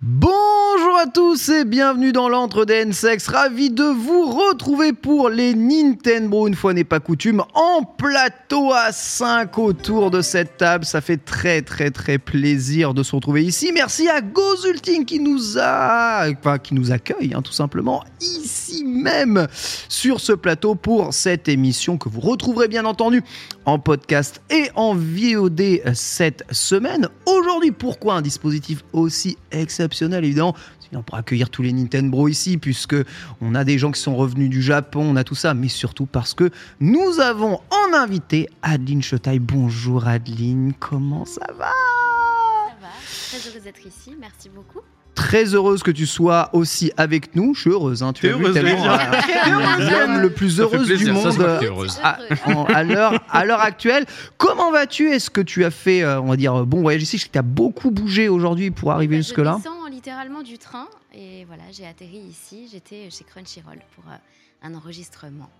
Bonjour à tous et bienvenue dans l'antre des N-Sex. Ravi de vous retrouver pour les Nintendo, une fois n'est pas coutume, en plateau à 5 autour de cette table. Ça fait très très très plaisir de se retrouver ici. Merci à Gozulting qui nous a, enfin, qui nous accueille hein, tout simplement ici même sur ce plateau pour cette émission que vous retrouverez bien entendu en podcast et en VOD cette semaine. Aujourd'hui, pourquoi un dispositif aussi exceptionnel évidemment parce qu'il en pourra accueillir tous les Nintendo ici puisque on a des gens qui sont revenus du Japon, on a tout ça, mais surtout parce que nous avons en invité Adeline Chetaille. Bonjour Adeline, comment ça va Ça va, très heureuse d'être ici, merci beaucoup. Très heureuse que tu sois aussi avec nous. Je suis heureuse, hein, tu T'es as vu heureuse, tellement, Adeline euh, l'homme le plus Ça fait heureuse du plaisir, ça monde. se voit que t'es euh, heureuse. à, en- à l'heure à l'heure actuelle. Comment vas-tu Est-ce que tu as fait, euh, on va dire, euh, bon voyage ici Je sais que tu as beaucoup bougé aujourd'hui pour arriver Eh ben, Je jusque-là. descends littéralement du train et voilà, j'ai atterri ici. J'étais chez Crunchyroll pour euh, un enregistrement.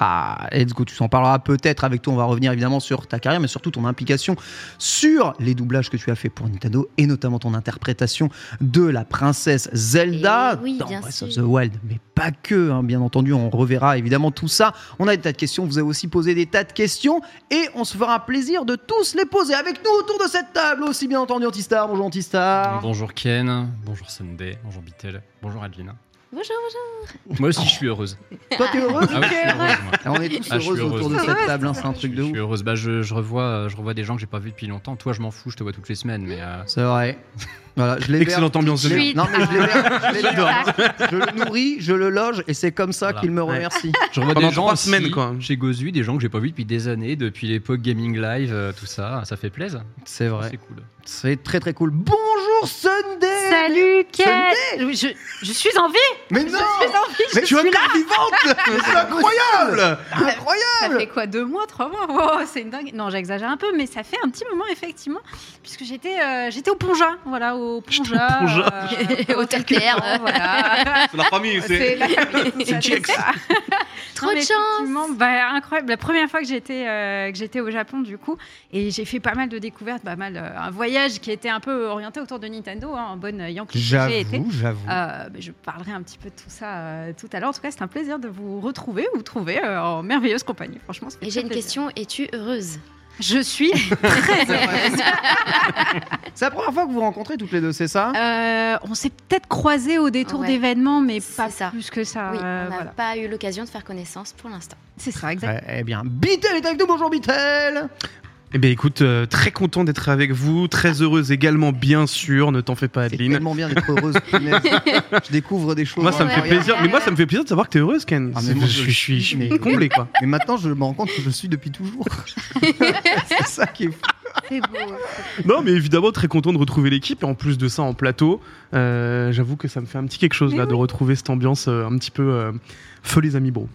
Ah, let's go, tu s'en parleras peut-être avec toi. On va revenir évidemment sur ta carrière, mais surtout ton implication sur les doublages que tu as fait pour Nintendo et notamment ton interprétation de la princesse Zelda Eh oui, dans bien Breath sûr. of the Wild. Mais pas que, hein, bien entendu, on reverra évidemment tout ça. On a des tas de questions, vous avez aussi posé des tas de questions et on se fera un plaisir de tous les poser avec nous autour de cette table. Aussi bien entendu, Antistar, bonjour Antistar. Bonjour Ken, bonjour Sunday, bonjour Bitel, bonjour Adeline. Bonjour, bonjour. Moi aussi je suis heureuse. Toi, t'es heureuse Ah ouais, je suis heureuse, moi. Ah, On est tous Ah, je suis heureux autour de heureuse. cette table, hein, c'est un Je, truc suis- de je suis ouf. heureuse. Bah, je, je revois, euh, je revois des gens que j'ai pas vus depuis longtemps. Toi, je m'en fous, je te vois toutes les semaines. Mais euh, C'est vrai. Voilà, je l'héberge. excellente ambiance de Je vie. suis- Non, mais je l'héberge, je l'héberge. Ah, Je le nourris, je le loge et c'est comme ça Voilà. qu'il me remercie. Je revois Pendant des gens trois aussi, semaines, quoi. chez Gozu, des gens que j'ai pas vus depuis des années, depuis l'époque gaming live, euh, tout ça. Ça fait plaisir. C'est vrai. C'est cool. C'est très très cool. Bonjour Sunday Salut Ken Oui, je, je suis en vie Mais non Mais tu es encore vivante Mais C'est Ça incroyable Incroyable fait quoi Deux mois Trois mois Wow, C'est une dingue Non, j'exagère un peu, mais ça fait un petit moment, effectivement, puisque j'étais euh, j'étais au Ponja, voilà, au Ponja. Ponja. euh, Au Terre. Clément, voilà. C'est la famille, C'est c'est c'est ça. Trop Non, de mais chance effectivement, bah, incroyable. La première fois que j'étais euh, que j'étais au Japon, du coup, et j'ai fait pas mal de découvertes, pas mal euh, un voyage qui était un peu orienté autour de Nintendo, hein, en bonne euh, Yankee. que j'ai été. j'avoue. Euh, mais je parlerai un petit peu de tout ça euh, tout à l'heure. En tout cas, c'est un plaisir de vous retrouver, vous trouver euh, en merveilleuse compagnie. Franchement, ça fait Et j'ai très une plaisir. question, es-tu heureuse Je suis. C'est la première fois que vous vous rencontrez toutes les deux, c'est ça Euh, on s'est peut-être croisés au détour Ouais. d'événements, mais C'est pas ça. plus que ça. Oui, on euh, n'a voilà. pas eu l'occasion de faire connaissance pour l'instant. C'est ça, exactement. Ouais, Eh bien, Bitel est avec nous, bonjour Bitel Eh bien écoute, euh, très content d'être avec vous, très heureuse également bien sûr, ne t'en fais pas C'est Adeline. tellement bien d'être heureuse. punaise. Je découvre des choses. Moi ça me fait Ouais. plaisir, mais moi ça me fait plaisir de savoir que t'es heureuse Ken. Ah, mais C'est- moi, je, suis- je- je suis, je mais- suis comblé quoi. Mais maintenant, je me rends compte que je suis depuis toujours. c'est ça qui est fou. C'est beau. hein. Non mais évidemment très content de retrouver l'équipe et en plus de ça en plateau, euh, j'avoue que ça me fait un petit quelque chose Mais là de oui. retrouver cette ambiance euh, un petit peu euh, feu les amis bro.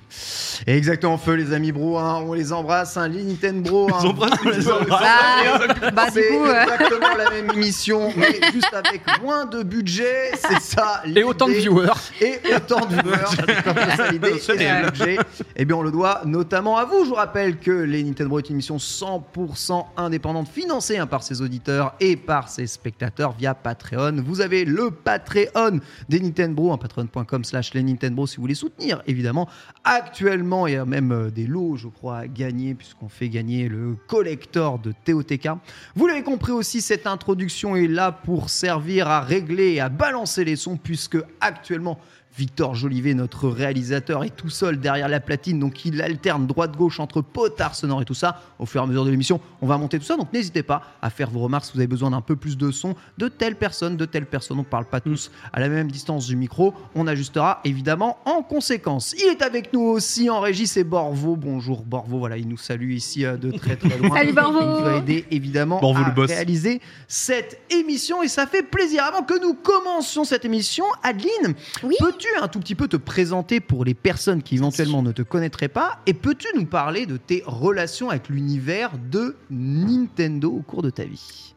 Et exactement, feu, les amis bro. hein, on les embrasse. Hein, les Nintendo bro. hein. On embrasse, on les embrasse. Bah, bah, du Ah. c'est coup, euh, exactement la même émission, mais juste avec moins de budget, c'est ça. Et autant de l'idée. viewers. et autant de viewers. C'est comme ça l'idée, et C'est c'est l'objet. Eh bien, on le doit notamment à vous. Je vous rappelle que les Nintendo est une émission 100% indépendante, financée hein, par ses auditeurs et par ses spectateurs via Patreon. Vous avez le Patreon des Nintendo, hein, patreon.com slash les Nintendo si vous voulez soutenir, évidemment. Actuellement, il y a même euh, des lots, je crois, à gagner, puisqu'on fait gagner le collector de TOTK. Vous l'avez compris aussi, cette introduction est là pour servir à régler et à balancer les sons, puisque actuellement, Victor Jolivet, notre réalisateur, est tout seul derrière la platine, donc il alterne droite-gauche entre potard sonore et tout ça. Au fur et à mesure de l'émission, on va monter tout ça, donc n'hésitez pas à faire vos remarques si vous avez besoin d'un peu plus de son de telle personne, de telle personne. On ne parle pas tous à la même distance du micro, on ajustera évidemment en conséquence. Il est avec nous aussi en régie, c'est Borvo. Bonjour Borvo, voilà, il nous salue ici euh, de très très loin. Salut, Borvo. Il nous a aidé évidemment Borvo, à le boss. réaliser cette émission et ça fait plaisir. Avant que nous commencions cette émission, Adeline, Oui. Peux-tu un tout petit peu te présenter pour les personnes qui éventuellement ne te connaîtraient pas et peux-tu nous parler de tes relations avec l'univers de Nintendo au cours de ta vie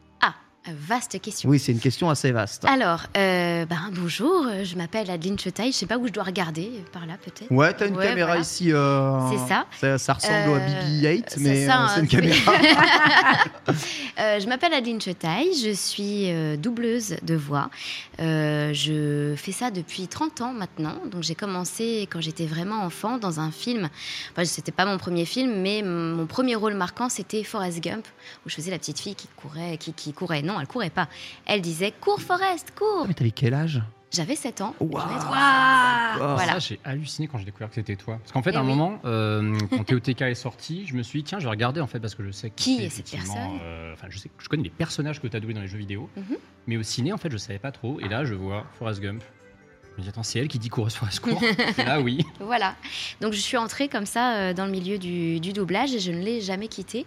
euh, Vaste question. Oui, c'est une question assez vaste. hein. Alors, euh, ben, bonjour, euh, je m'appelle Adeline Chetaille, je sais pas où je dois regarder, euh, par là peut-être. Ouais, t'as une Ouais, caméra voilà. ici. euh, C'est ça. Ça ressemble Euh, à BB-8, c'est mais ça, euh, hein, c'est une c'est- caméra. Euh, je m'appelle Adeline Chetaille, je suis euh, doubleuse de voix. Euh, je fais ça depuis 30 ans maintenant. Donc j'ai commencé quand j'étais vraiment enfant dans un film. Enfin, c'était pas mon premier film, mais m- mon premier rôle marquant c'était Forrest Gump, où je faisais la petite fille qui courait, qui, qui courait. Non, elle courait pas. Elle disait cours Forrest, cours. mais t'avais quel âge J'avais 7 ans. Waouh. J'en ai trois. waouh. Wow. Ah, Voilà. Ça, j'ai halluciné quand j'ai découvert que c'était toi. Parce qu'en fait, Eh à un oui. moment, euh, quand TOTK est sorti, je me suis dit, tiens, je vais regarder en fait, parce que je sais que Qui c'est est cette effectivement, personne euh, Enfin, je sais que je connais les personnages que tu as doués dans les jeux vidéo, Mhm. mais au ciné, en fait, je savais pas trop. Et là, je vois Forrest Gump. Je me dis, attends, c'est elle qui dit coureuse Forrest court. là, oui. Voilà. Donc je suis entrée comme ça euh, dans le milieu du, du doublage et je ne l'ai jamais quitté.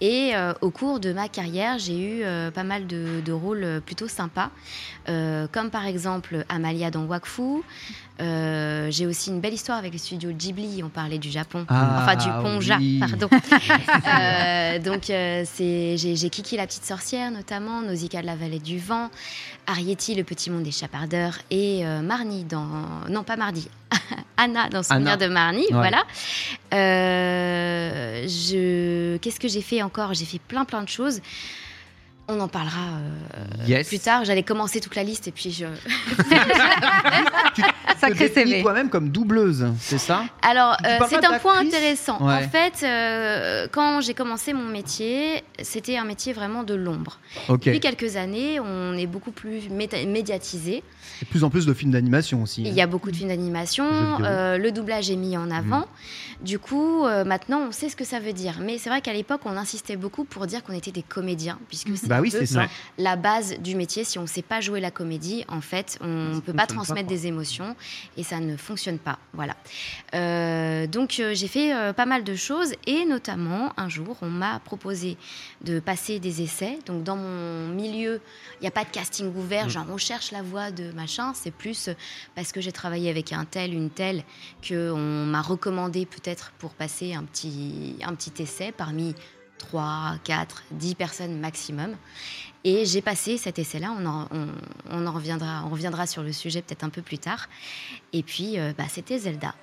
Et euh, au cours de ma carrière, j'ai eu euh, pas mal de, de rôles euh, plutôt sympas, euh, comme par exemple Amalia dans Wakfu. Euh, j'ai aussi une belle histoire avec les studios Ghibli. On parlait du Japon, Ah, enfin du Ponja, oui. pardon. Euh, donc euh, c'est j'ai j'ai Kiki la petite sorcière notamment, Nausicaa de la vallée du vent, Arietti le petit monde des chapardeurs et euh, Marnie dans non pas Mardi, Anna dans Souvenir Anna. de Marnie, voilà. Euh, je qu'est-ce que j'ai fait encore J'ai fait plein plein de choses. On en parlera euh, Yes. plus tard. J'allais commencer toute la liste et puis je. Sacré Tu te définis CV. toi-même comme doubleuse, c'est ça Alors, Tu euh, parles c'est pas un point d'actrice intéressant. Ouais. En fait, euh, quand j'ai commencé mon métier, c'était un métier vraiment de l'ombre. Ok. Depuis quelques années, on est beaucoup plus méta- médiatisé. De plus en plus de films d'animation aussi. hein. Il y a beaucoup de films d'animation, Jeux vidéo. Mhm. euh, le doublage est mis en avant. Du coup, euh, maintenant, on sait ce que ça veut dire. Mais c'est vrai qu'à l'époque, on insistait beaucoup pour dire qu'on était des comédiens, puisque c'est Bah un oui, peu c'est ça. Ouais. la base du métier. Si on ne sait pas jouer la comédie, en fait, on Ça ne peut fonctionne pas pas, transmettre quoi. des émotions et ça ne fonctionne pas. Voilà. Euh, donc, euh, j'ai fait euh, pas mal de choses et notamment, un jour, on m'a proposé de passer des essais. Donc, dans mon milieu, il n'y a pas de casting Mm. ouvert, genre on cherche la voix de machin. C'est plus euh, parce que j'ai travaillé avec un tel, une telle, qu'on m'a recommandé peut-être pour passer un petit, un petit essai parmi 3, 4, 10 personnes maximum. Et j'ai passé cet essai-là, on en, on, on en reviendra, on reviendra sur le sujet peut-être un peu plus tard. Et puis, euh, bah, c'était Zelda.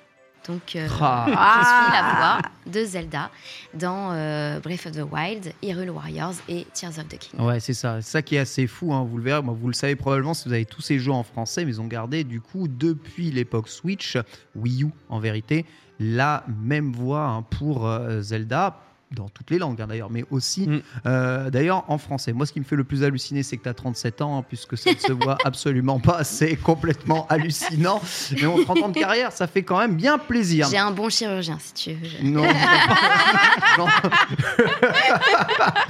Donc, euh, Ah, je suis Ah. la voix de Zelda dans euh, Breath of the Wild, Hyrule Warriors et Tears of the King. Ouais, c'est ça. C'est ça qui est assez fou, hein, vous le verrez. Moi, vous le savez probablement si vous avez tous ces jeux en français, mais ils ont gardé, du coup, depuis l'époque Switch, Wii U en vérité, la même voix hein, pour euh, Zelda. dans toutes les langues hein, d'ailleurs, mais aussi Mm. euh, d'ailleurs en français. Moi, ce qui me fait le plus halluciner, c'est que tu as 37 ans, hein, puisque ça ne se voit absolument pas. C'est complètement hallucinant. Mais on 30 ans de carrière, ça fait quand même bien plaisir. J'ai un bon chirurgien, si tu veux. Non, non,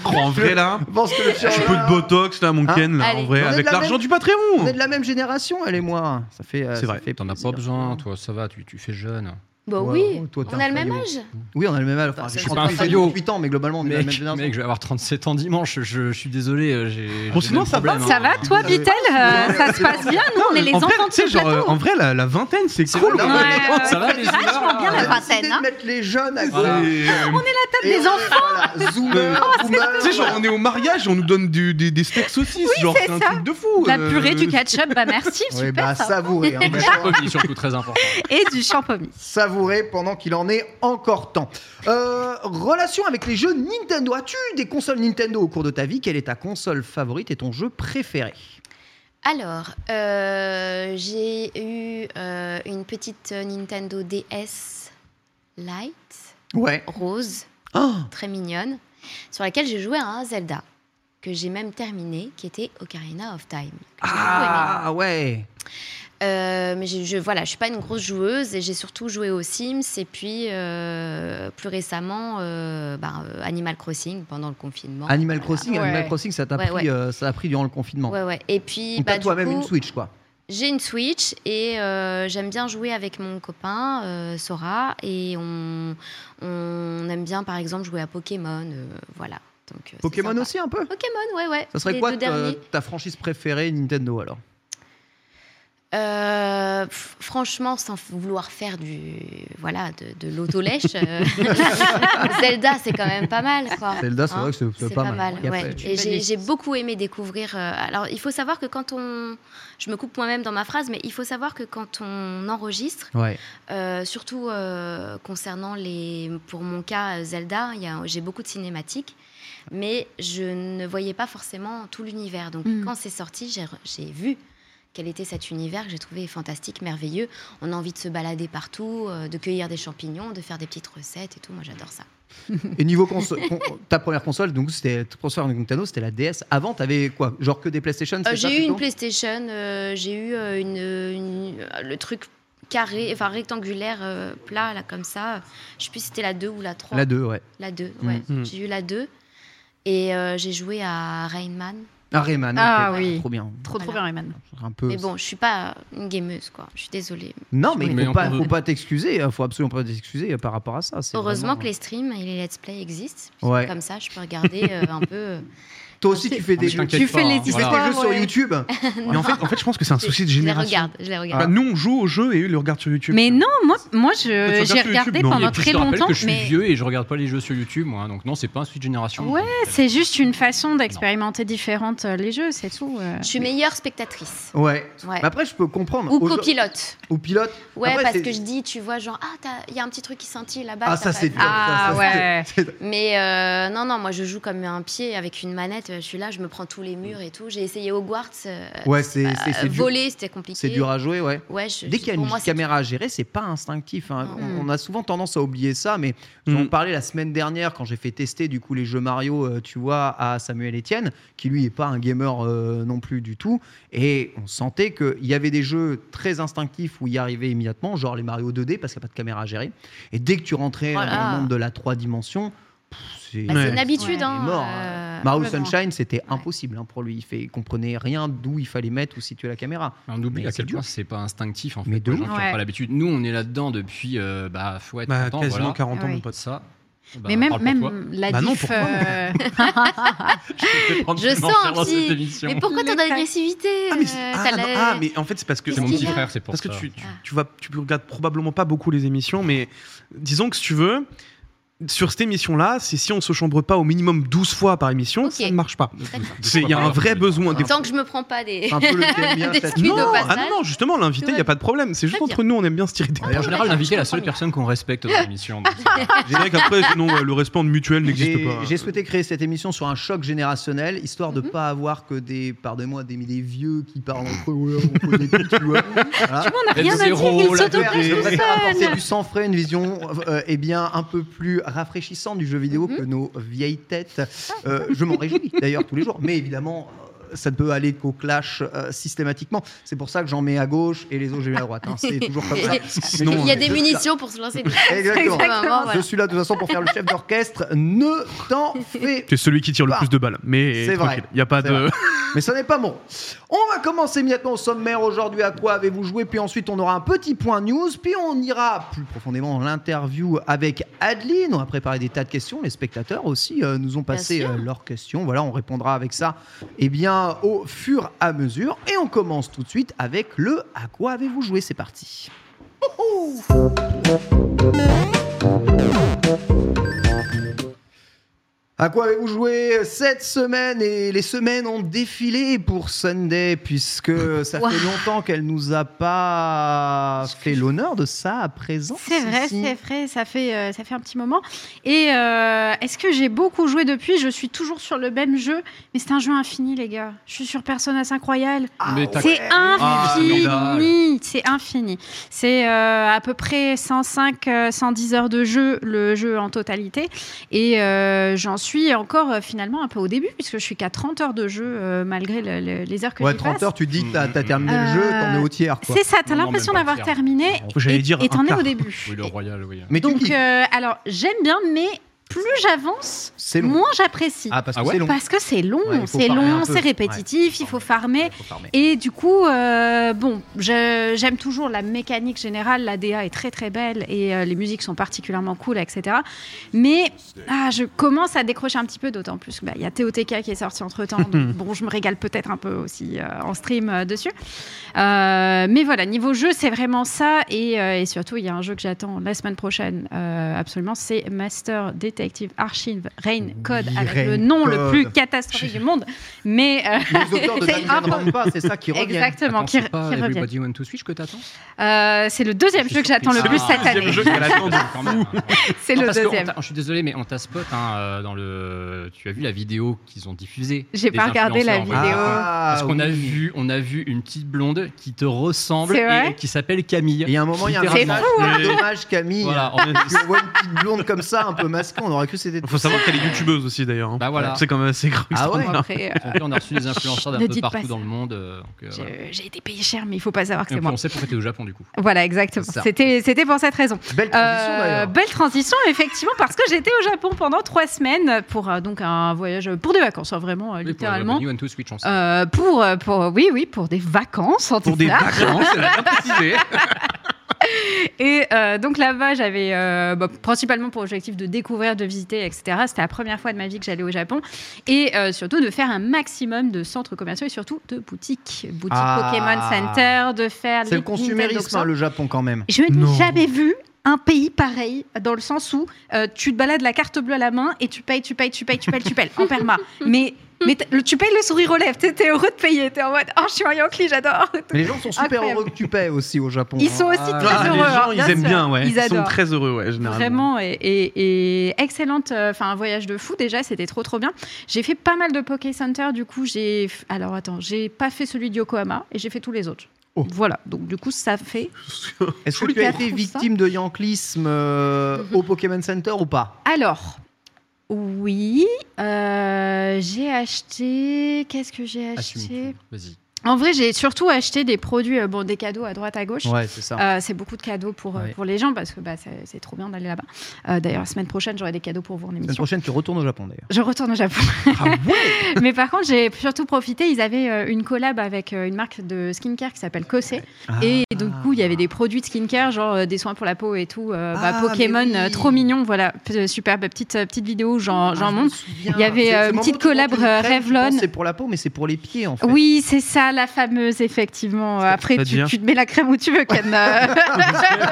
en vrai, là, je pense que le un peu de chirurgien- botox, là, mon Hein Ken, là, Allez. en vrai, On est de avec la l'argent même- du Patreon. On est de la même génération, elle et moi. Ça fait. euh, C'est ça vrai. fait T'en as plaisir. pas besoin, toi, ça va, tu, tu fais jeune. Bah Ouais, oui, toi, t'es on un a le même faillot. âge. Oui, on a le même âge. Enfin, Je j'ai suis pas un 38 faillot. 8 ans, mais globalement, on est de la Mec, même génération. mec, je vais avoir 37 ans dimanche, je, je suis désolé. euh, j'ai- Bon, j'ai sinon, le même ça va. problème, Oh, Ça hein. va, toi, Bitel Ah Euh, Ça se passe bien Nous, on est les en vrai, enfants de tu sais, ce genre, euh, plateau. en vrai, la, la vingtaine, c'est C'est cool. vrai, quoi. non, Ouais, ouais, mais- Ça va, les vachement bien la On a décidé vingtaine, hein. de mettre les jeunes à C'est- gauche. euh, tête des enfants. Voilà, zoomer, Oh, bah, boomer. Tu sais, genre, on est au mariage et on nous donne du- des, des steaks saucisses. genre, c'est c'est un ça. truc de fou. La euh. purée du ketchup, bah merci, Oui, super bah, ça. savourer. hein. Le champ-pommier, surtout très important. Et du champomis. Savourer pendant qu'il en est encore temps. Euh, relation avec les jeux Nintendo. As-tu des consoles Nintendo au cours de ta vie Quelle est ta console favorite et ton jeu préféré Alors, euh, j'ai eu euh, une petite Nintendo DS Lite, Ouais. rose, Oh. très mignonne, sur laquelle j'ai joué à un Zelda, que j'ai même terminé, qui était Ocarina of Time. que j'ai beaucoup aimé. Ah ouais. Euh, mais je, je, voilà, je suis pas une grosse joueuse et j'ai surtout joué aux Sims et puis euh, plus récemment euh, bah, euh, Animal Crossing pendant le confinement. Animal Voilà. Crossing, Ouais. Animal Crossing, ça t'a Ouais, pris, ouais. euh, ça a pris durant le confinement. Ouais ouais. Et puis Donc bah, t'as du toi-même coup, une Switch quoi. J'ai une Switch et euh, j'aime bien jouer avec mon copain euh, Sora et on, on aime bien par exemple jouer à Pokémon, euh, voilà. Donc, euh, c'est Pokémon sympa. aussi un peu. Pokémon, ouais ouais. Ça serait les quoi euh, deux ta- derniers. ta franchise préférée Nintendo alors Euh, f- Franchement, sans f- vouloir faire du voilà de, de l'autolèche, euh, Zelda c'est quand même pas mal quoi. Zelda, c'est Hein vrai que c'est- c'est pas, mal. Il y a ouais. pas- Et j'ai j'ai beaucoup aimé découvrir. euh, alors, il faut savoir que quand on. Je me coupe moi-même dans ma phrase, mais il faut savoir que quand on enregistre, Ouais. euh, surtout euh, concernant les. Pour mon cas, euh, Zelda, il y a- j'ai beaucoup de cinématiques, mais je ne voyais pas forcément tout l'univers. Donc, Mm. quand c'est sorti, j'ai re- j'ai vu quel était cet univers que j'ai trouvé fantastique, merveilleux. On a envie de se balader partout, euh, de cueillir des champignons, de faire des petites recettes et tout. Moi, j'adore ça. Et niveau console, con- ta première console, donc c'était ta première console Nintendo, c'était la DS. Avant, t'avais quoi Genre que des PlayStation Euh, c'est ça, J'ai eu plutôt une PlayStation, euh, j'ai eu euh, une, une- le truc carré, enfin rectangulaire, euh, plat, là, comme ça. Je sais plus si c'était la 2 ou la 3. La 2, ouais. La 2, Mm. ouais. Mhm. J'ai eu la 2. Et euh, j'ai joué à Rainman. Ah, Rayman. Ah ok. oui. Trop bien. Trop trop bien, Voilà. Rayman. Un peu. Mais bon, je suis pas une gameuse, quoi. Je suis désolée. Non, mais il Mais faut on pas, peut- faut pas t'excuser. hein, Faut absolument pas t'excuser par rapport à ça. c'est Heureusement vraiment- que les streams et les let's play existent. Ouais. Comme ça, je peux regarder euh, un peu. euh, Toi aussi, tu fais des Je jeux. t'inquiète Tu pas, fais les hein, fais histoires. voilà. des jeux sur Ouais. YouTube. Mais en fait, en fait, je pense que c'est un souci de je les génération. regarde, je les Bah, regarde. Ah, nous, on joue au jeu et eux, ils le regardent sur YouTube. Ah, Mais non, moi, moi je- Ça vient sur j'ai YouTube, regardé non Et pendant puis, très je te rappelle longtemps, que je suis mais vieux et je regarde pas les jeux sur YouTube, moi. hein. Donc non, c'est pas un suite génération. Ouais, c'est juste une façon d'expérimenter différentes euh, les jeux, c'est tout. euh. Je suis meilleure spectatrice. Ouais. Ouais. Mais après, je peux comprendre. Ou Au jeu- copilote. Au pilote. Ouais, Après, parce c'est- que je dis, tu vois, genre, ah, t'as- il y a un petit truc qui scintille là-bas. Ah, t'as pas ça, c'est vu. dur, ça, ça, Ah, c'est- Mais euh, non, non, moi je joue comme un pied avec une manette. euh, Je suis là, je me prends tous les murs et tout. J'ai essayé Hogwarts. euh, Ouais, c'est euh, c'est- c'est dur. voler, c'était compliqué. C'est dur à jouer, ouais. Ouais, je- Dès je- qu'il y a pour une moi, c'est- Mm. caméra à gérer, c'est pas instinctif. hein. Non. On, on a souvent tendance à oublier ça, mais Mm. j'en parlais la semaine dernière quand j'ai fait tester du coup les jeux Mario, euh, tu vois, à Samuel Etienne, qui lui est pas un gamer euh, non plus du tout, et on sentait qu'il y avait des jeux très instinctifs où il y arrivait immédiatement, genre les Mario 2D parce qu'il n'y a pas de caméra à gérer, et dès que tu rentrais Voilà. dans le monde de la 3 dimensions, pff, c'est Oh Bah, c'est une Ouais. habitude. Ouais. hein, Il est mort, euh, Mario complètement. Sunshine, c'était impossible hein, pour lui. Il, fait, il comprenait rien d'où il fallait mettre ou situer la caméra. On oublie Mais à c'est quel dur. point c'est pas instinctif en fait. Mais de pour les gens ouf. qui ont Ouais. pas l'habitude. Nous, on est là-dedans depuis euh, bah faut être Bah, 40 ans, quasiment voilà. 40 ans, Ouais. mon pote. ça. bah, mais même, parle pour toi. même la Bah non, diff, pourquoi euh, Je vais prendre Je tout mon sens un frère dans petit- cette émission. Mais pourquoi tant Les- d'agressivité Ah, mais, c'est- euh, ah, t'as non, la- ah, mais en fait, c'est parce que. Qu'est-ce C'est mon qu'il petit y a frère, c'est pour Parce que ça. tu, tu, Ah. tu vas, tu regardes probablement pas beaucoup les émissions, mais disons que si tu veux, sur cette émission-là, c'est si on se chambre pas au minimum 12 fois par émission, Ok. ça ne marche pas. Très bien. C'est- Il y a un vrai besoin. Des... Tant que je me prends pas des. C'est un peu le thème bien, Des peut-être. scoops. Non, Puis de ah passage. non, non, justement, l'invité, il Ouais. n'y a pas de problème. C'est juste Très entre nous, on aime bien se tirer des En D'ailleurs, général, l'invité est la seule personne qu'on respecte dans l'émission. donc c'est- C'est vrai qu'après, sinon, euh, le respect mutuel n'existe J'ai pas. j'ai souhaité créer cette émission sur un choc générationnel, histoire Mhm. de pas avoir que des, pardonnez-moi, des, des vieux qui parlent entre eux, ouais, on connaît tout, tu vois. Voilà. tu vois, on n'a Let's rien à dire, zéro, il la Je s'autorise tout préfère apporter seul. du sang frais, une vision euh, eh bien un peu plus rafraîchissant du jeu vidéo Mhm. que nos vieilles têtes. Ah. Euh, je m'en réjouis d'ailleurs tous les jours, mais évidemment, euh, ça ne peut aller qu'au clash euh, systématiquement. C'est pour ça que j'en mets à gauche et les autres, j'ai mis à droite. hein. C'est toujours comme ça. euh, Sinon, Il y a des Je- munitions pour se lancer. Exactement. Exactement, voilà. Je suis là de toute façon pour faire le chef d'orchestre. Ne t'en fais Tu es celui qui tire le Bah, plus de balles. Mais c'est tranquille, vrai. il n'y a pas C'est de. vrai. Mais ce n'est pas bon. On va commencer immédiatement au sommaire aujourd'hui. À quoi avez-vous joué Puis ensuite, on aura un petit point news. Puis on ira plus profondément dans l'interview avec Adeline. On a préparé des tas de questions. Les spectateurs aussi euh, nous ont passé sûr. euh, leurs questions. Voilà, on répondra avec ça eh bien, au fur et à mesure. Et on commence tout de suite avec le À quoi avez-vous joué C'est parti. À quoi avez-vous joué cette semaine Et les semaines ont défilé pour Sunday, puisque ça Ouah. fait longtemps qu'elle nous a pas fait l'honneur de ça à présent. C'est si, vrai, si. c'est vrai, ça fait, euh, ça fait un petit moment. Et euh, est-ce que j'ai beaucoup joué depuis Je suis toujours sur le même jeu, mais c'est un jeu infini, les gars. Je suis sur Persona 5 Royal. Ah Mais t'as- ouais. C'est Ah, infini, c'est infini. C'est euh, à peu près 105, euh, 110 heures de jeu, le jeu en totalité. Et euh, j'en suis encore euh, finalement un peu au début, puisque je suis qu'à 30 heures de jeu, euh, malgré le- le- les heures que Ouais, j'y 30 passe. heures, tu dis que t'as t'as terminé le Euh, jeu, t'en es au tiers. Quoi. C'est ça, t'as Non, non, l'impression même pas d'avoir le tiers. terminé J'allais et- dire et t'en un es au quart. début. Oui, le royal, oui. Mais tu Donc, dis, euh, alors, j'aime bien, mais plus j'avance, c'est long. moins j'apprécie. Ah, parce que Ah ouais c'est long. Parce que c'est long, Ouais, il faut c'est farmer un long, peu. c'est répétitif, il faut farmer. Faut farmer. Et du coup, euh, bon, je- j'aime toujours la mécanique générale, la DA est très très belle et euh, les musiques sont particulièrement cool, etc. Mais ah, je commence à décrocher un petit peu, d'autant plus qu'il bah, il y a TOTK qui est sorti entre temps, donc bon, je me régale peut-être un peu aussi euh, en stream euh, dessus. Euh, mais voilà, niveau jeu, c'est vraiment ça. Et, euh, et surtout, il y a un jeu que j'attends la semaine prochaine, euh, absolument, c'est Master Detective Archive Rain Code, Oui, avec Rain le nom Code. le plus catastrophique du monde. Mais euh, Les auteurs de C'est Dungeon un peu- Run pas, c'est ça qui revient. exactement, Attends, qui, c'est pas qui revient. Everybody Want to Switch que t'attends Euh, c'est le deuxième Je jeu que suis j'attends le surpris. plus Ah, cette deuxième année. jeu qu'elle attend de quand même. C'est Non, le parce que on deuxième. t'a- Je suis désolé, mais on t'a spot hein, euh, dans le. Tu as vu la vidéo qu'ils ont diffusée J'ai des pas regardé la influenceurs en vidéo. mode- Ah, Parce qu'on a oui. vu, on a vu une petite blonde qui te ressemble C'est vrai et qui s'appelle Camille. Il y a un moment, il y a un C'est dommage, fou, hein. un dommage, Camille. Voilà. Puis on voit une petite blonde comme ça, un peu masquée, on aurait cru que c'était. Il faut savoir qu'elle est youtubeuse aussi d'ailleurs. hein. Bah voilà. C'est quand même assez cru. Ah ouais Bon, après, euh, Donc là, on a reçu des influenceurs Ne d'un peu dites pas partout ça. dans le monde. euh, donc, euh, voilà. Et j'ai- j'ai été payé cher, mais il faut pas savoir que puis, c'est moi. on sait pourquoi t'es au Japon du coup. euh, Voilà, exactement. C'est ça. C'était c'était pour cette raison. Belle transition Euh, d'ailleurs. belle transition, effectivement, parce que j'étais au Japon pendant trois semaines pour euh, donc un voyage euh, pour des vacances, hein, vraiment euh, Oui, pour littéralement. Everybody Want to Switch, on sait. Euh, pour, euh, pour, oui, oui, pour des vacances en Pour tout des cas. vacances, elle a bien précisé. Et euh, donc là-bas, j'avais euh, bah, principalement pour objectif de découvrir, de visiter, etc. C'était la première fois de ma vie que j'allais au Japon. Et euh, surtout de faire un maximum de centres commerciaux et surtout de boutiques. Boutiques Ah. Pokémon Center, de faire. C'est le les Nintendo consumérisme, Store. hein, le Japon quand même. Je n'ai Non. jamais vu un pays pareil dans le sens où euh, tu te balades la carte bleue à la main et tu payes, tu payes, tu payes, tu payes, tu payes en perma. Mais, mais t- le, tu payes le sourire aux lèvres. T'es t'es heureux de payer. T'es en mode oh je suis un Yankee, j'adore. Mais les gens sont super Incroyable. heureux que tu paies aussi au Japon. hein. Ils sont aussi Ah, très Ah, heureux. les gens, hein, ils aiment sûr. bien, ouais. Ils Ils, sont adorent. très heureux, ouais, généralement. Vraiment, et, et- et excellente, euh, enfin un voyage de fou déjà, c'était trop trop bien. J'ai fait pas mal de Poké Center, du coup j'ai, alors attends, j'ai pas fait celui de Yokohama et j'ai fait tous les autres. Oh. Voilà, donc du coup ça fait. Est-ce que Tous tu les as été quatre, victime de yanklisme euh, au Pokémon Center ou pas Alors, oui, euh, j'ai acheté, qu'est-ce que Ah, j'ai acheté Assume. Vas-y. En vrai, j'ai surtout acheté des produits, euh, bon des cadeaux à droite à gauche. Ouais, c'est ça. Euh, c'est beaucoup de cadeaux pour, euh, Ouais. pour les gens parce que bah, c'est c'est trop bien d'aller là-bas. Euh, D'ailleurs, la semaine prochaine, j'aurai des cadeaux pour vous en La semaine émission. prochaine, tu retournes au Japon d'ailleurs. Je retourne au Japon. Ah Mais par contre, j'ai surtout profité. Ils avaient euh, une collab avec euh, une marque de skincare qui s'appelle Kosei. Ah. Et donc, du coup, il y avait des produits de skincare, genre euh, des soins pour la peau et tout. euh, bah, Ah, Pokémon, mais oui. Ah, euh, trop mignon. Voilà, P- euh, superbe petite, euh, petite vidéo, où j'en j'en montre. Il Il y avait, euh, une petite collab, euh, Revlon. C'est pour la peau, mais c'est pour les pieds en fait. Oui, c'est ça, la fameuse, effectivement. Euh, Après, tu, C'est-à-dire tu te mets la crème où tu veux, Ken. Euh, Ah,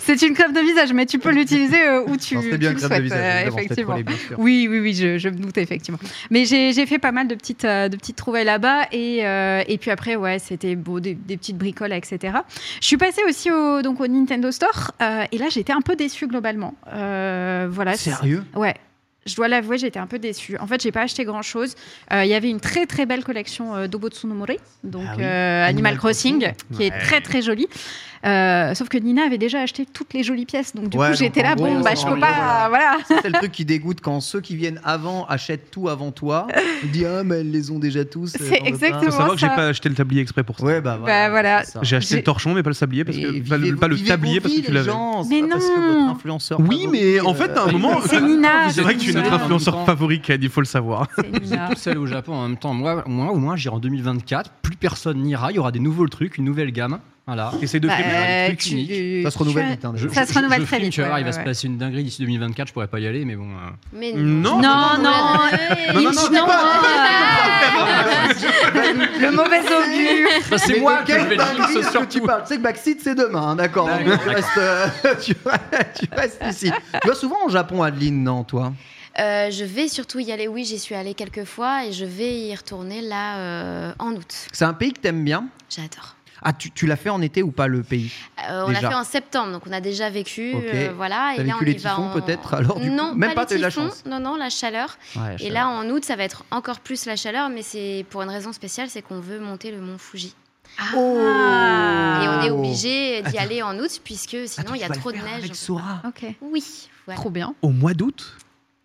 c'est une crème de visage, mais tu peux l'utiliser euh, où tu, Non, c'était bien tu le le crème de souhaites, euh, visage, évidemment, c'était pour effectivement. les bien sûr. Oui, oui, oui, je, je me doute effectivement. Mais j'ai j'ai fait pas mal de petites, euh, de petites trouvailles là-bas et, euh, et puis après, ouais, c'était beau, des, des petites bricoles, etc. Je suis passée aussi au, donc au Nintendo Store euh, et là, j'étais un peu déçue globalement. Euh, voilà. Sérieux Ouais. Je dois l'avouer, j'étais un peu déçue. En fait, j'ai pas acheté grand chose. Euh, Il y avait une très très belle collection euh, d'Obo Tsunomori, donc Ah oui. euh, Animal Animal Crossing, Crossing. qui est très très jolie. Euh, sauf que Nina avait déjà acheté toutes les jolies pièces, donc du Ouais, coup donc, j'étais en là, gros, bon, bah je en peux gros, pas, voilà. Ça, C'est le truc qui dégoûte quand ceux qui viennent avant achètent tout avant toi. Tu dis ah mais elles les ont déjà tous. euh, C'est j'en veux pas. exactement- Faut savoir que j'ai ça. pas acheté le tablier exprès pour ça. Ouais bah voilà. Bah, voilà. c'est ça. J'ai acheté J'ai- le torchon, mais pas le sablier, parce Et que, pas le, vivez- pas le vivez tablier, vos parce vies, que tu les l'avais. gens, c'est Mais pas parce que votre non. influenceur Oui, favori, mais en fait, à un euh, moment. C'est Nina. C'est vrai que tu es notre Nina. influenceur favori, Ken, il faut le savoir. C'est Nina. Tous allés au Japon en même temps. Moi, moi au moins, j'irai en 2024. Plus personne n'ira. Il y aura des nouveaux trucs, une nouvelle gamme. Voilà. Essaye de Bah, faire truc tu- unique. tu- Ça se renouvelle tu- vite. hein, Je- d'ailleurs. Ça je- se renouvelle je- je très flippe, vite, tu vas voir, ouais, il va ouais. se passer une dinguerie d'ici 2024. Je pourrais pas y aller, mais bon. euh, Mais Non. Non, non, Ouais. Non, non, non, Non, dis ah. Le mauvais augure. Enfin, c'est Mais moi de que quelle je vais dinguerie le est-ce dire, que tu surtout. parles. Tu sais que Backseat, c'est demain, hein, d'accord. donc D'accord. tu, restes, euh, tu, tu restes ici. Tu vas souvent au Japon, Adeline, non, toi Euh, je vais surtout y aller. Oui, j'y suis allée quelques fois et je vais y retourner là euh, en août. C'est un pays que t'aimes bien J'adore. Ah, tu, tu l'as fait en été ou pas le pays Euh, on l'a Déjà. fait en septembre, donc on a déjà vécu. Ok. euh, voilà. T'as et là, vécu on les y va typhons, en- peut-être, alors, du coup Non, Même pas, t'as les eu de la typhons. chance. Non, non, la chaleur. Et là, en août, ça va être encore plus la chaleur, mais c'est pour une raison spéciale, c'est qu'on veut monter le mont Fuji. Ah. Et on est Oh. obligé d'y aller en août, puisque sinon, il y a trop de neige. Avec Sora. Ok. Oui, voilà. Trop bien. Au mois d'août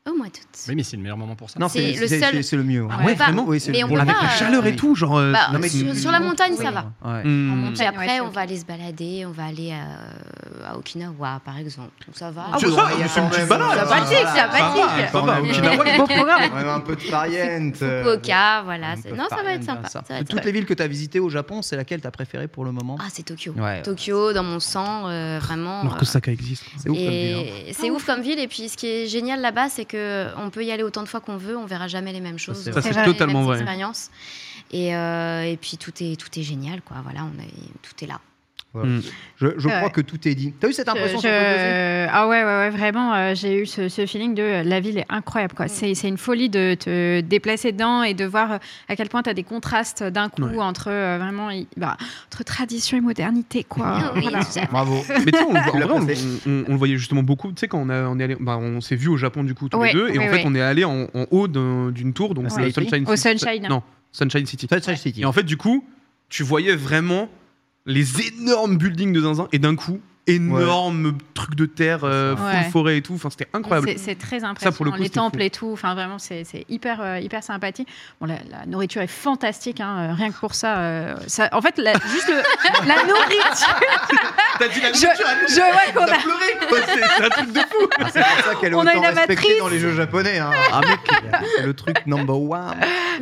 au mois d'août. Oui, mais c'est le meilleur moment pour ça. Non, C'est c'est le c'est- seul- c'est- c'est le mieux. Ah ouais, Ouais, pas- vraiment, oui, c'est mais le on mieux. peut Pour avec pas, la euh, chaleur et tout, genre. euh, Bah, non, mais- sur, sur la montagne, ça va. Ouais. Hmm. Mmh. Puis après, Ouais, on c'est va ok. aller se balader, on va aller euh, à, à Okinawa, par exemple. Donc ça va. Ah, Tu c'est vois, ça, il y a c'est une quand petite même- balade. voilà, hein. Sympathique, voilà. sympathique. Ça va, Ça va, ouais. Okinawa. Beau programme. Ouais, un peu de pariente. Fukuoka, voilà. Un c'est- peu de Non, ça va pariente, être sympa. ça va être De toutes les villes que tu as visitées au Japon, c'est laquelle tu as préférée pour le moment Ah, c'est Tokyo. Ouais. Tokyo, dans mon sang, euh, vraiment. Alors euh, que Osaka existe. C'est ouf comme ville. hein. et c'est ouf comme ville. Et puis, ce qui est génial là-bas, c'est que on peut y aller autant de fois qu'on veut. On verra jamais les mêmes choses. c'est on vrai. Ça, verra jamais c'est les totalement mêmes vrai. expériences. Et, euh, et puis, tout est, tout est génial, quoi. Voilà, on est, tout est là. Voilà. Hmm. Mm. Je, je Ouais. crois que tout est dit. T'as eu cette euh, impression Je- sur le baiser je- Ah ouais, ouais, ouais, vraiment, euh, j'ai eu ce, ce feeling de euh, la ville est incroyable. Mm. quoi. C'est c'est une folie de te déplacer dedans et de voir euh, à quel point tu as des contrastes d'un coup Ouais. entre euh, vraiment y- bah, entre tradition et modernité. quoi. Oui, Ah. Voilà. tout à fait. Bravo. Mais tu sais, on, le voit- en l'as vrai, on- passé. on, on- on le voyait justement beaucoup. Tu sais, quand on, a- on est allé, bah, on s'est vu au Japon du coup tous Ouais, les deux, et en ouais, fait, ouais. on est allé en, en haut d'un- d'une tour, donc Ah, c'est c'est le écrit Sunshine Au City. Sunshine. Non, Sunshine City. Sunshine City. Et en fait, du coup, tu voyais vraiment les énormes buildings de zinzin, et d'un coup, énorme truc de terre, euh, full Ouais. forêt et tout. Enfin, c'était incroyable. C'est- C'est très impressionnant. pour le coup, les c'était temples fou. et tout, enfin vraiment, c'est c'est hyper, euh, hyper sympathique. Bon, la, la nourriture est fantastique, hein, euh, rien que pour ça. euh, ça- en fait, la- juste le- la nourriture. T'as dit la Je, je vois qu'on a. pleuré, quoi, c'est c'est un truc de fou. Ah, c'est pour ça qu'elle est On a autant une respectée amatrice. dans les jeux japonais. hein. Ah, mec, le truc number one.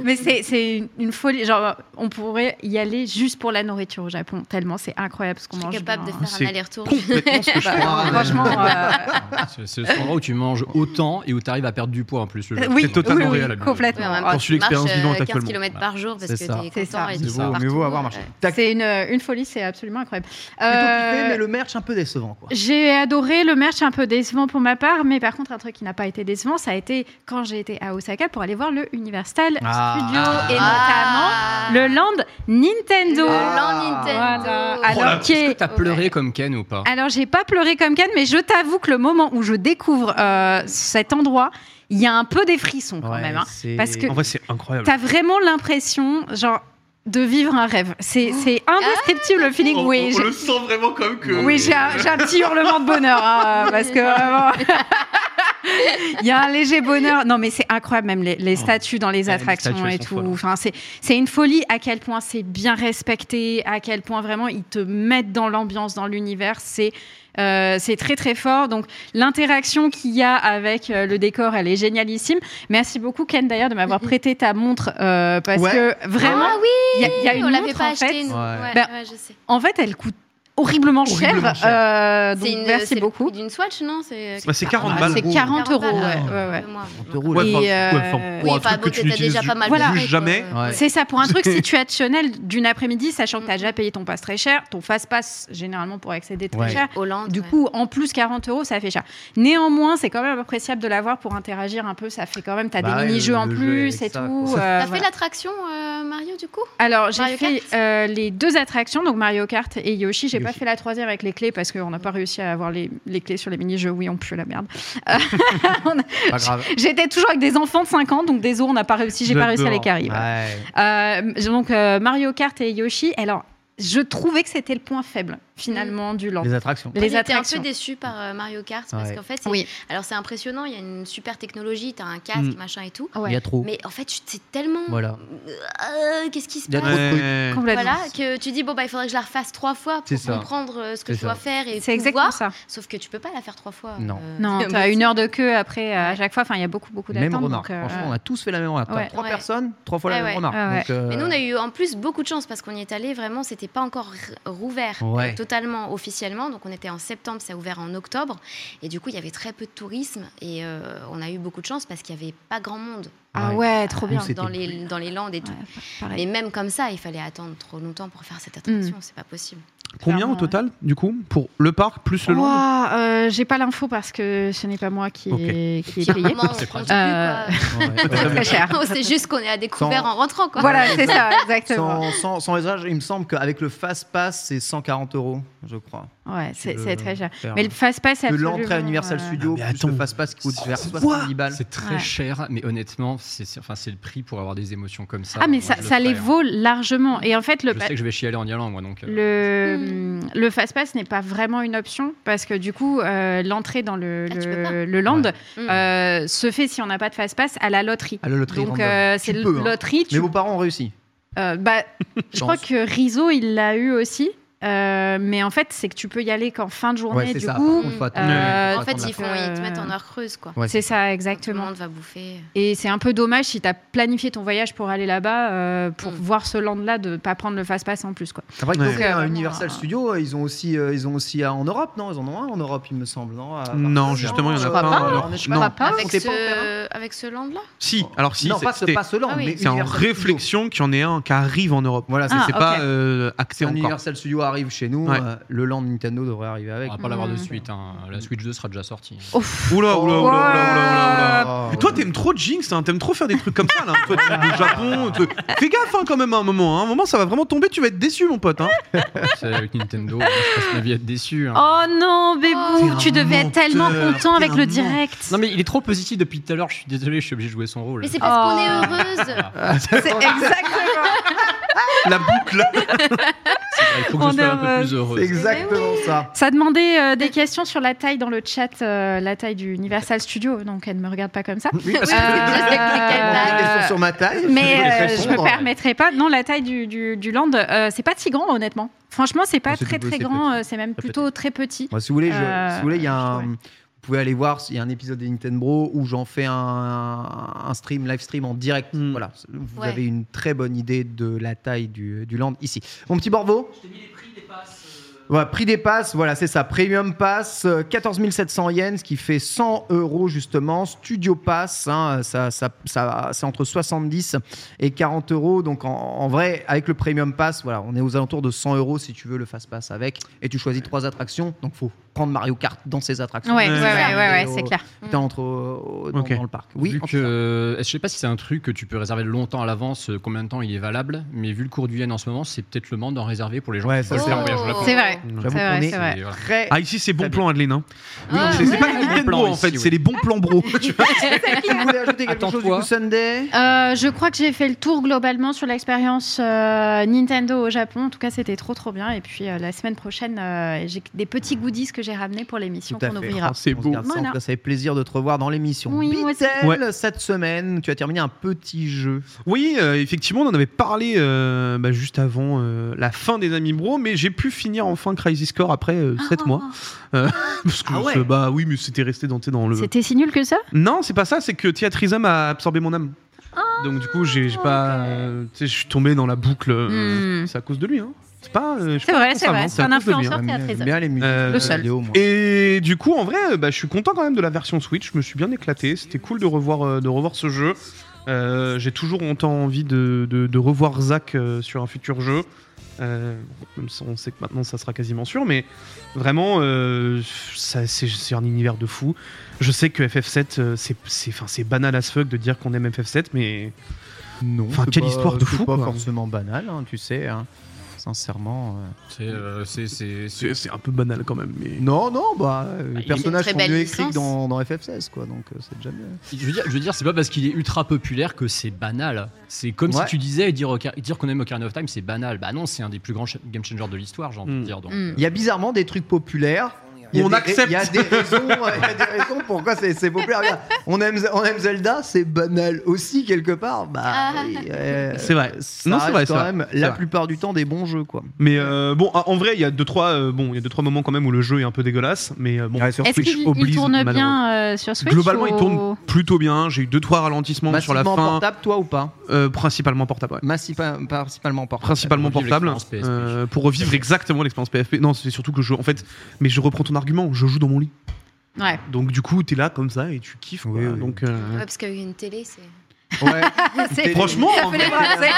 Mais c'est- c'est une- une folie. Genre, on pourrait y aller juste pour la nourriture au Japon, tellement c'est incroyable ce qu'on Je suis mange. capable de bien. faire C'est un aller-retour. euh, Complètement ce que je Bah, crois, ouais. franchement, euh, C'est c'est ce endroit où tu manges autant et où tu arrives à perdre du poids en plus. le jour. Euh, oui, C'est oui, totalement oui, réel, la nourriture. Ouais, complètement. en même Ah, temps, Quand tu l'expérience marches, euh, vivante 15 actuellement. km par jour parce C'est que ça. t'es C'est content ça. et C'est tu ça. sors Mieux vaut partout. avoir marché. T'as plutôt C'est une, une folie, c'est absolument incroyable. kiffé, Euh, hein. mais le merch un peu décevant. Quoi. J'ai adoré le merch un peu décevant pour ma part, mais par contre un truc qui n'a pas été décevant, ça a été quand j'ai été à Osaka pour aller voir le Universal Ah. Studio et Ah. notamment le Land Nintendo. Ah. Land Nintendo. Voilà. Oh Alors, là, qui Est-ce est- que t'as pleuré comme Ken ou pas Ah, Alors j'ai pas pleuré comme Ken, mais je t'avoue que le moment où je découvre euh, cet endroit, il y a un peu des frissons quand même. hein. parce que- En vrai, c'est incroyable. T'as vraiment l'impression, genre, de vivre un rêve. Oh. C'est c'est indescriptible le feeling. oui, j'ai- sent vraiment comme que. Oui, j'ai un, j'ai un petit hurlement de bonheur, hein, parce que vraiment. Il y a un léger bonheur. Non, mais c'est incroyable, même les, les statues dans les Ah, les attractions statues, elles et sont tout. folles. Enfin, c'est c'est une folie à quel point c'est bien respecté, à quel point vraiment ils te mettent dans l'ambiance, dans l'univers. C'est euh, c'est très très fort. Donc l'interaction qu'il y a avec euh, le décor, elle est génialissime. Merci beaucoup Ken d'ailleurs de m'avoir prêté ta montre euh, parce Ouais. que vraiment, Ah oui, il y a- il y, a une on l'avait montre pas en fait. acheté, nous. Ouais. Ouais, Ben, ouais, je sais. En fait, elle coûte horriblement, Horriblement cher. cher. Euh, donc C'est une- merci c'est le beaucoup. prix d'une Swatch, non C'est euh, Bah, c'est 40 Ah, balles. c'est 40 euros. Ouais, ouais, ouais. Moi, te roule. Ouais, Et, enfin, euh, ouais, enfin, oui, pour un enfin, truc bon, que tu t'as n'utilises déjà pas mal Voilà. de juste trucs, jamais. euh, ouais. C'est ça, pour un truc situationnel d'une après-midi, sachant que tu as déjà payé ton passe très cher, ton fast-pass généralement pour accéder très Ouais. cher. Hollande. Du ouais. coup, en plus 40 euros, ça fait cher. Néanmoins, c'est quand même appréciable de l'avoir pour interagir un peu. Ça fait quand même, t'as Bah ouais, des mini-jeux le- en le jeu plus avec et ça, tout. quoi. euh, T'as fait voilà. l'attraction, euh, Mario, du coup Alors, j'ai Mario fait Kart euh, les deux attractions, donc Mario Kart et Yoshi. J'ai pas pas fait la troisième avec les clés parce qu'on n'a pas réussi à avoir les, les clés sur les mini-jeux. Oui, on pue la merde. Euh, on a- Pas grave. J'étais toujours avec des enfants de 5 ans, donc des os, on n'a pas réussi, j'ai pas réussi à les carrer. voilà. Ouais. Euh, donc euh, Mario Kart et Yoshi. Alors, je trouvais que c'était le point faible Mm. finalement du land. Les attractions. Les Moi, j'étais attractions. un peu déçu par euh, Mario Kart parce Ouais. qu'en fait, c'est- Oui. alors c'est impressionnant, il y a une super technologie, t'as un casque, Mm. machin et tout. Il y a trop. Mais en fait, tu- c'est tellement. Voilà. Euh, Qu'est-ce qui se Il y a passe trop de trucs. Ouais. Complètement. Voilà, que tu dis, bon, bah, il faudrait que je la refasse trois fois C'est pour ça. comprendre euh, ce que C'est je dois ça. faire et C'est exactement pouvoir. ça. Sauf que tu peux pas la faire trois fois. Non. euh, Non, tu as une heure de queue après euh, à chaque fois. Enfin, il y a beaucoup, beaucoup d'attentes. Même remarque. donc, euh, Franchement, on a tous fait la même remarque. T'as ouais. Trois Ouais. personnes, trois fois la Ouais, Eh même ouais. remarque. Ah ouais. Donc, euh, Mais nous, on a eu en plus beaucoup de chance parce qu'on y est allé vraiment, c'était pas encore r- rouvert euh, Ouais. totalement officiellement. Donc on était en septembre, ça a ouvert en octobre. Et du coup, il y avait très peu de tourisme et euh, on a eu beaucoup de chance parce qu'il y avait pas grand monde Ah ouais, trop bien. Nous, c'était dans les, dans les Landes et tout. Ouais, pareil. Mm. Mais même comme ça, il fallait attendre trop longtemps pour faire cette attraction, c'est pas possible. Combien au Clairement, total, du coup, pour le parc plus le land Ouah, euh, j'ai pas l'info parce que ce n'est pas moi qui, Ok. est- qui Puis, est à un payé. moment, on C'est compte pratique. Euh, plus, Ouais, quoi. ouais. Très cher. c'est juste qu'on est à découvert Sans- en rentrant, quoi. Voilà, c'est ça, exactement. Sans, sans, sans usage, il me semble qu'avec le Fast Pass, c'est 140 euros, je crois. Ouais, c'est Le- c'est très cher. euh, faire- Mais le fast pass, c'est que absolument. l'entrée à Universal euh, Studios, Non, mais plus le attends. Fast Pass qui coûte vers Quoi 70 balles. C'est très Ouais. cher, mais honnêtement, c'est c'est- enfin, c'est le prix pour avoir des émotions comme ça. Ah, mais Moi, ça, je le ça les ferais, hein. vaut largement. Et en fait, le, Je pa- sais que je vais chialer en y allant, moi, donc. euh, Le, le fast pass n'est pas vraiment une option parce que du coup, euh, l'entrée dans le, Ah, tu peux pas. le, le land Ouais. Mm. euh, se fait si on n'a pas de fast pass à la loterie. À la Ah, loterie Donc random. euh, Tu c'est le- peux, hein. loterie. tu- Mais vos parents ont réussi. euh, bah, je crois Chance. que Rizzo il l'a eu aussi, Euh, mais en fait c'est que tu peux y aller qu'en fin de journée Ouais, c'est du ça. coup. Par contre, faut attendre- euh, faut en fait, attendre ils, la- font, euh, ils te mettent en heure creuse, quoi. Ouais, c'est ça Tout le exactement. monde va bouffer. Et c'est un peu dommage si tu as planifié ton voyage pour aller là-bas euh, pour Mm. voir ce land là de pas prendre le fast pass en plus quoi. euh, Après, ils Ouais. ont fait un Ouais. Universal Studios, ils ont aussi, euh, ils ont aussi euh, en Europe, non Ils en ont un en Europe, il me semble, non À- Non, justement, il y en Je a crois pas. pas, en Europe. on est- Non, Pas- pas- avec, comptez pas en faire hein. ce... avec ce land-là si. Alors si, non, c'est- pas ce c'était- pas cela, Ah oui. mais c'est en Universal Studios. réflexion qu'il y en ait un qui arrive en Europe. Voilà, c'est Ah, C'est ok. pas euh, acté c'est un encore. Universal Studios arrive chez nous, Ouais. euh, le land Nintendo devrait arriver On avec. va pas l'avoir de Mm. suite. hein. La Switch 2 sera déjà sortie. Oula, oula, oula, oula, oula, oula. Ah, Mais toi, ouais. t'aimes trop Jinx, hein, t'aimes trop faire des trucs comme ça, là. Toi, tu aimes le Japon. tu- Fais gaffe, hein, quand même, à un moment. hein. À un moment, ça va vraiment tomber, tu vas être déçu, mon pote. hein. C'est avec Nintendo, moi, je passe ma vie à être déçu. hein. Oh non, T'es Bébou, un Oh. tu devais être tellement menteur, content t'es avec un le menteur. direct. Non, mais il est trop positif depuis tout à l'heure, je suis désolé, je suis obligé de jouer son rôle. Mais c'est pas- parce qu'on Oh. est heureuse. Ah, C'est exactement. La boucle. c'est vrai, il faut que On je sois un est peu plus Eh heureux. C'est exactement ça. Ça demandait euh, des questions sur la taille dans le chat, euh, la taille du Universal Studio, donc elle ne me regarde pas comme ça. Oui, parce Oui, que- c'est juste avec lesquelles Euh, t'as- Elles sont sur ma taille. Mais les euh, fesses je sont me tendres. permettrai pas. Non, la taille du, du, du land, euh, c'est pas si grand, honnêtement. Franchement, c'est pas Non, c'est très tout très petit, grand, petit. euh, c'est même Très plutôt très petit. Moi, si vous voulez, je- Euh, si vous voulez, il y a je un- trouvais. Vous pouvez aller voir, il y a un épisode des Nintendo où j'en fais un, un stream, live stream en direct. Mm. Voilà, vous Ouais. avez une très bonne idée de la taille du, du land ici. Mon petit Borvo Ouais, prix des passes, voilà, c'est ça. Premium Pass, euh, 14 700 yens, ce qui fait 100 euros justement. Studio Pass, hein, ça, ça, ça- c'est entre 70 et 40 euros. Donc en, en vrai, avec le Premium Pass, voilà, on est aux alentours de 100 euros si tu veux le Fast Pass avec. Et tu choisis trois attractions. Donc faut prendre Mario Kart dans ces attractions. Ouais, ouais, ouais, ouais, Ouais. ouais, Et c'est au- clair. T'es entre euh, au- au- dans, Ok. dans Oh, le parc. Oui. vu en- que, euh, je sais pas si c'est un truc que tu peux réserver longtemps à l'avance, euh, combien de temps il est valable, mais vu le cours du yen en ce moment, c'est peut-être le moment d'en réserver pour les gens Ouais, qui ça, veulent c'est faire un vrai. voyage au Japon. Oh. C'est vrai. J'avoue C'est vrai, qu'on est c'est vrai. Oh. Et voilà. très. Ah, ici, c'est bon Très plan, Adeline. hein. Ah, C'est c'est pas les Bon Nintendo, plan en fait, ici, c'est oui. les bons plans bro. Tu vois, Tu voulais ajouter quelque chose du Attends-toi. Good Sunday Euh, je crois que j'ai fait le tour globalement sur l'expérience euh, Nintendo au Japon. En tout cas, c'était trop trop bien. Et puis euh, la semaine prochaine, euh, j'ai des petits goodies que j'ai ramenés pour l'émission Tout à qu'on fait. ouvrira. Oh, c'est On se beau. garde ça, en Voilà. tout cas, ça fait plaisir de te revoir dans l'émission. Oui, moi aussi. Bitel, Ouais. cette semaine, tu as terminé un petit jeu. Oui, euh, effectivement, on en avait parlé euh, bah, juste avant euh, la fin des Amis Bro, mais j'ai pu finir enfin Crisis Core après Ah. 7 mois. Euh, parce que, Ah ouais. c'est- bah oui, mais c'était resté dans, tu sais, dans le. C'était si nul que ça Non, c'est pas ça, c'est que Théatrism a absorbé mon âme. Ah, Donc du coup, j'ai j'ai pas. euh, tu sais, je suis tombé dans la boucle. euh, Hmm. C'est à cause de lui, hein. C'est pas. euh, je suis C'est pas vrai, responsable, c'est vrai. hein, C'est à un cause de lui, hein. influenceur qui a J'aime pris ça. bien les musiques. Euh, de Le seul. Léo, moi. Et du coup, en vrai, euh, bah, je suis content quand même de la version Switch. Je me suis bien éclaté. C'était cool de revoir, euh, de revoir ce jeu. Euh, J'ai toujours autant envie de, de- de revoir Zach euh, sur un futur jeu. Euh, même si on sait que maintenant ça sera quasiment sûr, mais vraiment, euh, ça, c'est c'est un univers de fou. Je sais que FF7, euh, c'est- c'est enfin, c'est banal as fuck de dire qu'on aime FF7, mais Non. Enfin, c'est quelle pas- histoire de c'est fou, pas quoi. forcément banal, hein, tu sais. hein. sincèrement. euh, C'est, euh, c'est- c'est- c'est- C'est c'est un peu banal quand même, mais. Non, non, bah, euh, les une personnages très sont belle mieux écrits que licence. dans, dans FF16, quoi, donc euh, c'est déjà mieux. Je veux dire, je veux dire, c'est pas parce qu'il est ultra populaire que c'est banal. C'est comme Ouais. si tu disais dire, Ocar- dire qu'on aime Ocarina of Time, c'est banal. Bah non, c'est un des plus grands cha- game changers de l'histoire, j'ai envie Mm. de dire. Donc, euh. Mm. Il y a bizarrement des trucs populaires. Il y a On des- accepte. Il y a des raisons, il y a des raisons pourquoi c'est c'est populaire. Regarde, on, aime, on aime Zelda, c'est banal aussi quelque part. Bah, Ah. oui, euh, C'est vrai. Ça Non, c'est reste vrai, c'est quand vrai. même C'est la vrai. plupart du temps des bons jeux, quoi. Mais euh, bon, en en vrai, il y a deux trois, euh, bon, il y a deux trois moments quand même où le jeu est un peu dégueulasse, mais euh, bon. sur Est-ce Switch, qu'il au il Blizz, tourne malheureux. bien euh, sur Switch Globalement, il ou- tourne plutôt bien. J'ai eu deux trois ralentissements sur la Massivement fin, portable, toi ou pas euh, principalement portable. ouais. Massipa- Principalement portable. Principalement Pour revivre portable, l'expérience PSP. euh, pour revivre exactement l'expérience PFP. Non, c'est surtout que je, en fait, mais je reprends ton argument. Je joue dans mon lit, Ouais. donc du coup, t'es là comme ça et tu kiffes. quoi. Oui, oui. Donc, euh, Ouais, parce qu'avec une télé, c'est. Ouais. Ah, C'est- franchement, Ça en fait les vrai, Français.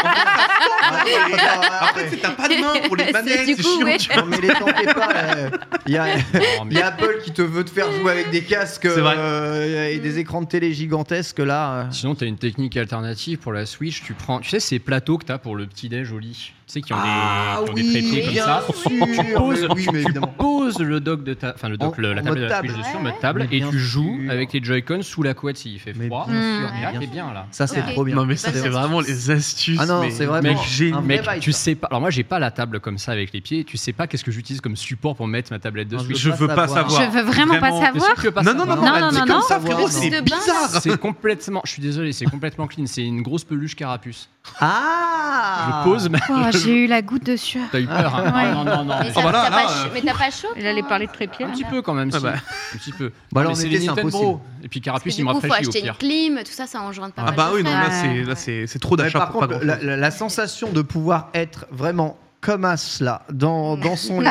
hein. après, c'est- t'as pas de main pour les C'est manettes, du c'est coup, chiant. ouais. tu vois. Non mais les tentez pas. euh, Il y a, non, mais- il y a Apple qui te veut te faire jouer avec des casques C'est vrai. euh, et des écrans de télé gigantesques là. euh. Sinon, t'as une technique alternative pour la Switch. Tu prends, tu sais, ces plateaux que t'as pour le petit déj au lit. Tu sais, qui ont des, qui ont des pré-pris comme bien ça. sûr, Tu poses, mais oui, mais tu évidemment. poses le dock de ta, enfin le dock, En- le- la en table de mode la table. Switch dessus en Ouais, mode table Mais et bien tu joues sûr. avec les Joy-Con sous la couette s'il fait Mais froid. bien sûr, Mmh. mais Et là, bien t'es sûr. bien là. Ça c'est Ouais. trop bien. Non, mais ça, Bonne c'est vraiment les astuces. Ah non, mais- c'est vraiment Mec, un vrai mec, bail, tu ça. sais pas. Alors moi, j'ai pas la table comme ça avec les pieds. Tu sais pas qu'est-ce que j'utilise comme support pour mettre ma tablette de Non, Switch. Je veux pas savoir. Je veux vraiment pas Mais savoir. si tu veux pas Non, non, savoir. non, Non, non, non, dit non, comme non. ça, frérot, Faut c'est de bain, bizarre. C'est complètement. Je suis désolé, c'est complètement clean. C'est une grosse peluche carapuce. Ah. Je pose. Ma... Oh, J'ai eu la goutte de sueur. T'as eu peur. hein. Ouais. Non, non, non. Mais ça- bah là, t'as pas là, ch- euh, mais t'as pas chaud. Il allait toi parler de trépied. Ah, Un là. petit peu quand même, Ah si. bah. Un petit peu. Bah alors, mais en c'est été, les c'est Nintendo. impossible. Et Parce puis que Carapuce, du il me coup, faut rafraîchit au acheter une pire. clim, tout ça, ça engendre pas Ah mal bah de oui, non, là, frais. c'est- là, Ouais. c'est c'est trop Mais d'achats par pour pas contre, la, grand-chose. la- la sensation de pouvoir être vraiment comme As là, dans, dans son lit,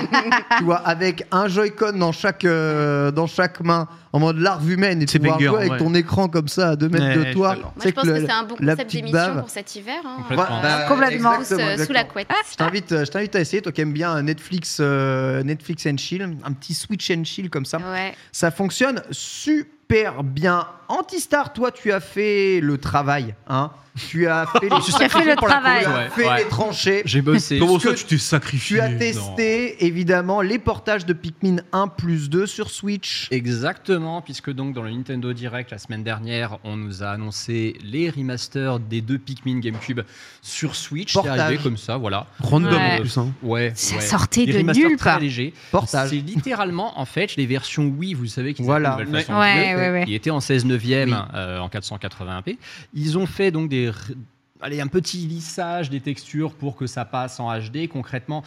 tu vois, avec un Joy-Con dans chaque, euh, dans chaque main, en mode larve humaine, et C'est pouvoir banger, jouer avec ouais. ton écran comme ça à 2 mètres Ouais, de je toi. suis d'accord. Moi, je pense que, c'est un bon la concept petite d'émission bave. pour cet hiver. hein. Complètement. Voilà, Complètement. Tous, euh, sous Bah, exactement, la exactement. couette. Je t'invite, euh, je t'invite à essayer, toi qui aimes bien Netflix, euh, Netflix and Chill, un petit Switch and Chill comme ça. Ouais. Ça fonctionne super bien. Antistar, toi, tu as fait le travail. Hein tu as fait les, J'ai fait le travail. tu as Ouais, fait ouais. les tranchées. J'ai bossé. Comment que ça, tu t'es sacrifié Tu as testé, évidemment, les portages de Pikmin 1 plus 2 sur Switch. Exactement, puisque donc dans le Nintendo Direct la semaine dernière, on nous a annoncé les remasters des deux Pikmin GameCube sur Switch. C'est Portage. arrivé comme ça, voilà. Euh, Random Ouais. en plus. hein. Ouais. Ça ouais. sortait Des de remasters nulle très part. légers. Portage. C'est littéralement en fait les versions Wii, vous savez qu'ils Voilà. ont une nouvelle façon de jouer. Ouais, ouais, ouais. Il était en 16 neuvième euh, en 480p. Ils ont fait donc des r- allez, un petit lissage des textures pour que ça passe en HD. Concrètement,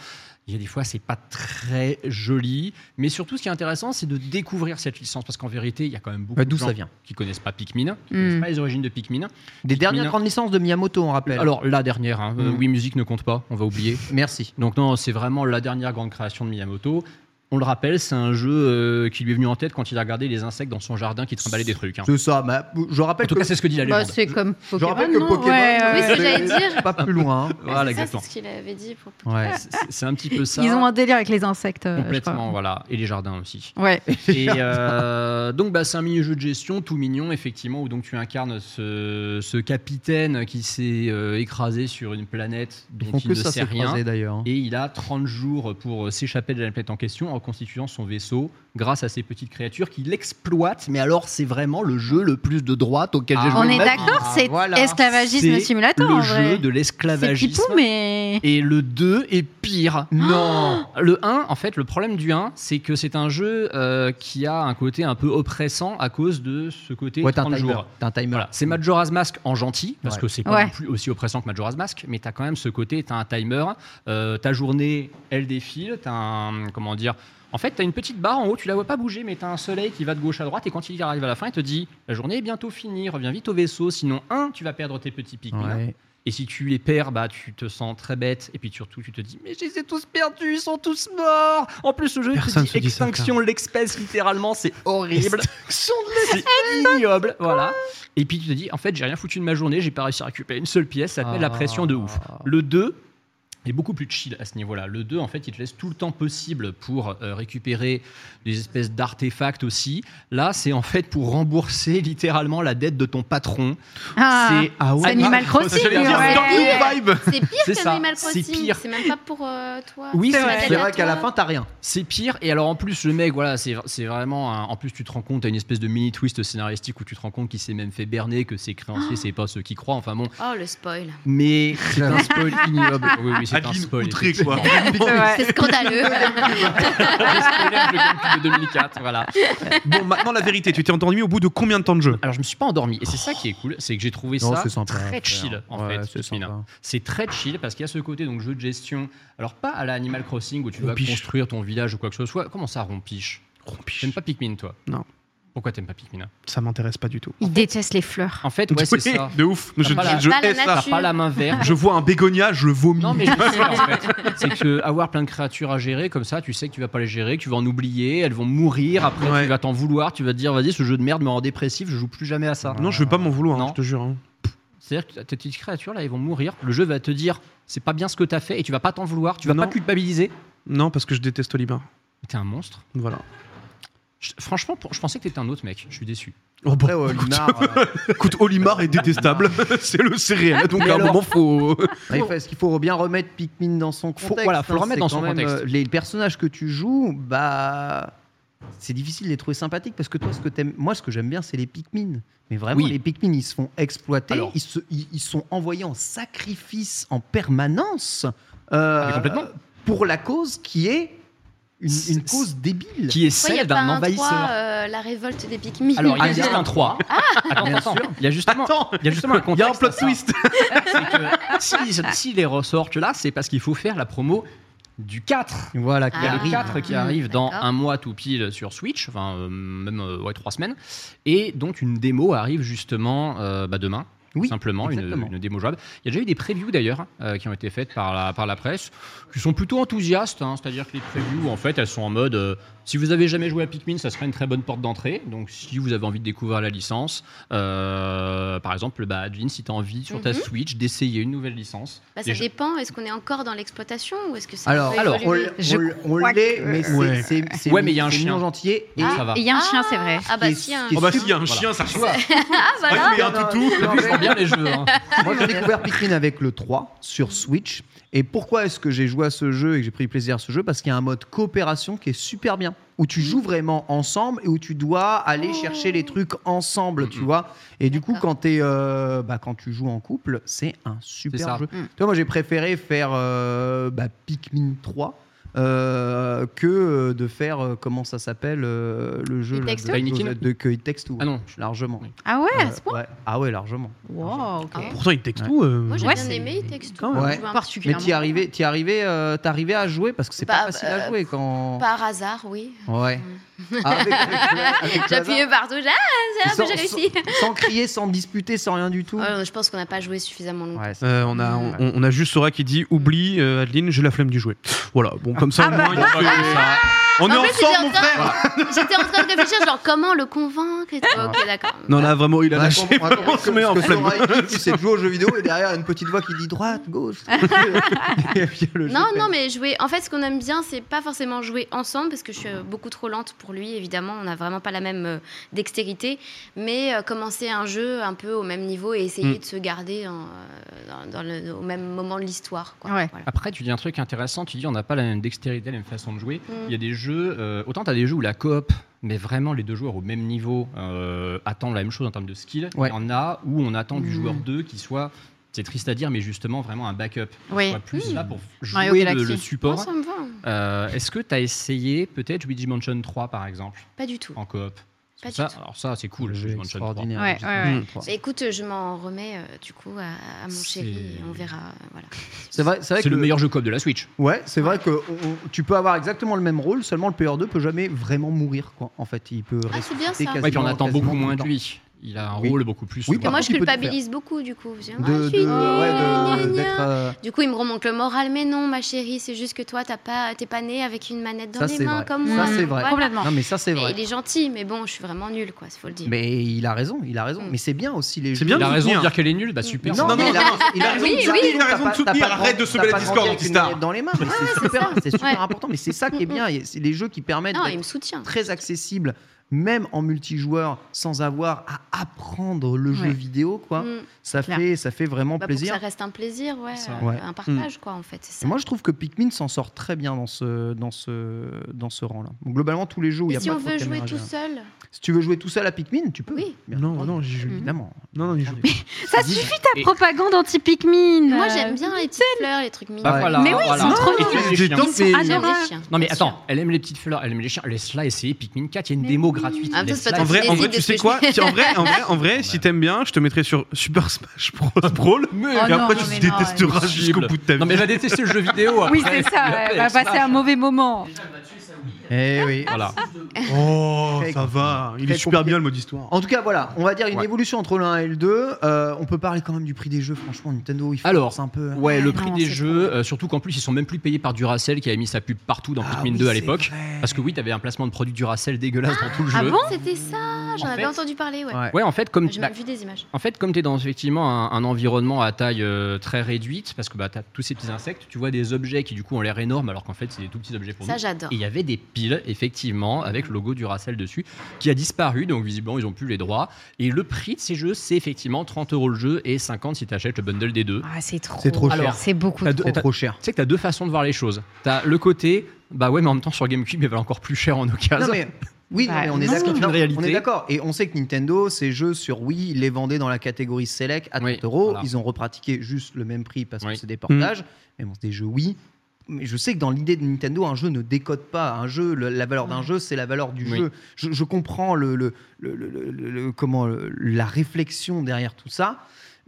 il y a des fois, c'est pas très joli. Mais surtout, ce qui est intéressant, c'est de découvrir cette licence. Parce qu'en vérité, il y a quand même beaucoup Bah, de d'où ça gens vient qui connaissent pas Pikmin, qui Hmm. connaissent pas les origines de Pikmin. Des dernières Pikmin. grandes licences de Miyamoto, on rappelle. Alors, la dernière, hein, euh, Hmm. Wii Music ne compte pas, on va oublier. Merci. Donc non, c'est vraiment la dernière grande création de Miyamoto. On le rappelle, c'est un jeu euh, qui lui est venu en tête quand il a regardé les insectes dans son jardin qui trimballaient des trucs. hein. C'est ça, bah, je rappelle En tout que, cas, Ah, c'est ce que dit la Bah, légende. c'est comme je Pokémon. rappelle que non Pokémon, Ouais, ouais, Oui, ouais. c'est ce que j'allais dire. pas plus loin. hein. Voilà, C'est ça, exactement. c'est ce qu'il avait dit pour Ouais. C'est- c'est- C'est un petit peu ça. Ils ont un délire avec les insectes. euh, je crois. Complètement, voilà. Et les jardins aussi. Ouais. Et euh, donc, bah, c'est un mini-jeu de gestion tout mignon, effectivement, où donc tu incarnes ce, ce capitaine qui s'est euh, écrasé sur une planète Ils dont font il que ne ça sait rien. s'écraser d'ailleurs. Et il a 30 jours pour euh, s'échapper de la planète en question en constituant son vaisseau grâce à ces petites créatures qui l'exploitent. Mais alors, c'est vraiment le jeu le plus de droite auquel j'ai Ah, joué. On de est ma vie. d'accord, c'est voilà. esclavagisme C'est simulateur. en Le vrai. jeu de C'est l'esclavagisme. pipou, mais. Oh Et le 2 est pire. Non Le 1, en fait, le problème du 1, c'est que c'est un jeu euh, qui a un côté un peu oppressant à cause de ce côté Ouais, t'as un 30 timer. jours. T'as un timer. Voilà, c'est Majora's Mask en gentil, parce Ouais. que c'est pas Ouais. non plus aussi oppressant que Majora's Mask, mais t'as quand même ce côté, t'as un timer, euh, ta journée, elle défile, t'as un. Comment dire En fait, t'as une petite barre en haut, tu la vois pas bouger, mais t'as un soleil qui va de gauche à droite, et quand il arrive à la fin, il te dit La journée est bientôt finie, reviens vite au vaisseau, sinon, un, tu vas perdre tes petits pics. Ouais. Et si tu les perds, bah, tu te sens très bête. Et puis surtout, tu te dis, mais je les ai tous perdus, ils sont tous morts. En plus, le jeu, il te Personne dit se dit ça, extinction de l'espèce, littéralement, c'est horrible. c'est ignoble, voilà. Et puis tu te dis, en fait, j'ai rien foutu de ma journée, j'ai pas réussi à récupérer une seule pièce, ça te met la pression de ouf. Le 2, est beaucoup plus chill à ce niveau-là. Le 2, en fait, il te laisse tout le temps possible pour euh, récupérer des espèces d'artefacts aussi. Là, c'est en fait pour rembourser littéralement la dette de ton patron. Ah, c'est ah c'est Animal Crossing. J'allais dire, ouais. c'est dans Ouais. une vibe. C'est pire C'est que ça, Animal c'est Crossing. pire. C'est même pas pour euh, toi. Oui, C'est c'est la vrai. dette C'est à vrai qu'à la toi. fin, t'as rien. C'est pire. Et alors en plus, le mec, voilà, c'est c'est vraiment. un- En plus, tu te rends compte, t'as une espèce de mini twist scénaristique où tu te rends compte qu'il s'est même fait berner, que ses créanciers, c'est pas ceux qui croient. Enfin bon, Oh, le spoil. mais c'est un spoil ignoble. Oui, oui, c'est un Adeline spoil. outrée, quoi. C'est scandaleux. Spoiler, le GameCube de 2004, voilà. Bon, maintenant la vérité, tu t'es endormi au bout de combien de temps de jeu Alors je me suis pas endormi. Et c'est ça qui est cool, c'est que j'ai trouvé Non, ça c'est sympa. très chill en Ouais, fait. c'est Pikmin. sympa. C'est très chill parce qu'il y a ce côté donc jeu de gestion. Alors pas à la Animal Crossing où tu dois Rompiche. construire ton village ou quoi que ce soit. Comment ça rompiche T'aimes pas Pikmin toi Non. Pourquoi t'aimes pas Pikmin Ça m'intéresse pas du tout. Il déteste les fleurs. En fait, ouais, c'est Oui, ça. De ouf. Je, pas la- je pas la hais ça. nature. T'as pas la main verte. Je vois un bégonia, je le vomis. Non, mais je sais, en fait. C'est que avoir plein de créatures à gérer, comme ça, tu sais que tu vas pas les gérer, que tu vas en oublier, elles vont mourir, après Ouais. tu vas t'en vouloir, tu vas te dire, vas-y, ce jeu de merde me rend dépressif, je joue plus jamais à ça. Non, je veux pas m'en vouloir, hein, Non. je te jure. hein. C'est-à-dire que tes petites créatures, là, elles vont mourir, le jeu va te dire, c'est pas bien ce que t'as fait, et tu vas pas t'en vouloir, tu vas Non. pas culpabiliser. Non, parce que je déteste Oliba. T'es un monstre. Voilà. Je- franchement, pour- je pensais que t'étais un autre mec, je suis déçu. Oh, bon. Après, ouais, Lunar, euh, Écoute, Olimar est détestable, c'est le céréal, donc Mais à un alors moment faut. Ouais, il faut- Est-ce qu'il faut bien remettre Pikmin dans son contexte voilà, faut le remettre c'est dans son quand même, contexte. euh, les personnages que tu joues, bah, c'est difficile de les trouver sympathiques parce que toi, ce que t'aimes, moi, ce que j'aime bien, c'est les Pikmin. Mais vraiment, Oui. les Pikmin, ils se font exploiter, Alors. ils, se- ils- ils sont envoyés en sacrifice en permanence euh, Ah, Mais complètement. pour la cause qui est une, C'est- une cause débile. Qui est Pourquoi y a celle pas d'un un envahisseur. trois, euh, la révolte des Pikmin. Ah. Alors, il existe un 3. attends, attends. Il y a justement, Ah, Attends, il y a justement un il y a un contexte. plot à ça. twist C'est que si, si les ressortent là, c'est parce qu'il faut faire la promo du 4. Voilà, qui Il y a Ah. le arrive. 4 qui Mmh, arrive dans d'accord. un mois tout pile sur Switch, enfin euh, même euh, ouais, trois semaines, et donc une démo arrive justement euh, bah, demain. tout Oui, simplement une, exactement. une démo jouable. Il y a déjà eu des previews d'ailleurs euh, qui ont été faites par la, par la presse, qui sont plutôt enthousiastes. hein. C'est-à-dire que les previews, en fait, elles sont en mode euh, si vous avez jamais joué à Pikmin, ça serait une très bonne porte d'entrée. Donc si vous avez envie de découvrir la licence, euh, par exemple, bah, Jean, si tu as envie sur ta Mhm. Switch d'essayer une nouvelle licence. Bah, ça déjà- dépend. Est-ce qu'on est encore dans l'exploitation ou est-ce que ça Alors, peut alors, on, évoluer Je on- on crois l'est, que- mais c'est- Ouais. c'est c'est- Ouais, mais il y a un c'est chien. mignon gentil et Donc, Ah, ça va. Et il y a un Ah, chien, c'est vrai. Ah bah Qui est- si, un qui est- Oh bah, s'il y a un Voilà. chien, ça rejoue. Ah voilà. il y a un toutou. Non, mais- Ils font bien les jeux. hein. Moi, j'ai découvert Pikmin avec le 3 sur Switch. Et pourquoi est-ce que j'ai joué à ce jeu et que j'ai pris plaisir à ce jeu Parce qu'il y a un mode coopération qui est super bien, où tu joues vraiment ensemble et où tu dois aller Oh. chercher les trucs ensemble, tu Mhm. vois. Et du coup, D'accord. quand, t'es, euh, bah, quand tu joues en couple, c'est un C'est super ça. jeu. Hmm. Mm. Tu vois, moi, j'ai préféré faire euh, bah, Pikmin 3 euh, que euh, de faire, euh, comment ça s'appelle, euh, le jeu It là, Takes de, Two Tiny de, de- que It Takes Two. Ah non. Largement. Oui. Ah ouais, Euh, à ce point ouais. Ah ouais, largement. Wow, ok. Pourtant, il texte tout. euh, Moi j'ai Ouais, bien c'est- aimé il texte Quand tout. même. Ouais. Je vois un petit peu. Mais t'y arrivais, t'y arrivais, euh, t'arrivais à jouer parce que c'est Bah, pas facile euh, à jouer quand. Par hasard, oui. Ouais. Ah, Avec- avec- avec le J'appuyais hasard. partout. j'ai- Ah, ça, Sans- j'ai réussi. Sans, sans crier, sans disputer, sans rien du tout. Oh, je pense qu'on n'a pas joué suffisamment longtemps. Ouais, c'est- euh, on, a, on, on a juste Sora qui dit Oublie, euh, Adeline, j'ai la flemme d'y jouer. Voilà, bon, comme Ah ça, au bah, moins, il y a que- on est En plus, ensemble, j'étais mon en train- frère J'étais en train de réfléchir, genre comment le convaincre et tout. Ok, d'accord. Ah. Non, là, vraiment, il a Ouais, lâché. on comprend- vraiment, on se met en parce que flemme. Sora, il dit, C'est de jouer aux jeux vidéo et derrière il y a une petite voix qui dit droite, gauche. Et puis, le jeu Non, fait- non, mais jouer. En fait, ce qu'on aime bien, c'est pas forcément jouer ensemble parce que je suis euh, beaucoup trop lente pour lui. Évidemment, on n'a vraiment pas la même euh, dextérité. Mais euh, commencer un jeu un peu au même niveau et essayer Hmm. Mm. de se garder en, euh, dans, dans le- au même moment de l'histoire. quoi. Ouais. Voilà. Après, tu dis un truc intéressant, tu dis on n'a pas la même dextérité, la même façon de jouer. Mm. Il y a des jeux, euh, autant tu as des jeux où la coop, mais vraiment les deux joueurs au même niveau euh, attendent la même chose en termes de skill. Il Ouais. y en a où on attend du Mm. joueur 2 qui soit, c'est triste à dire, mais justement vraiment un backup. Oui. Soit plus là pour Mario jouer le, Galaxy. le Non, support. ça me va. Euh, Est-ce que tu as essayé peut-être Luigi Mansion 3 par exemple Pas du tout. en coop Pas Ça, du tout. Alors ça, c'est cool, Le jeu Luigi est Mansion 3. extraordinaire. Ouais, ouais, ouais. Mmh. Bah, écoute, je m'en remets euh, du coup à, à mon C'est- chéri et on verra. euh, voilà. C'est vrai, c'est vrai C'est que le meilleur jeu coop de la Switch. Ouais, c'est vrai que on- on- tu peux avoir exactement le même rôle, seulement le PR2 peut jamais vraiment mourir quoi. En fait, il peut Ah, c'est bien ressusciter ça. quasiment- Ouais, puis on attend quasiment beaucoup tout le moins de temps. lui. Il a un Oui. rôle beaucoup plus. Oui, Et par moi, contre, je il peut tout culpabilise beaucoup, du coup. Je dis, Ah, de, je suis de- nulle, ouais, gna, de- gna. d'être, euh, Du coup, il me remonte le moral. Mais non, ma chérie, c'est juste que toi, t'as pas, t'es pas née avec une manette dans Ça, les c'est mains vrai. comme Ça, moi. c'est vrai. Voilà. Complètement. Non, mais ça, c'est Et vrai. il est gentil, mais bon, je suis vraiment nulle, quoi. faut le dire. Mais il a raison, il a raison. Mm. Mais c'est bien aussi les C'est jeux. bien Il a raison de soutenir. dire qu'elle est nulle, bah super. Non, Non, mais non, il a raison- il a raison Oui, de dire- oui. Il a raison de t'as pas- soutenir, t'as pas- arrête de semer t'as la pas discorde, grandi avec une Antistar. manette dans les mains, mais c'est super, c'est super Ouais. important. Mais c'est ça qui est bien. et C'est les jeux qui permettent Non, d'être il me soutient. très accessible, même en multijoueur, sans avoir à apprendre le jeu Ouais. vidéo, quoi. Mm. Ça Clair. fait, ça fait vraiment Bah, pour que plaisir. ça reste un plaisir, ouais, Ça. euh, Ouais. un partage, quoi, en fait. c'est Et ça. moi, je trouve que Pikmin s'en sort très bien dans ce, dans ce, dans ce rang-là. Donc, Globalement, tous les jeux où il y Et a si pas on trop de hein. veut jouer caméra tout générale. seul, Si tu veux jouer tout seul à Pikmin, tu peux. Oui. Bien Non, entendu. non, j'y Mhm. joue. évidemment. Non, non, il joue. Ça suffit ta propagande anti-Pikmin. moi euh, j'aime bien les petites fleurs, les trucs mignons. Bah Ouais. voilà, Mais oui, voilà. c'est trop Et mignon. les chiens. Ils sont J'aime adorables. les chiens. Non mais bien sûr. attends, elle aime les petites fleurs, elle aime les chiens, laisse-la essayer Pikmin 4, il y a une démo gratuite. Ah, mais ça, c'est laisse-la. pas En vrai, en vrai, Décide de tu ce que sais je quoi fais. Si- En vrai, en vrai, en vrai, si t'aimes bien, je te mettrai sur Super Smash Bros. Brawl. Mais- Oh et après, non, tu mais non, détesteras impossible. jusqu'au bout de ta vie. Non mais elle a détesté le jeu vidéo après. Oui, c'est ça. ouais, Elle va passer un mauvais moment. Eh oui. Voilà. Oh, Très ça va. Il très est super compliqué. bien le mode histoire. En tout cas, voilà, on va dire une Ouais. évolution entre le 1 et le 2. Euh, on peut parler quand même du prix des jeux, franchement, Nintendo, il faut Alors, forcer un peu. hein. Ouais, le Ah prix non, des c'est jeux, euh, surtout qu'en plus ils sont même plus payés par Duracell qui avait mis sa pub partout dans Ah Pikmin oui, 2 à c'est l'époque. vrai. Parce que oui, t'avais un placement de produit Duracell dégueulasse dans tout le jeu. Ah bon Ah, C'était ça, j'en En avais fait- entendu parler, ouais. Ouais. Ouais, en fait, comme J'ai bah, même vu des images. En fait, comme tu es dans effectivement un, un environnement à taille euh, très réduite, parce que bah, tu as tous ces petits insectes, tu vois des objets qui du coup ont l'air énormes, alors qu'en fait c'est des tout petits objets pour Ça, nous. j'adore. Et il y avait des piles, effectivement, avec le logo du Racel dessus, qui a disparu, donc visiblement ils ont plus les droits. Et le prix de ces jeux, c'est effectivement 30 euros le jeu et 50 si tu achètes le bundle des deux. Ah, c'est trop. C'est trop cher. C'est beaucoup T'as trop. deux- C'est trop cher. Tu sais que tu as deux façons de voir les choses. Tu as le côté, bah ouais, mais en même temps sur GameCube, il valait encore plus cher en occasion. Non, mais. Oui, non, Bah, mais on est non. d'accord. C'est une Non, réalité. On est d'accord. Et on sait que Nintendo, ces jeux sur Wii, ils les vendaient dans la catégorie Select à 30 Oui, euros. voilà. Ils ont repratiqué juste le même prix parce que Oui. c'est des portages. Mais bon, c'est des jeux Wii. Mais je sais que dans l'idée de Nintendo, un jeu ne décode pas. Un jeu, le- la valeur d'un jeu, c'est la valeur du Oui. jeu. Je, je comprends le, le- le- le- le- le- comment le- la réflexion derrière tout ça,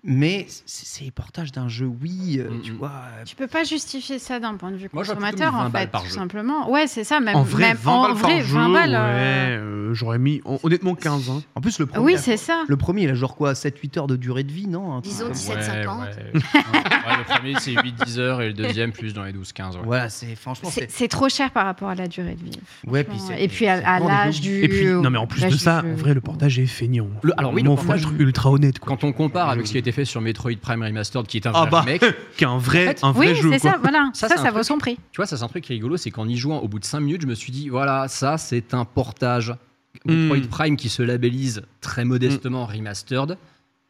mais c'est- c'est les portages d'un jeu Wii, euh, Mm, tu mm. vois. Tu peux pas justifier ça d'un point de vue Moi, j'aurais plutôt consommateur, mis 20 en fait, balles par tout jeu. simplement. Ouais, c'est ça, même. En vrai, Ah, même- 20 en balles par vrai, jeu. 20 balles, ouais, euh, euh, j'aurais mis hon- honnêtement 15. hein. En plus, le premier, Oui, c'est ça. le premier, il a genre quoi, 7-8 heures de durée de vie, non un truc Disons comme ça. 17,50. le premier c'est 8-10 heures et le deuxième plus dans les 12-15. ouais. Voilà, c'est franchement, C'est c'est. c'est trop cher par rapport à la durée de vie. Ouais, puis c'est- Et puis à, c'est à vraiment des l'âge jeux- du. Et puis, non, mais en plus l'âge de du ça, jeu. en vrai, le portage est feignant. Le- alors oui, Vraiment, le portage- faut être ultra honnête. Quoi. Quand on compare avec ce qui a été fait sur Metroid Prime Remastered, qui est un Ah vrai bah, remake, qu'un vrai, En fait, un vrai Oui, jeu. c'est quoi. ça, voilà. Ça, Ça, c'est ça, un vaut truc. son prix. tu vois, ça c'est un truc qui est rigolo, c'est qu'en y jouant au bout de 5 minutes, je me suis dit, voilà, ça c'est un portage. Hmm. Metroid Prime qui se labellise très modestement Remastered,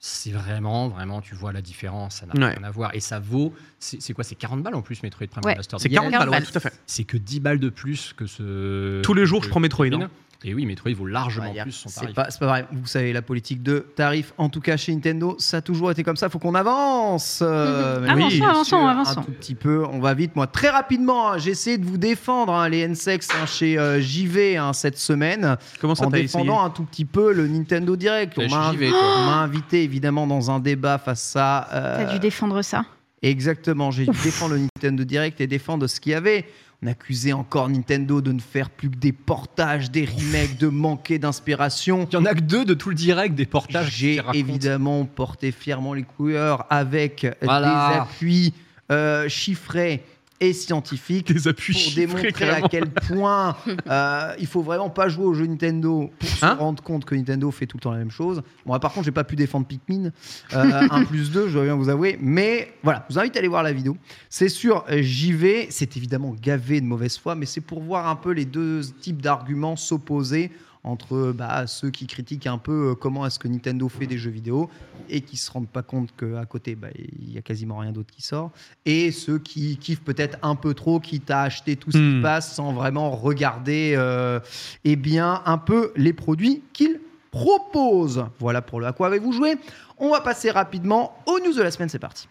c'est vraiment, vraiment, tu vois la différence, ça n'a Ouais. rien à voir. Et ça vaut, c'est c'est quoi, c'est 40 balles en plus Metroid Prime Ouais. Remastered C'est Il y a- 40 40 balles, ouais, balles. tout à fait. C'est que 10 balles de plus que ce. Tous les jours, que- je prends Metroid, que- hein. Et oui, Metroid vaut largement Ouais, y a- plus son C'est tarif. pas, c'est pas vrai. Vous savez, la politique de tarif, en tout cas chez Nintendo, ça a toujours été comme ça. Faut qu'on avance. euh, Mhm. mais Avançons, bien avançons, sûr, avançons. Un tout petit peu. On va vite. Moi, très rapidement, hein, j'ai essayé de vous défendre hein, les N-Sex hein, chez euh, JV hein, cette semaine Comment ça en t'a essayé défendant un tout petit peu le Nintendo Direct. Ouais, On chez m'a JV, quoi. on m'a invité évidemment dans un débat face à. euh, T'as dû défendre ça. Exactement, j'ai dû défendre le Nintendo Direct et défendre ce qu'il y avait. On accusait encore Nintendo de ne faire plus que des portages, des remakes, de manquer d'inspiration. Il y en a que deux de tout le direct des portages. qui J'ai racontent. évidemment porté fièrement les couleurs avec Voilà. des appuis euh, chiffrés et scientifiques Des appuis pour chiffrés, démontrer à carrément. quel point euh, il faut vraiment pas jouer aux jeux Nintendo pour se Hein rendre compte que Nintendo fait tout le temps la même chose. Bon, ah, par contre, j'ai pas pu défendre Pikmin euh, 1 plus 2, je dois bien vous avouer. Mais voilà, je vous invite à aller voir la vidéo. C'est sur euh, JV, c'est évidemment gavé de mauvaise foi, mais c'est pour voir un peu les deux types d'arguments s'opposer entre euh, bah, ceux qui critiquent un peu euh, comment est-ce que Nintendo fait des jeux vidéo et qui se rendent pas compte qu'à côté, bah, il y a quasiment rien d'autre qui sort, et ceux qui kiffent peut-être un peu trop, quitte à acheter tout ce qui Hmm. passe sans vraiment regarder euh, eh bien, un peu les produits qu'ils proposent. Voilà pour le à quoi avez-vous joué. On va passer rapidement aux news de la semaine, c'est parti.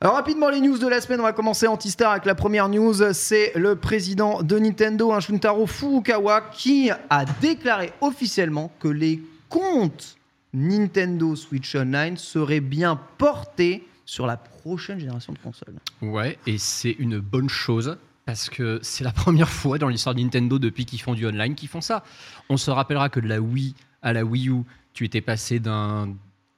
Alors rapidement les news de la semaine, on va commencer Antistar avec la première news, c'est le président de Nintendo, hein, Shuntaro Furukawa, qui a déclaré officiellement que les comptes Nintendo Switch Online seraient bien portés sur la prochaine génération de consoles. Ouais, et c'est une bonne chose Parce que c'est la première fois dans l'histoire de Nintendo depuis qu'ils font du online qu'ils font ça. On se rappellera que de la Wii à la Wii U, tu étais passé d'un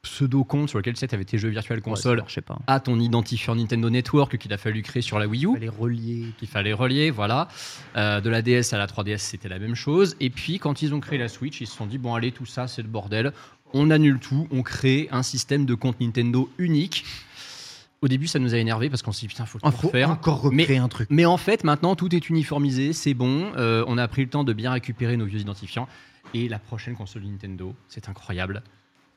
pseudo compte sur lequel tu sais, t'avais tes jeux virtuels console Je sais pas. à ton identifiant Nintendo Network qu'il a fallu créer sur la Wii U. Les relier. qu'il fallait relier, voilà. Euh, de la DS à la 3DS, c'était la même chose. Et puis, quand ils ont créé la Switch, ils se sont dit, bon, allez, tout ça, c'est le bordel. On annule tout, on crée un système de compte Nintendo unique. Au début, ça nous a énervé parce qu'on s'est dit, putain, faut le refaire. encore recréer Mais- un truc. Mais en fait, maintenant, tout est uniformisé, c'est bon. Euh, on a pris le temps de bien récupérer nos vieux identifiants. Et la prochaine console Nintendo, c'est incroyable,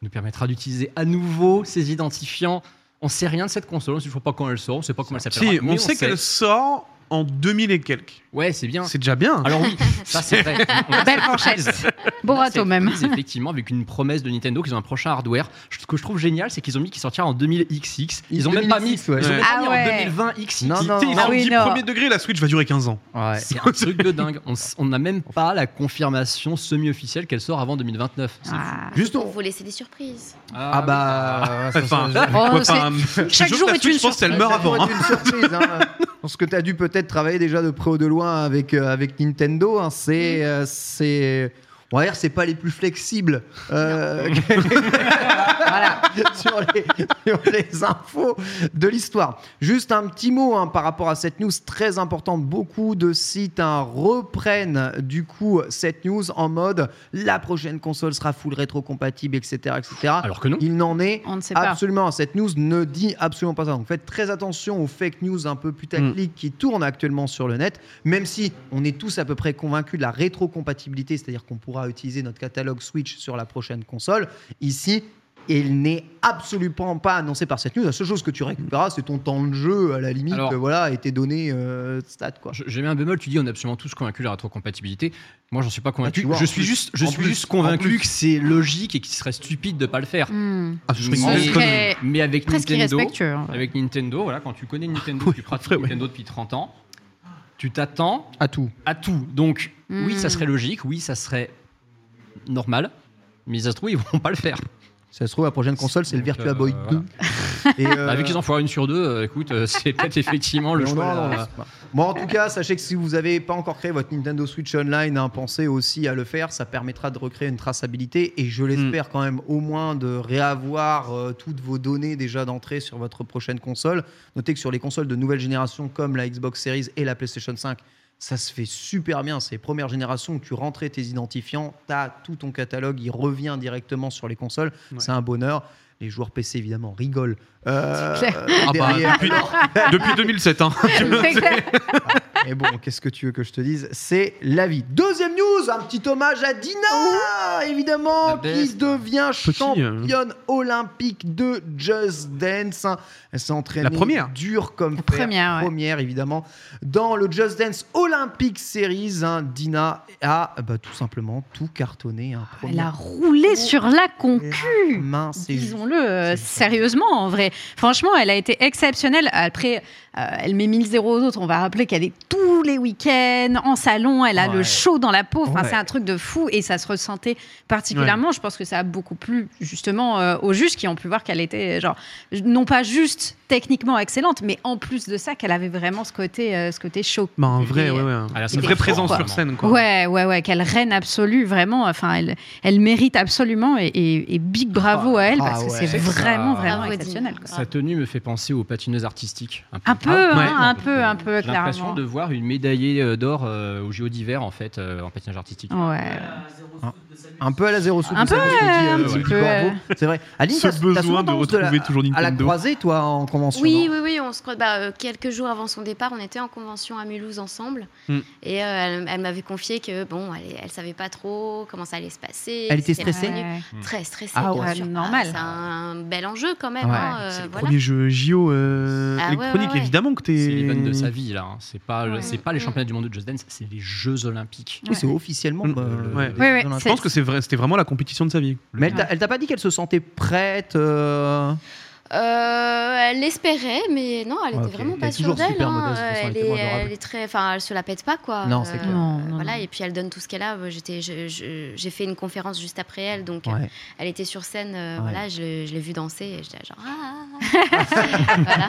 nous permettra d'utiliser à nouveau ces identifiants. On sait rien de cette console, on ne sait pas quand elle sort, on ne sait pas comment elle s'appellera. Si, mais on sait qu'elle sort en 2000 et quelques. Ouais, c'est bien. C'est déjà bien. Alors oui, ça c'est vrai. On a Belle cette fourchette. prise. Bon On a râteau cette même. prise, Effectivement, avec une promesse de Nintendo qu'ils ont un prochain hardware. Ce que je trouve génial, c'est qu'ils ont mis qu'il sortira en 2000XX. Ils ont même pas mis, 2006, ouais. ils ont même Ah pas mis ouais. en 2020XX. Non, non. Ils Ah ont oui, dit non. premier degré, la Switch va durer 15 ans. Ouais, c'est un truc de dingue. On s- On n'a même pas la confirmation semi-officielle qu'elle sort avant 2029. C'est- Ah. Juste Il on. faut laisser des surprises. Ah bah. ça, Enfin, ça- Oh, ouais, c'est- enfin, je chaque jure jour que la est une Switch, Je pense qu'elle meurt ça avant. doit hein. être une surprise. hein. Dans ce que tu as dû peut-être travailler déjà de près ou de loin avec, euh, avec Nintendo, hein, Mm. c'est. euh, c'est... On va dire c'est pas les plus flexibles euh, voilà, sur, les, sur les infos de l'histoire. Juste un petit mot hein, par rapport à cette news très importante. Beaucoup de sites hein, reprennent du coup cette news en mode la prochaine console sera full rétro-compatible, etc., etc. Alors que non. Il n'en est On ne sait pas. Absolument, cette news ne dit absolument pas ça. Donc faites très attention aux fake news un peu putaclic qui tournent actuellement sur le net, même si on est tous à peu près convaincus de la rétrocompatibilité, c'est-à-dire qu'on pourra utiliser notre catalogue Switch sur la prochaine console. Ici, il n'est absolument pas annoncé par cette news. La seule chose que tu récupéreras, c'est ton temps de jeu à la limite, Alors- euh, voilà, et tes données euh, stats quoi. Je- J'ai mis un bémol, tu dis on est absolument tous convaincus de la rétrocompatibilité. Moi, j'en suis pas Ah, convaincu. tu vois, je en suis plus. juste, je En suis plus. juste En convaincu que c'est logique et qu'il serait stupide de pas le faire. Hmm. Ah, je serais Ce Mais- serait Mais avec presque Nintendo, irrespectueux. en vrai. avec Nintendo, voilà, quand tu connais Nintendo, tu pratiques vrai, ouais. Nintendo depuis 30 ans, tu t'attends À tout. à tout. Donc, oui, Mm. ça serait logique, oui, ça serait normal, mais ça se trouve, ils vont pas le faire. Ça se trouve, la prochaine console, c'est le Donc, Virtua euh, Boy voilà. 2. Et, euh, Bah, vu qu'ils en foirent une sur deux, euh, écoute, euh, c'est peut-être effectivement le Mais on choix. aura là. l'avance, quoi. Bon, en tout cas, sachez que si vous n'avez pas encore créé votre Nintendo Switch Online, hein, pensez aussi à le faire. Ça permettra de recréer une traçabilité et je l'espère quand même au moins de réavoir euh, toutes vos données déjà d'entrée sur votre prochaine console. Notez que sur les consoles de nouvelle génération comme la Xbox Series et la PlayStation 5, ça se fait super bien. C'est les premières générations où tu rentrais tes identifiants, tu as tout ton catalogue, il revient directement sur les consoles. Ouais. C'est un bonheur. Les joueurs PC, évidemment, rigolent. Euh, C'est clair. Ah bah, derrière. depuis, depuis 2007. Hein. C'est clair. Mais bon, qu'est-ce que tu veux que je te dise C'est la vie. Deuxième news, un petit hommage à Dina, La évidemment, qui best. devient Petit, euh. championne olympique de Just Dance. Elle s'est entraînée La première. dure comme La fer. première, ouais. première, évidemment, dans le Just Dance Olympic Series. hein. Dina a bah, tout simplement tout cartonné. hein. Elle a Première roulé sur la concu. main, c'est juste- Disons-le euh, c'est- sérieusement, en vrai. Franchement, elle a été exceptionnelle. Après, euh, elle met 1000 zéros aux autres. On va rappeler qu'elle est tous les week-ends en salon. Elle a Ouais. le chaud dans la peau. Enfin, Ouais. c'est un truc de fou et ça se ressentait particulièrement. Je pense que ça a beaucoup plu justement euh, aux juges qui ont pu voir qu'elle était euh, genre non pas juste techniquement excellente, mais en plus de ça, qu'elle avait vraiment ce côté, euh, ce côté chaud. Bah, un vrai, Et- ouais, ouais. un- Ah, là, ça Une des vraie fous, présence quoi. sur scène, quoi. Ouais, ouais, ouais, qu'elle reine absolue, vraiment. Enfin, elle, elle mérite absolument et, et- et big bravo à elle ah parce que ouais. c'est C'est vraiment, ça. vraiment Bravo, exceptionnel. Dina. quoi. Sa tenue me fait penser aux patineuses artistiques. Un Ah, peu, ouais. hein, un peu, un peu, J'ai l'impression clairement. de voir une médaillée euh, d'or euh, au JO d'hiver en fait euh, en patinage artistique. Ouais, ouais. Un peu à la zéro sous Un de ça, peu, parce que dit, un euh, petit Guy peu, Corbeau. C'est vrai. Aline, Ce t'as- t'as besoin souvent de tendance la- retrouver toujours À la Nintendo. croisée, toi, en convention. Oui, non oui, oui, on se croit. bah, euh, quelques jours avant son départ, on était en convention à Mulhouse ensemble. Hmm. Et euh, elle, elle m'avait confié que, bon, elle, elle savait pas trop comment ça allait se passer. Elle était si stressée revenue. Ouais. Hmm. Très stressée, Ah bien ouais, sûr. normal. Ah, c'est un bel enjeu quand même. Ouais, hein, euh, C'est le voilà. premier jeu JO euh, Ah, ouais, électronique, ouais, ouais. évidemment, que t'es. C'est l'event de sa vie là. hein. C'est pas le- Ouais. c'est pas les Mm. championnats du monde de Just Dance, c'est les Jeux Olympiques. Oui, c'est officiellement. Mm. bah, Euh, Ouais. le- Oui, oui, Je Je pense que c'est vrai, c'était vraiment la compétition de sa vie. Mais elle t'a- elle t'a pas dit qu'elle se sentait prête. euh, Euh, elle l'espérait, mais non, elle Ouais, n'était ok. vraiment Elle pas est sûre toujours d'elle. super hein. modeste, de toute façon, elle Elle, est est, tellement adorable. elle est très, enfin, elle se la pète pas quoi. Non, c'est clair. Non, non, voilà, non. et puis elle donne tout ce qu'elle a. Euh, J'étais, je- je- j'ai fait une conférence juste après elle, donc euh, Ouais. elle était sur scène. euh, Ouais. Voilà, je, l'ai- je l'ai vue danser et j'étais genre. Ah.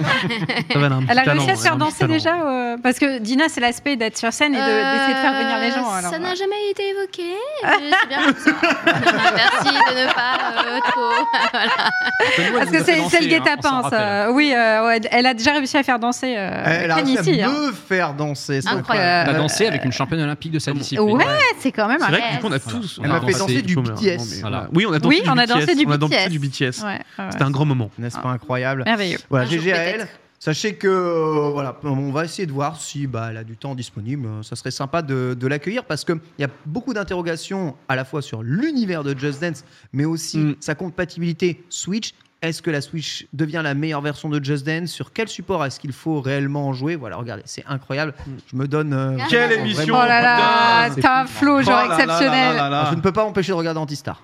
voilà. Elle a réussi à se faire danser déjà euh, Parce que Dina, c'est l'aspect d'être sur scène et de- d'essayer de faire venir les gens. Euh, alors, ça euh, n'a jamais été évoqué. Je- c'est bien comme ça. Merci de ne pas euh, trop. voilà. Parce que c'est hein, c'est le guet-apens. ça. Oui, euh, ouais, elle a déjà réussi à faire danser euh, Elle a Ken réussi ici. à hein. me faire danser. c'est Incroyable. Elle a incroyable. dansé avec une championne olympique de sa discipline. Ouais, c'est quand même C'est vrai que Yes. du coup, on a Voilà. tous. Elle on a m'a fait dansé danser du peu, mais- non, BTS. mais Voilà. voilà. Oui, on a dansé Oui, du on a BTS, dansé du On a dansé BTS. du BTS. Ouais, ouais, C'était un grand moment. N'est-ce pas incroyable Ah. merveilleux. Voilà, Un jour, GG à peut-être. elle. Sachez que euh, voilà, on va essayer de voir si bah, elle a du temps disponible. Euh, Ça serait sympa de, de l'accueillir parce qu'il y a beaucoup d'interrogations à la fois sur l'univers de Just Dance, mais aussi Mm. sa compatibilité Switch. Est-ce que la Switch devient la meilleure version de Just Dance Sur quel support est-ce qu'il faut réellement jouer Voilà, regardez, c'est incroyable. Je me donne. euh, Ah. Quelle Vraiment, Mm. émission Oh là là, putain, t'as un flow genre Oh là là là exceptionnel. là là. Alors, je ne peux pas m'empêcher de regarder Antistar.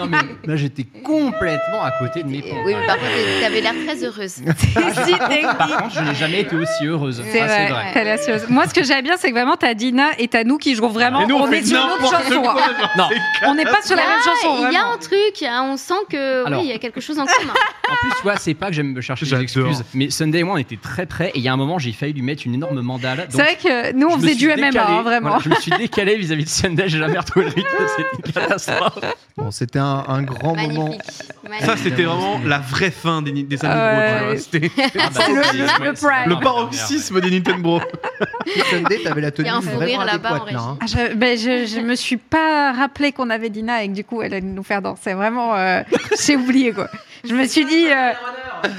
Non, mais là, j'étais complètement à côté de mes euh, pompes. Oui, par contre, t'avais l'air très heureuse. Si, t'es- Ah, Par contre, je n'ai jamais été aussi heureuse. C'est Ah, vrai, t'as l'air sérieuse. Moi, ce que j'aime bien, c'est que vraiment, t'as Dina et t'as nous qui jouons vraiment. Et nous, on on fait est sur une autre n'importe chanson. quoi, hein. genre, Non. c'est On n'est pas sur la Ah, même chanson. Il y a vraiment. un truc, hein, on sent que Alors. oui, il y a quelque chose en commun. En plus, tu vois, c'est pas que j'aime me chercher des J'adore. excuses, mais Sunday et moi, on était très près, et il y a un moment, j'ai failli lui mettre une énorme mandale. donc C'est vrai que nous, je on me faisait suis du MMA, décalé. hein, vraiment. Voilà, je me suis décalé vis-à-vis de Sunday, j'ai jamais retrouvé le rythme, c'était une catastrophe. Bon, c'était un, un grand moment. Magnifique. Ça, Magnifique. c'était vraiment la vraie fin des, ni- des années Ouais. de Bro, tu vois. C'était Ah, bah, le- le- le prime. le paroxysme des Nintendo Bro. Sunday, t'avais la tenue Il y a un fou vraiment rire là-bas en adéquate, là, régie. hein. Ah, je, ben, je, je me suis pas rappelé qu'on avait Dina et que du coup elle allait nous faire danser. Vraiment, euh, j'ai oublié quoi. Je me suis dit. euh,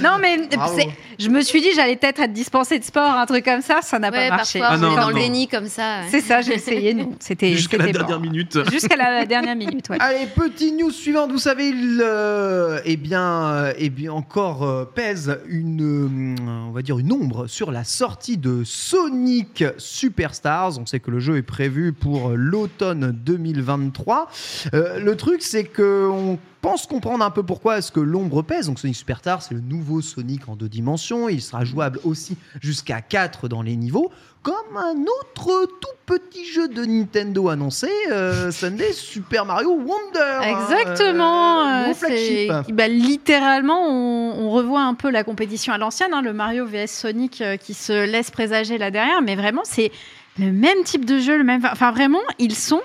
Non, mais Bravo. c'est- je me suis dit j'allais peut-être être dispensée de sport, un truc comme ça. Ça n'a Ouais, pas marché. parfois, Ah on non, est dans non. le déni comme ça. ouais. C'est ça, j'ai essayé. Non, c'était Jusqu'à la c'était dernière mort. minute. Jusqu'à la dernière minute, ouais. Allez, petite news suivante. Vous savez, il, euh, eh bien, euh, eh bien, encore euh, pèse une, euh, on va dire une ombre sur la sortie de Sonic Superstars. On sait que le jeu est prévu pour euh, l'automne 2023. Euh, le truc, c'est que on pense comprendre un peu pourquoi est-ce que l'ombre pèse. Donc Sonic Superstars, c'est le nouveau Sonic en deux dimensions. Il sera jouable aussi jusqu'à 4 dans les niveaux. Comme un autre tout petit jeu de Nintendo annoncé, euh, Sunday Super Mario Wonder. Exactement. hein, euh, euh, nouveau c'est- flagship. bah, littéralement, on, on revoit un peu la compétition à l'ancienne, hein, le Mario vs Sonic euh, qui se laisse présager là derrière, mais vraiment, c'est le même type de jeu, le même. Enfin, vraiment, ils sont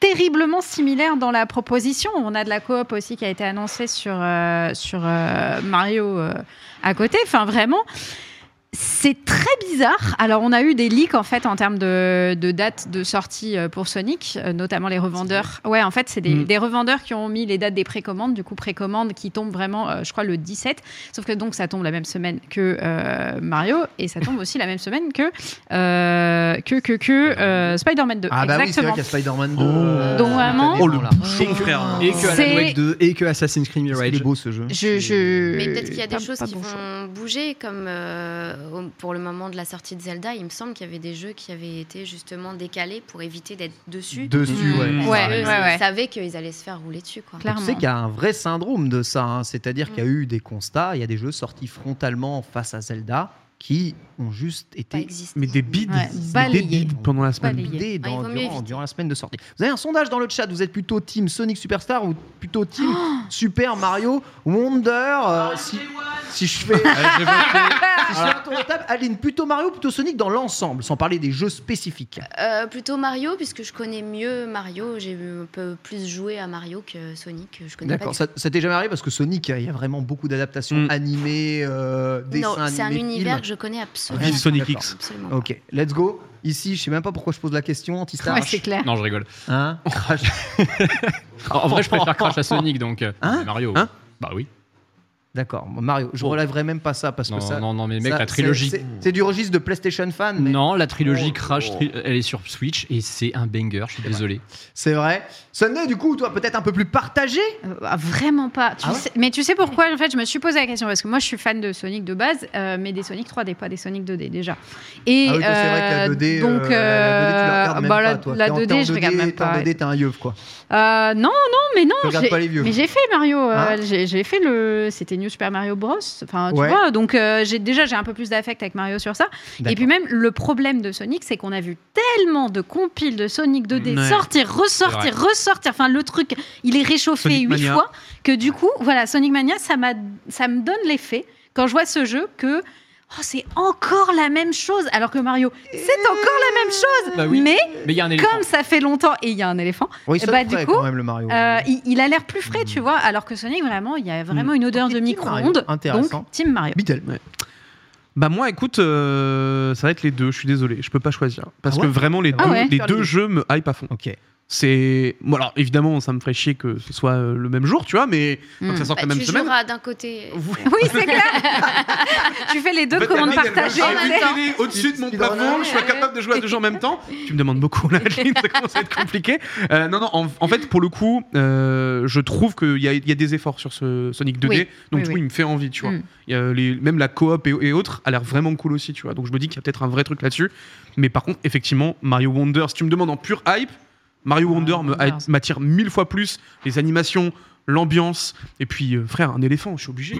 terriblement similaires dans la proposition. On a de la coop aussi qui a été annoncée sur, euh, sur euh, Mario euh, à côté. Enfin, vraiment. C'est très bizarre. Alors, on a eu des leaks en fait en termes de, de date de sortie euh, pour Sonic, euh, notamment les revendeurs. Ouais, en fait, c'est des, Mm. des revendeurs qui ont mis les dates des précommandes. Du coup, précommande qui tombe vraiment, euh, je crois, le 17. Sauf que donc, ça tombe la même semaine que euh, Mario et ça tombe aussi la même semaine que euh, que que, que euh, Spider-Man 2. Ah bah oui, c'est Exactement. vrai qu'il y a Spider-Man Oh. 2. euh, Donc vraiment- Oh, le là. bouchon, frère. Et que Alan C'est- Wake 2, et que Assassin's Creed Qu'est-ce qu'il Mirage. est beau ce jeu. Je, Euh, je... Mais peut-être qu'il y a des pas- choses pas qui bon vont choix. bouger, comme euh, au- pour le moment de la sortie de Zelda, il me semble qu'il y avait des jeux qui avaient été justement décalés pour éviter d'être dessus. Mmh. Dessus, ouais. Parce Ouais, que ouais, ils ouais. savaient qu'ils allaient se faire rouler dessus. Quoi. Mm. Clairement. Tu sais qu'il y a un vrai syndrome de ça, hein. c'est-à-dire qu'il y a eu des constats, il y a des jeux sortis frontalement face à Zelda qui ont juste Pas été existé. Mais des bides. Ouais, mais Des balayé. bides pendant la semaine. Balayé. bidés Ah, il dans, vaut mieux durant, éviter. durant la semaine de sortie. Vous avez un sondage dans le chat, vous êtes plutôt team Sonic Superstar ou plutôt team Super Mario Wonder euh, si, si je fais... Ah, Si je fais un tour de table, Aline, plutôt Mario ou plutôt Sonic dans l'ensemble, sans parler des jeux spécifiques Euh, plutôt Mario, puisque je connais mieux Mario. J'ai un peu plus joué à Mario que Sonic. Je connais pas D'accord, du ça, ça t'est jamais arrivé parce que Sonic, hein, il y a vraiment beaucoup d'adaptations Mm. animées, euh, tout. dessins Non, animés, c'est un univers films. que je connais Ah, absolument. Vive pas. Sonic Ah, D'accord. X. Absolument. pas. Ok, let's go. Ici, je sais même pas pourquoi je pose la question, Antistar. Ouais, c'est clair. Non, je rigole. Hein En, en vrai, je préfère Crash à Sonic, donc euh, Hein Mario. Hein bah oui. D'accord, Mario, je Bon. relèverai même pas ça parce Oh. Non, que ça. non, non, mais mec, ça, la trilogie. c'est- c'est- C'est du registre de PlayStation fan, mais Non, la trilogie Oh, Crash, oh. tri- elle est sur Switch et c'est un banger, je suis désolé. c'est vrai. Sunday, du coup, toi, peut-être un peu plus partagé Euh, ah, vraiment pas. Tu Ah ouais sais- mais tu sais pourquoi En fait, je me suis posé la question parce que moi, je suis fan de Sonic de base, euh, mais des Sonic 3D, pas des Sonic 2D déjà. Et Ah oui, toi, c'est vrai que la euh, 2D, euh, donc, la 2D, tu la regardes bah, même pas, la- toi. la T'es en- 2D, t'es en je regarde même T'es en pas. 2D, t'es un yeuve, quoi. Euh, non, non, mais non. Tu regardes j'ai- pas les vieux. Mais j'ai fait Mario. euh, Hein j'ai j'ai fait le. C'était New Super Mario Bros. Enfin, tu Ouais. vois, donc euh, j'ai déjà j'ai un peu plus d'affect avec Mario sur ça. Et puis même le problème de Sonic, c'est qu'on a vu tellement de compiles de Sonic 2D Ouais. sortir, ressortir, ressortir. Enfin, le truc, il est réchauffé Sonic huit Mania. fois que du coup, voilà, Sonic Mania, ça m'a, ça me donne l'effet quand je vois ce jeu que. oh, c'est encore la même chose, alors que Mario, c'est encore la même chose. Bah oui. Mais Mais il y a un éléphant. comme ça fait longtemps et il y a un éléphant, Oui, Eh ça bah, devrait, du coup, quand même le Mario. Mm. euh, il, il a l'air plus frais, tu vois, alors que Sonic, vraiment, il y a vraiment une odeur Ok, de Team micro-ondes. Mario, intéressant. Donc, Team Mario. Oh. Beatle. Bah moi, écoute, euh, ça va être les deux. Je suis désolé, je peux pas choisir parce Ah que ouais vraiment les Ah deux, ouais les deux jeux me hype à fond. Ok. C'est bon alors évidemment, ça me ferait chier que ce soit euh, le même jour, tu vois, mais quand Mm. ça sort Bah, la même tu semaine. joueras d'un côté. Oui, c'est clair. tu fais les deux En fait, commandes Adeline, elle veut partagées. jouer en à une même temps. télé Au-dessus de mon Speedrunner. plafond, je sois capable de jouer à deux jeux en même temps. Tu me demandes beaucoup, là, Adeline, ça commence à être compliqué. Euh, non, non, en, en fait, pour le coup, euh, je trouve qu'il y a, il y a des efforts sur ce Sonic 2D. Oui. Donc, Oui, du coup, oui. il me fait envie, tu vois. Mm. Il y a les- même la coop et, et autres a l'air vraiment cool aussi, tu vois. Donc, je me dis qu'il y a peut-être un vrai truc là-dessus. Mais par contre, effectivement, Mario Wonder, si tu me demandes en pure hype, Mario Ah, Wonder me Wonders. hype- m'attire mille fois plus. Les animations, l'ambiance, et puis, euh, frère, un éléphant, je suis obligé.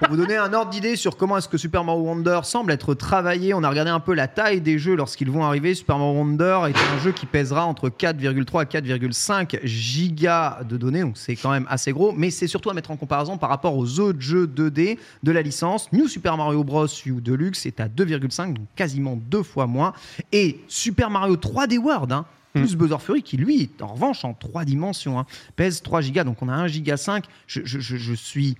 Pour vous donner un ordre d'idée sur comment est-ce que Super Mario Wonder semble être travaillé, on a regardé un peu la taille des jeux lorsqu'ils vont arriver. Super Mario Wonder est un jeu qui pèsera entre 4,3 à 4,5 gigas de données, donc c'est quand même assez gros, mais c'est surtout à mettre en comparaison par rapport aux autres jeux 2D de la licence. New Super Mario Bros. U Deluxe est à 2,5, donc quasiment deux fois moins. Et Super Mario 3D World, hein, plus Buzzer Fury, qui lui est en revanche en trois dimensions, hein, pèse 3 gigas, donc on a 1 giga 5. Je, je- je- je suis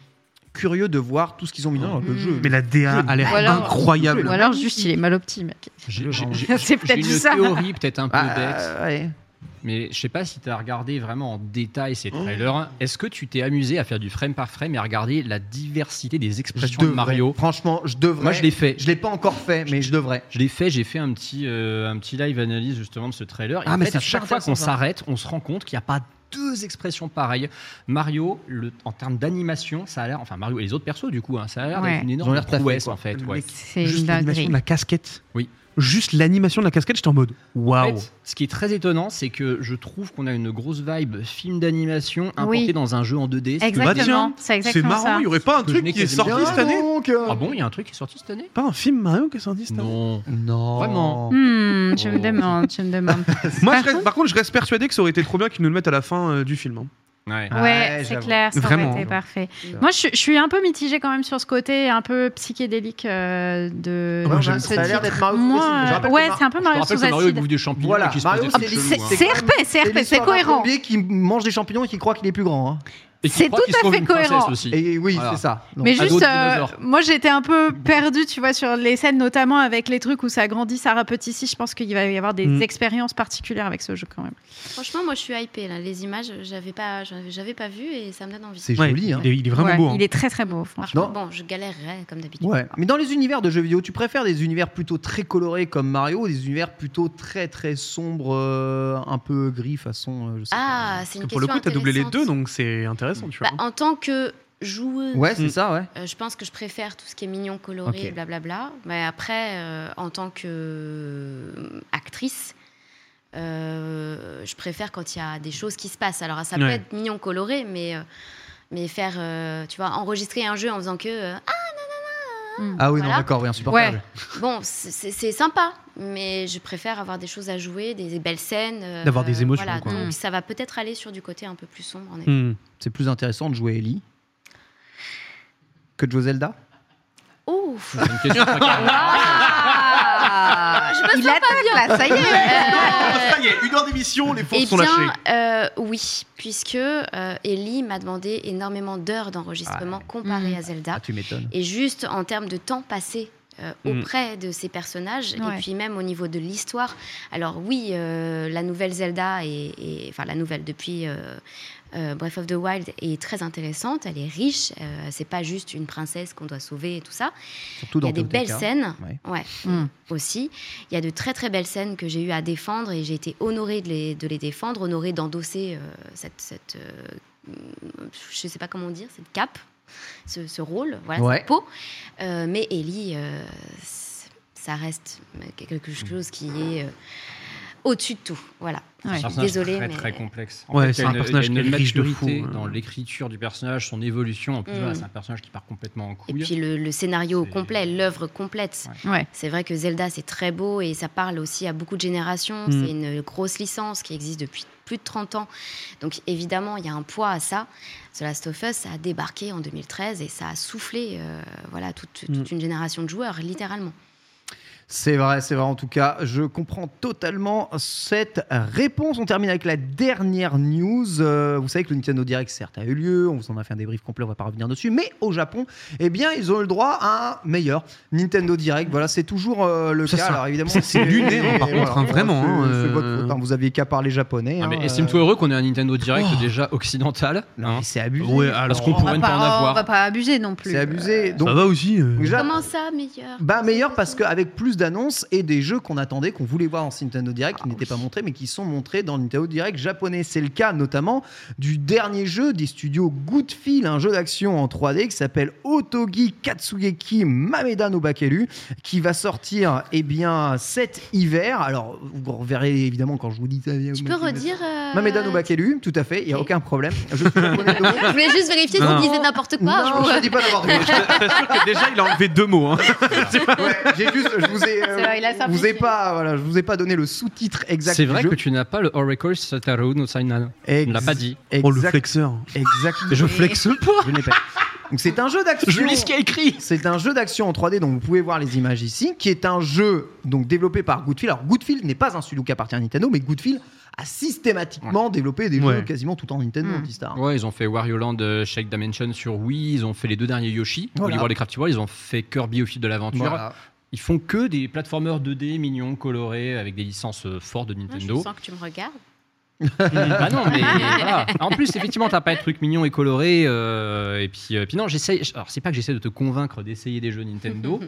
curieux de voir tout ce qu'ils ont mis dans le jeu. Mais la DA a l'air Ou alors- incroyable. Ou alors, juste, il est mal opti, mec. J'ai j'ai- C'est j'ai- peut-être j'ai une ça. théorie peut-être un peu Ah, bête, ouais. mais je sais pas si tu as regardé vraiment en détail Oh. ces trailers. Est-ce que tu t'es amusé à faire du frame par frame et à regarder la diversité des Je expressions de devrais. Mario Franchement, je devrais. Moi, je l'ai fait. Je l'ai pas encore fait, mais je devrais. Je l'ai fait, j'ai fait un petit, euh, un petit live analyse justement de ce trailer. Et Ah, en mais fait, c'est à chaque super fois qu'on intéressant, ça. s'arrête, on se rend compte qu'il n'y a pas deux expressions pareilles. Mario, le- en termes d'animation, ça a l'air, enfin Mario et les autres persos du coup, hein, ça a l'air Ouais. d'être une Ils ont énorme l'air taffés, prouesse quoi. en fait. Le ouais. mec C'est Juste une l'animation dinguerie. de la casquette. Oui. Juste l'animation de la casquette, j'étais en mode waouh. En fait, ce qui est très étonnant, c'est que je trouve qu'on a une grosse vibe film d'animation importée Oui. dans un jeu en 2D. ce qui est Bah tiens, Exactement. C'est C'est exactement marrant, ça. il n'y aurait pas un hein. Que je truc n'ai qui est que des sorti biens, cette année euh, Ah bon, il y a un truc qui est sorti cette année Pas un film Mario qui est sorti cette année Non. Non. Vraiment. Hmm, tu me Oh. demandes, tu me demandes. Moi, je Par reste- contre- par contre, je reste persuadé que ça aurait été trop bien qu'ils nous le mettent à la fin euh, du film. hein. Ouais. Ouais, Ah, ouais, c'est j'avoue. clair, ça aurait Vraiment. été parfait. vrai. Moi, je, je suis un peu mitigée quand même sur ce côté un peu psychédélique euh, de. Ouais, de j'aime ce ça. Ça a l'air titre. d'être Mario Moi, Sous-Acide. Je rappelle ouais, que Mar- c'est un peu Je te Ah, Mario rappelle sous que Mario il acide. bouffe des champignons Voilà, et qu'il se Mario, pose c'est des trucs des- chelous, hein. C'est RP, c'est C'est RP, c'est l'histoire d'un cohérent. plombier qui mange des champignons et qui croit qu'il est plus grand. hein. Et qu'il c'est croit tout qu'il à sauve fait une princesse cohérent. aussi. Et oui, Voilà. c'est ça. Donc, Mais Ado juste, de euh, dinosaure. moi j'étais un peu perdue, tu vois, sur les scènes, notamment avec les trucs où ça grandit, ça rapetit ici. Je pense qu'il va y avoir des Mm. expériences particulières avec ce jeu quand même. Franchement, moi, je suis hypée. Là. Les images, j'avais pas, j'avais j'avais pas vu et ça me donne envie. C'est Ouais, joli. hein. il, est, il est vraiment Ouais, beau. hein. Il est très très beau, franchement. Franchement, Non. bon, je galérerais comme d'habitude. Ouais. Mais dans les univers de jeux vidéo, tu préfères des univers plutôt très colorés comme Mario ou des univers plutôt très très sombres, euh, un peu gris façon. euh, je sais Ah, c'est une Pour le question coup, t'as doublé les intéressante. deux, donc c'est intéressant, tu vois. Bah, en tant que joueuse, pas. Ouais, c'est Mm. ça, ouais. euh, je pense que je préfère tout ce qui est mignon, coloré, Ok. blablabla. Mais après, euh, en tant que euh, actrice, euh, je préfère quand il y a des choses qui se passent. Alors, ça peut Ouais. être mignon, coloré, mais, euh, mais faire, euh, tu vois, enregistrer un jeu en faisant que. euh, Ah, Ah oui, non, Voilà. d'accord, oui, insupportable. Ouais. bon, c'est- c'est c'est sympa, mais je préfère avoir des choses à jouer, des, des belles scènes. euh, D'avoir des émotions, voilà. quoi. Donc, ça va peut-être aller sur du côté un peu plus sombre, en effet. Hmm. C'est plus intéressant de jouer Ellie que de jouer Zelda. Ouf! Ah. C'est une question très carrée. Il attaque là, ça y Euh, est. Ça y est, une heure d'émission, les Euh, Eh faux sont lâchés. bien, euh, oui, puisque euh, Ellie m'a demandé énormément d'heures d'enregistrement comparé Mhm. à Zelda. Ah, tu m'étonnes. Et juste en termes de temps passé euh, Mm. auprès de ces personnages, Ouais. et puis même au niveau de l'histoire. Alors oui, euh, la nouvelle Zelda, est- est- enfin la nouvelle depuis euh, euh, Breath of the Wild est très intéressante, elle est riche, euh, c'est pas juste une princesse qu'on doit sauver et tout ça. Il y Surtout dans a des Toltec, belles hein. scènes, Ouais. ouais, Mm. aussi. Il y a de très très belles scènes que j'ai eu à défendre et j'ai été honorée de les, de les défendre, honorée d'endosser euh, cette, cette euh, je sais pas comment dire, cette cape, ce, ce rôle, voilà, Ouais. cette peau. Euh, mais Ellie, euh, c- ça reste quelque chose qui est euh, au-dessus de tout. Voilà. Ouais. C'est un personnage Désolée, très, mais- très complexe. Ouais, fait, c'est il y a un une- personnage il y a une qui est riche de fou, maturité hein. dans l'écriture du personnage, son évolution. En plus, Mm. voilà, c'est un personnage qui part complètement en Et couille. puis le, le scénario au C'est- complet, l'œuvre complète. Ouais. C'est vrai que Zelda, c'est très beau et ça parle aussi à beaucoup de générations. Mm. C'est une grosse licence qui existe depuis plus de 30 ans. Donc évidemment, il y a un poids à ça. The Last of Us, ça a débarqué en 2013 et ça a soufflé euh, voilà, toute, toute Mm. une génération de joueurs, littéralement. C'est vrai, c'est vrai en tout cas. Je comprends totalement cette réponse. On termine avec la dernière news. Euh, vous savez que le Nintendo Direct, certes, a eu lieu. On vous en a fait un débrief complet, on va pas revenir dessus. Mais au Japon, eh bien, ils ont eu le droit à un meilleur Nintendo Direct. Voilà, c'est toujours euh, le Ça, cas. ça- Alors évidemment, ça, c'est lunaire, hein, par contre, hein, vraiment, C'est- hein, c'est votre euh. faute, hein. vous aviez qu'à parler japonais. Non, hein, mais euh. estime-toi heureux qu'on ait un Nintendo Direct Oh. déjà occidental. Non, hein. mais c'est abusé. Ouais, alors- Parce qu'on On On pourrait va ne pas en pas- Ah, on avoir. va pas abuser non plus. C'est abusé. Donc, ça va aussi. euh. Ja- Comment ça, meilleur Bah meilleur parce qu'avec plus d'annonces et des jeux qu'on attendait, qu'on voulait voir en Nintendo Direct, qui n'étaient pas montrés, mais qui sont montrés dans le Nintendo Direct japonais. C'est le cas notamment du dernier jeu des studios Goodfield, un jeu d'action en 3D qui s'appelle Otogi Katsugeki Mameda no Bakeru, qui va sortir eh bien cet hiver. Alors vous reverrez évidemment quand je vous dis ça. Tu peux redire euh, Mameda no Bakeru, tout à fait, il n'y a Ok. aucun problème. Je suis japonais donc. Je voulais juste vérifier si Non. tu disais n'importe quoi. non, je Je- ne dis pas n'importe quoi. Déjà, il a enlevé deux mots. hein. Ouais, j'ai juste, je vous ai, euh, C'est vrai, il a vous ai simplifié. pas, voilà, je vous ai pas donné le sous-titre exact. C'est du vrai jeu. que tu n'as pas le Oracle Sataru no Sainan. Ex- Tu ne l'as pas dit. Exact, Oh, le flexeur. exact. Je flexe pas. Je n'ai pas. Donc c'est un jeu d'action. Je lis ce qu'il y a écrit. C'est un jeu d'action en 3D dont vous pouvez voir les images ici, qui est un jeu donc développé par Goodfield. Alors Goodfield n'est pas un studio qui appartient à Nintendo, mais Goodfield a systématiquement développé des jeux Ouais. quasiment tout en Nintendo, Mm. on dit ça, hein. Ouais, ils ont fait Wario Land, euh, Shake Dimension sur Wii, ils ont fait les deux derniers Yoshi, Voilà. Oli World et Crafty World, ils ont fait Kirby au fil de l'aventure. Voilà. Ils font que des platformers 2D mignons, colorés, avec des licences euh, fortes de Ah, Je Nintendo. sens que tu me regardes. bah non, mais voilà. En plus, effectivement, t'as pas de trucs mignons et colorés. euh, et puis, euh, puis non, j'essaye. Alors, c'est pas que j'essaie de te convaincre d'essayer des jeux Nintendo.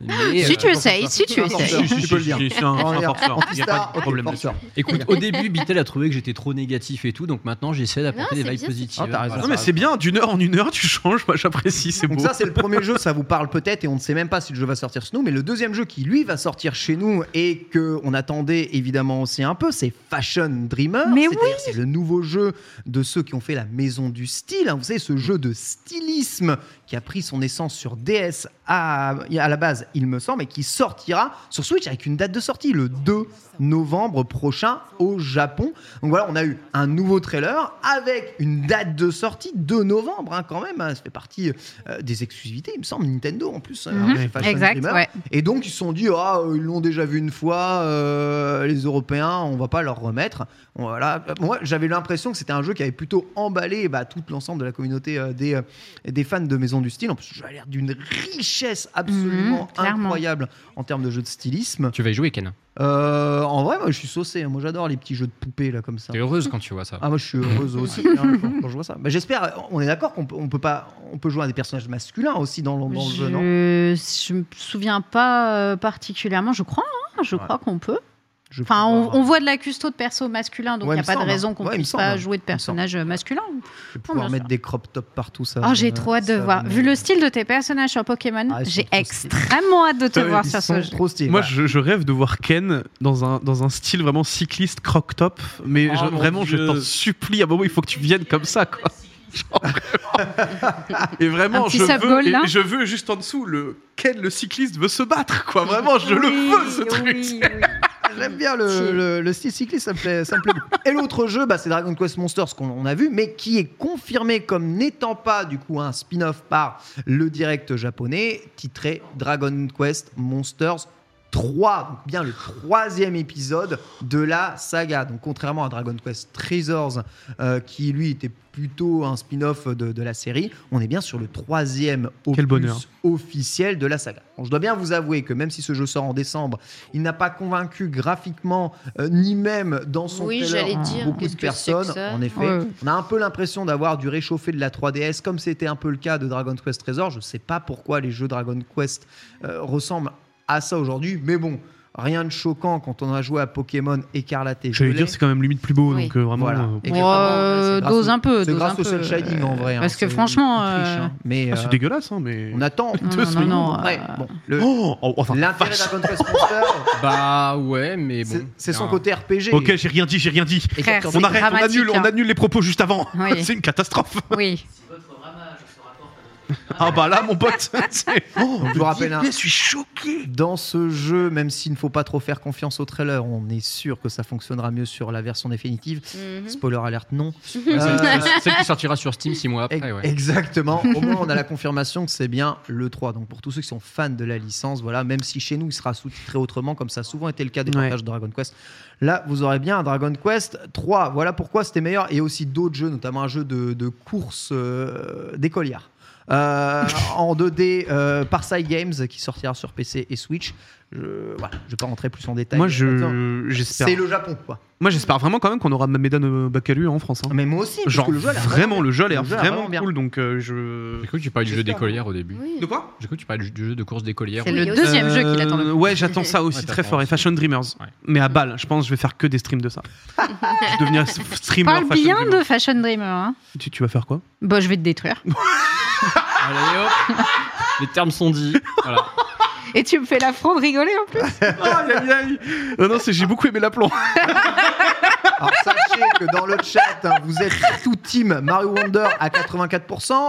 mais, Si euh, tu essayes, si tu Peu importe. essayes. Si, si, Tu si, peux le si, dire. si, C'est un On un est forceur. Il n'y a anti-star, pas de ok, problème là-dessus. forceur. Écoute, au début, Bitel a trouvé que j'étais trop négatif et tout, donc maintenant j'essaie Non, d'apporter c'est des vibes bien, c'est- positives. Ah, t'as raison. Non, mais c'est bien, d'une heure en une heure, tu changes. Moi, j'apprécie, c'est Donc beau. ça c'est le premier jeu, ça vous parle peut-être et on ne sait même pas si le jeu va sortir chez nous, mais le deuxième jeu qui lui va sortir chez nous et que on attendait évidemment aussi un peu, c'est Fashion Dreamer. Mais C'est-à-dire, c'est le nouveau jeu de ceux qui ont fait la maison du style. hein. Vous savez ce jeu de stylisme qui a pris son essence sur DS à, à la base, il me semble, et qui sortira sur Switch avec une date de sortie le 2 novembre prochain au Japon. Donc voilà, on a eu un nouveau trailer avec une date de sortie 2 novembre hein, quand même. hein. ça fait partie euh, des exclusivités, il me semble, Nintendo en plus. hein, Mhm. avec Fashion Exact, Dreamer. ouais. Et donc ils se sont dit, ah, euh, ils l'ont déjà vu une fois, euh, les Européens, on va pas leur remettre. Voilà. Euh, Moi, j'avais l'impression que c'était un jeu qui avait plutôt emballé bah, tout l'ensemble de la communauté euh, des, euh, des fans de Maison du Style. En plus, ça a l'air d'une richesse absolument Mhm, clairement. incroyable en termes de jeu de stylisme. Tu vas y jouer, Ken. Euh, en vrai, moi, je suis saucé. hein. Moi, j'adore les petits jeux de poupées là comme ça. T'es heureuse quand tu vois ça. Ah, moi, je suis heureuse aussi hein, quand, quand je vois ça. Bah, J'espère. On est d'accord qu'on peut, on peut pas, on peut jouer à des personnages masculins aussi dans, le- dans le jeu, non Je, je me souviens pas euh, particulièrement, je crois, hein, je Ouais. crois qu'on peut. Je Enfin, peux on, pas- on voit de la custo de perso masculin, donc il Ouais, n'y il a me pas de semble, hein. raison qu'on Ouais, il me puisse semble, hein. pas jouer de Il me semble. personnage euh, masculin. Oh, Je vais pouvoir bien mettre sûr. des crop tops partout, ça. euh, Ah, j'ai trop hâte de ça- voir. Vu le style de tes personnages sur Pokémon, Ah, ils sont j'ai trop extrêmement hâte de te Ouais, voir Euh, ils sur sont ce jeu. Trop stylé. Moi, Ouais. je, je rêve de voir Ken dans un, dans un style vraiment cycliste croc-top, mais Oh je- mon vraiment, je Dieu. t'en supplie, à un moment, il faut que tu viennes comme ça, quoi. Genre, vraiment. Et vraiment, Un petit je sub goal, veux, et là. je veux juste en dessous, le Ken, le cycliste, veut se battre, quoi. Vraiment, je le Oui, veux, ce oui, truc. oui. J'aime bien le, le- le style cycliste, ça me plaît, ça me plaît beaucoup. Et l'autre jeu, bah, c'est Dragon Quest Monsters qu'on on a vu, mais qui est confirmé comme n'étant pas du coup un spin-off par le direct japonais, titré Dragon Quest Monsters 3, donc bien le troisième épisode de la saga. Donc contrairement à Dragon Quest Treasures, euh, qui lui était plutôt un spin-off de, de la série, on est bien sur le troisième opus Quel bonheur. officiel de la saga. Bon, je dois bien vous avouer que même si ce jeu sort en décembre, il n'a pas convaincu graphiquement, euh, ni même dans son Oui, trailer, j'allais dire, beaucoup qu'est-ce de que c'est que personnes. ça en effet, Ouais. on a un peu l'impression d'avoir du réchauffé de la 3DS, comme c'était un peu le cas de Dragon Quest Trésor. Je ne sais pas pourquoi les jeux Dragon Quest euh, ressemblent à ça aujourd'hui, mais bon. Rien de choquant quand on a joué à Pokémon Écarlate et J'allais Violet. dire, c'est quand même limite plus beau, Oui. donc euh, vraiment. Voilà. euh, Ouais, Et que vraiment, euh, c'est grâce dose au- un peu. C'est dose grâce un au peu, Sun Shining en euh, vrai. hein, Parce que c'est- franchement, il triche, euh, hein. mais ah, c'est euh, dégueulasse, hein, mais. on attend. Non, non, non, non, Après, euh, bon, le- Oh, oh, enfin, l'intérêt vache. d'Dragon Quest Monster, Bah ouais, mais bon. c'est- c'est son un- côté RPG. Ok, j'ai rien dit, j'ai rien dit. Et Frère, quand- c'est On arrête, on dramatique, annule, on hein. annule les propos juste avant. Oui. c'est une catastrophe. Oui. Ah bah là, mon pote. c'est- Donc, je vous rappelle, hein, Je suis choqué. dans ce jeu, même s'il ne faut pas trop faire confiance au trailer, on est sûr que ça fonctionnera mieux sur la version définitive. Mhm. Spoiler alerte, non. Ouais, Euh, celle- Celle qui sortira sur Steam 6 mois Ah après, Ex- ouais. Exactement. Au moins, on a la confirmation que c'est bien le 3. Donc, pour tous ceux qui sont fans de la licence, voilà, même si chez nous, il sera sous-titré autrement, comme ça a souvent été le cas des Ouais. partages de Dragon Quest, là, vous aurez bien un Dragon Quest 3. Voilà pourquoi c'était meilleur. Et aussi d'autres jeux, notamment un jeu de, de course euh, d'écoliard. Euh, en 2D euh, par Side Games qui sortira sur PC et Switch. Je, voilà, je vais pas rentrer plus en détail. Moi, Attends, je j'espère. C'est le Japon, quoi. Moi, j'espère vraiment quand même qu'on aura Mamedan Bakalu en France. hein. Mais moi aussi, parce Genre que le jeu a l'air vraiment, le jeu a l'air Le jeu a vraiment vraiment bien. cool, donc euh, je. J'ai cru que tu parlais du jeu J'espère. d'écolière au début. Oui. De quoi J'ai cru que tu parlais du- du jeu de course d'écolière. C'est Oui, le aussi. deuxième jeu qu'il attend. Euh, Ouais, j'attends ça aussi Ouais, très t'attends fort. Et aussi. Fashion Dreamers. Ouais. Mais à balle, je pense que je vais faire que des streams de ça. je vais devenir streamer. Parle Fashion bien Dreamer. de Fashion Dreamer. Hein. Tu, tu vas faire quoi Bah, je vais te détruire. Allez hop Les termes sont dits. Voilà. Et tu me fais l'affront de rigoler en plus. Ah, Aïe, aïe, aïe. Non, non, c'est- j'ai beaucoup aimé l'aplomb. Alors sachez que dans le chat, hein, vous êtes tout team Mario Wonder à 84%, Ouais,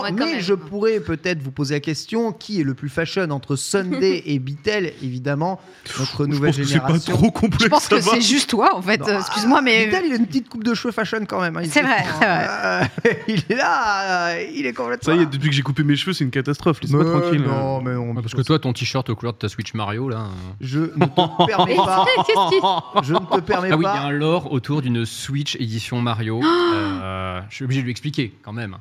quand mais même. je pourrais peut-être vous poser la question qui est le plus fashion entre Sunday et Bitel, évidemment, notre Je nouvelle pense que c'est pas génération. trop complexe. Je pense que ça va. c'est juste toi en fait. Non, Euh, Excuse-moi, mais. Bitel, il a une petite coupe de cheveux fashion quand même. hein, il C'est se vrai, défend, c'est hein. Euh, il est là, euh, il est complètement. Ça y est, depuis que j'ai coupé mes cheveux, c'est une catastrophe. Laisse-moi Mais tranquille. Non, mais on. Ouais, parce que toi, ton t-shirt aux couleurs de ta Switch Mario, là. euh, Je ne te permets pas. Qu'est-ce qui- Je ne te permets Ah oui, il y a pas. Oh un lore autour d'une Switch édition Mario. Euh, je suis obligé de lui expliquer quand même.